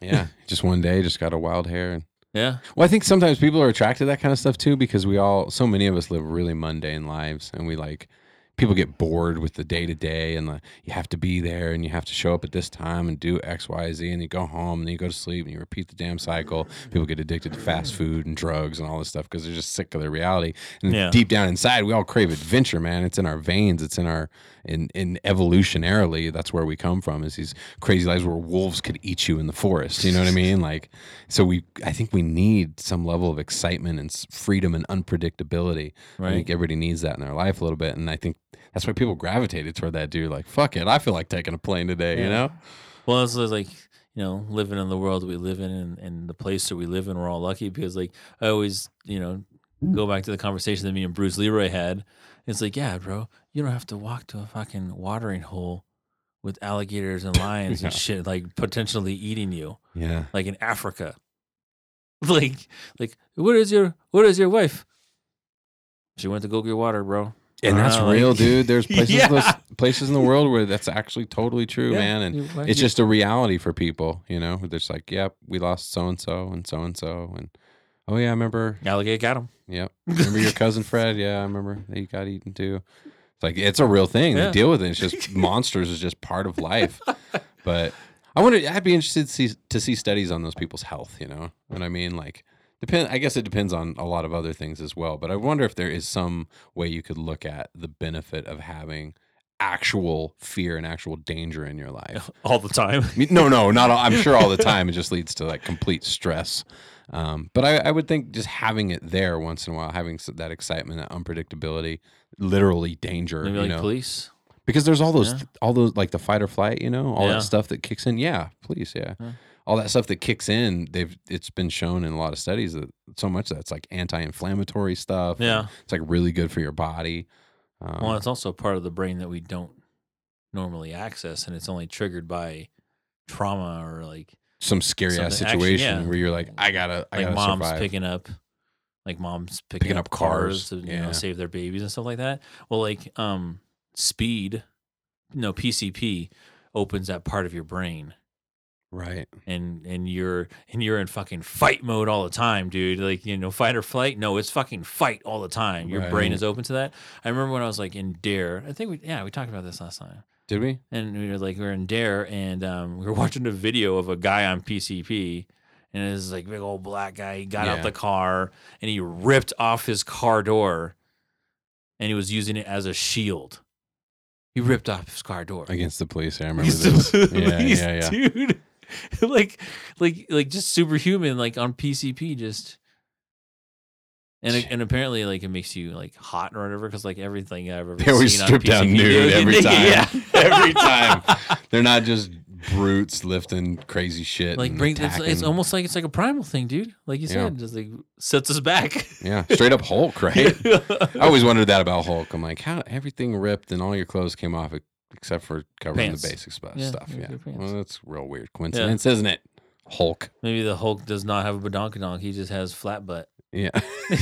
S2: Yeah, just one day, just got a wild hair. And
S3: Yeah,
S2: well, I think sometimes people are attracted to that kind of stuff too, because we all, so many of us, live really mundane lives, and we like people get bored with the day to day, and like you have to be there, and you have to show up at this time and do X, Y, Z, and you go home, and then you go to sleep, and you repeat the damn cycle. People get addicted to fast food and drugs and all this stuff because they're just sick of their reality. And
S3: Yeah.
S2: deep down inside, we all crave adventure, man. It's in our veins. It's in our in in evolutionarily, that's where we come from. Is these crazy lives where wolves could eat you in the forest. You know what I mean? Like, so we, I think we need some level of excitement and s- freedom and unpredictability. I
S3: right.
S2: think everybody needs that in their life a little bit, and I think that's why people gravitated toward that dude. Like, fuck it, I feel like taking a plane today. You
S3: Yeah.
S2: know?
S3: Well, it's like you know, living in the world that we live in and, and the place that we live in, we're all lucky because like I always, you know, go back to the conversation that me and Bruce Leroy had. It's like, yeah, bro, you don't have to walk to a fucking watering hole with alligators and lions and
S2: Yeah.
S3: shit like potentially eating you.
S2: Yeah.
S3: like in Africa. Like, like, where is your, where is your wife? She went to go get water, bro.
S2: And that's
S3: Uh, like-
S2: real, dude. There's places in those
S3: Yeah.
S2: places in the world where that's actually totally true,
S3: Yeah,
S2: man. And
S3: your wife-
S2: it's just a reality for people, you know. They're just like, yep, we lost so and so and so and so, and Oh yeah, I remember.
S3: Alligator got him.
S2: Yep. Remember your cousin Fred? Yeah, I remember. They got eaten too. It's like it's a real thing.
S3: Yeah.
S2: They deal with it. It's just monsters is just part of life. But I wonder. I'd be interested to see, to see studies on those people's health. You know what I mean? Like depend. I guess it depends on a lot of other things as well. But I wonder if there is some way you could look at the benefit of having actual fear and actual danger in your life.
S3: all the time.
S2: I mean, No, no, not. All, I'm sure all the time. It just leads to like complete stress. Um, but I, I would think just having it there once in a while, having s- that excitement, that unpredictability, literally danger,
S3: Maybe
S2: you
S3: like
S2: know,
S3: police.
S2: because there's all those,
S3: Yeah.
S2: all those like the fight or flight, you know, all
S3: Yeah.
S2: that stuff that kicks in. Yeah, please, yeah.
S3: Yeah.
S2: all that stuff that kicks in. They've it's been shown in a lot of studies that so much that's like anti-inflammatory stuff. and
S3: Yeah.
S2: it's like really good for your body. Um,
S3: Well, it's also part of the brain that we don't normally access, and it's only triggered by trauma or like
S2: some scary ass
S3: something- actually,
S2: situation
S3: yeah.
S2: where you're like, I gotta, I
S3: like
S2: gotta
S3: mom's
S2: survive.
S3: picking up like mom's picking,
S2: Picking
S3: up,
S2: up cars,
S3: cars, to you
S2: yeah.
S3: know save their babies and stuff like that. Well, like um speed, no PCP opens that part of your brain
S2: right.
S3: and and you're and you're in fucking fight mode all the time, dude. Like you know, fight or flight. No, it's fucking fight all the time. Your brain
S2: Right.
S3: is open to that. I remember when I was like in Dare. I think we yeah we talked about this last time.
S2: Did we?
S3: And we were like we were in Dare, and um, we were watching a video of a guy on PCP. And it was like big old black guy. He got out
S2: Yeah.
S3: the car and he ripped off his car door, and he was using it as a shield. He ripped off his car door
S2: against the police. I remember
S3: He's
S2: this.
S3: the
S2: Yeah,
S3: police,
S2: yeah, yeah.
S3: dude. like, like, like, just superhuman. Like on PCP, just. And, it- and apparently, like it makes you like hot or whatever, because like everything I've ever
S2: They always
S3: seen on
S2: strip
S3: PCP,
S2: down
S3: they
S2: nude
S3: always
S2: every
S3: get naked,
S2: time.
S3: yeah.
S2: every time. They're not just brutes lifting crazy shit.
S3: like
S2: and
S3: bring it's, it's
S2: attacking.
S3: almost like it's like a primal thing, dude. Like you
S2: Yeah.
S3: said, just like sets us back.
S2: yeah, straight up Hulk, right? I always wondered that about Hulk. I'm like, how everything ripped and all your clothes came off e- except for covering
S3: Pants.
S2: the basic sp-
S3: Yeah,
S2: stuff.
S3: your-
S2: Yeah,
S3: your pants.
S2: well, that's real weird coincidence, isn't it? Hulk.
S3: Maybe the Hulk does not have a badonkadonk; he just has flat butt.
S2: Yeah.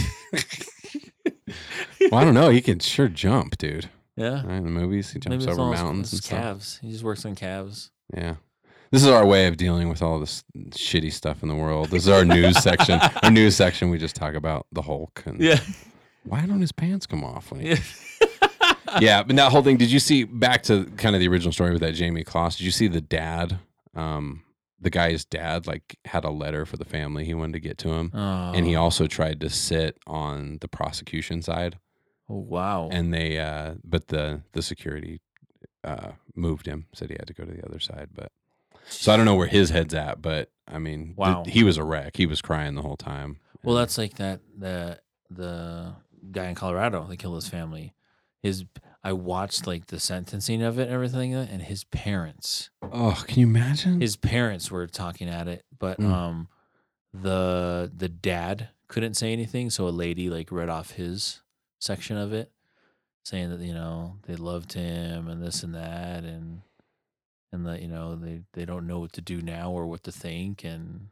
S2: well, I don't know. He can sure jump, dude.
S3: Yeah,
S2: Right, in the movies, he jumps
S3: it's
S2: over
S3: all his-
S2: mountains
S3: his
S2: and stuff.
S3: calves. He just works on calves.
S2: Yeah. This is our way of dealing with all this shitty stuff in the world. This is our news section. Our news section, we just talk about the Hulk and
S3: Yeah,
S2: why don't his pants come off? When he...
S3: Yeah.
S2: yeah, but that whole thing. Did you see back to kind of the original story with that Jamie Kloss? Did you see the dad? Um, the guy's dad like had a letter for the family he wanted to get to him, and he
S3: Oh,
S2: also tried to sit on the prosecution side,
S3: Oh, wow.
S2: and they uh, but the the security uh, moved him, said he had to go to the other side, but. So I don't know where his head's at, but I mean, th-
S3: Wow.
S2: he was a wreck. He was crying the whole time.
S3: Well,
S2: And-
S3: that's like that the the guy in Colorado that killed his family. His I watched like the sentencing of it and everything, and his parents,
S2: oh, can you imagine?
S3: his parents were talking at it, but
S2: Mm.
S3: um, the the dad couldn't say anything, so a lady like read off his section of it, saying that you know they loved him and this and that, and and that you know they they don't know what to do now or what to think, and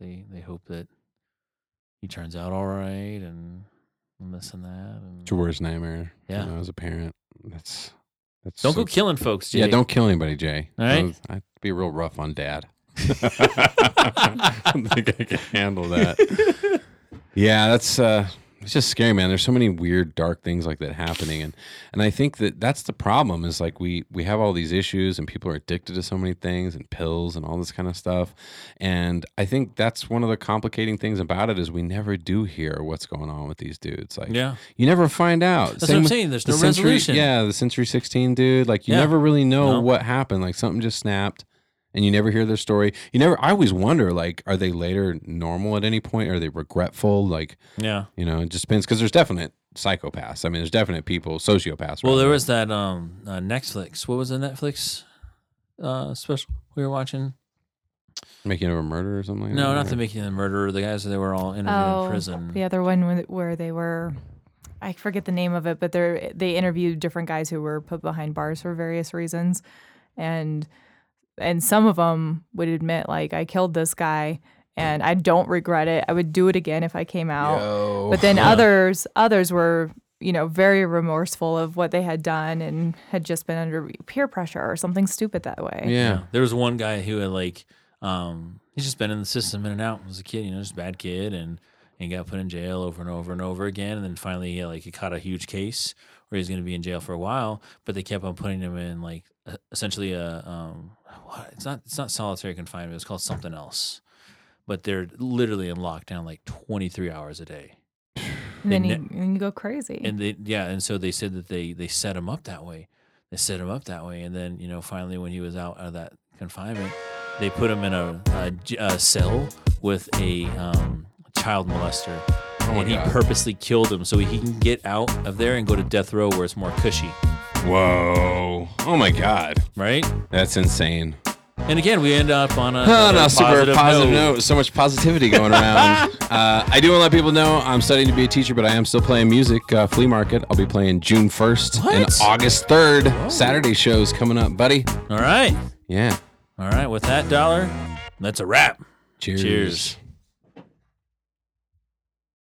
S3: they they hope that he turns out all right and, and this and that. And
S2: it's your worst nightmare.
S3: Yeah.
S2: you know, as a parent, that's that's
S3: don't
S2: so-
S3: go killing folks, Jay.
S2: Yeah, don't kill anybody, Jay.
S3: All right.
S2: Those- I'd be real rough on dad. I don't think I can handle that. Yeah, that's uh it's just scary, man. There's so many weird dark things like that happening and and I think that that's the problem is like we we have all these issues and people are addicted to so many things and pills and all this kind of stuff. And I think that's one of the complicating things about it is we never do hear what's going on with these dudes. Like
S3: Yeah,
S2: you never find out.
S3: that's
S2: Same
S3: what I'm
S2: with
S3: saying. There's
S2: the
S3: no
S2: century,
S3: resolution.
S2: Yeah, the Century 16 dude. Like you
S3: Yeah.
S2: never really know
S3: No.
S2: what happened. Like something just snapped, and you never hear their story. You never. I always wonder. Like, are they later normal at any point? Are they regretful? Like,
S3: yeah.
S2: you know, it just depends. Because there's definite psychopaths. I mean, there's definite people, sociopaths.
S3: Well,
S2: rather.
S3: there was that um uh, Netflix. What was the Netflix uh special we were watching?
S2: making of a murder or something. Like
S3: No,
S2: that,
S3: not
S2: or-
S3: the Making of the Murderer. The guys that were all interviewed
S1: Oh,
S3: in prison.
S1: The other one where- where they were, I forget the name of it, but they they interviewed different guys who were put behind bars for various reasons, and and some of them would admit like I killed this guy and I don't regret it. I would do it again if I came out.
S2: Yo.
S1: But then
S3: Yeah.
S1: others others were you know very remorseful of what they had done and had just been under peer pressure or something stupid that way.
S2: yeah.
S3: There was one guy who had like um he's just been in the system in and out as a kid, you know, just a bad kid and and got put in jail over and over and over again. And then finally, yeah, like he caught a huge case where he's going to be in jail for a while, but they kept on putting him in like e- essentially a um, what? It's not it's not solitary confinement. It's called something else. But they're literally in lockdown like 23 hours a day.
S1: And then
S3: They
S1: you,
S3: ne-
S1: and you go crazy.
S3: And they yeah, and so they said that they they set him up that way. They set him up that way, and then you know finally when he was out of that confinement, they put him in a, a j- a cell with a um, child molester,
S2: Oh my
S3: and he
S2: God.
S3: purposely killed him so he can get out of there and go to death row where it's more cushy,
S2: Whoa. Oh my God.
S3: right?
S2: That's insane.
S3: And again, we end up on a
S2: on
S3: another
S2: a Oh, super positive note. So much positivity going around. uh, I do want to let people know I'm studying to be a teacher, but I am still playing music. Uh, flea market. I'll be playing June 1st and
S3: What?
S2: August 3rd. Saturday shows coming up, buddy.
S3: All right,
S2: Yeah.
S3: all right. With that dollar, that's a wrap.
S2: Cheers.
S3: Cheers.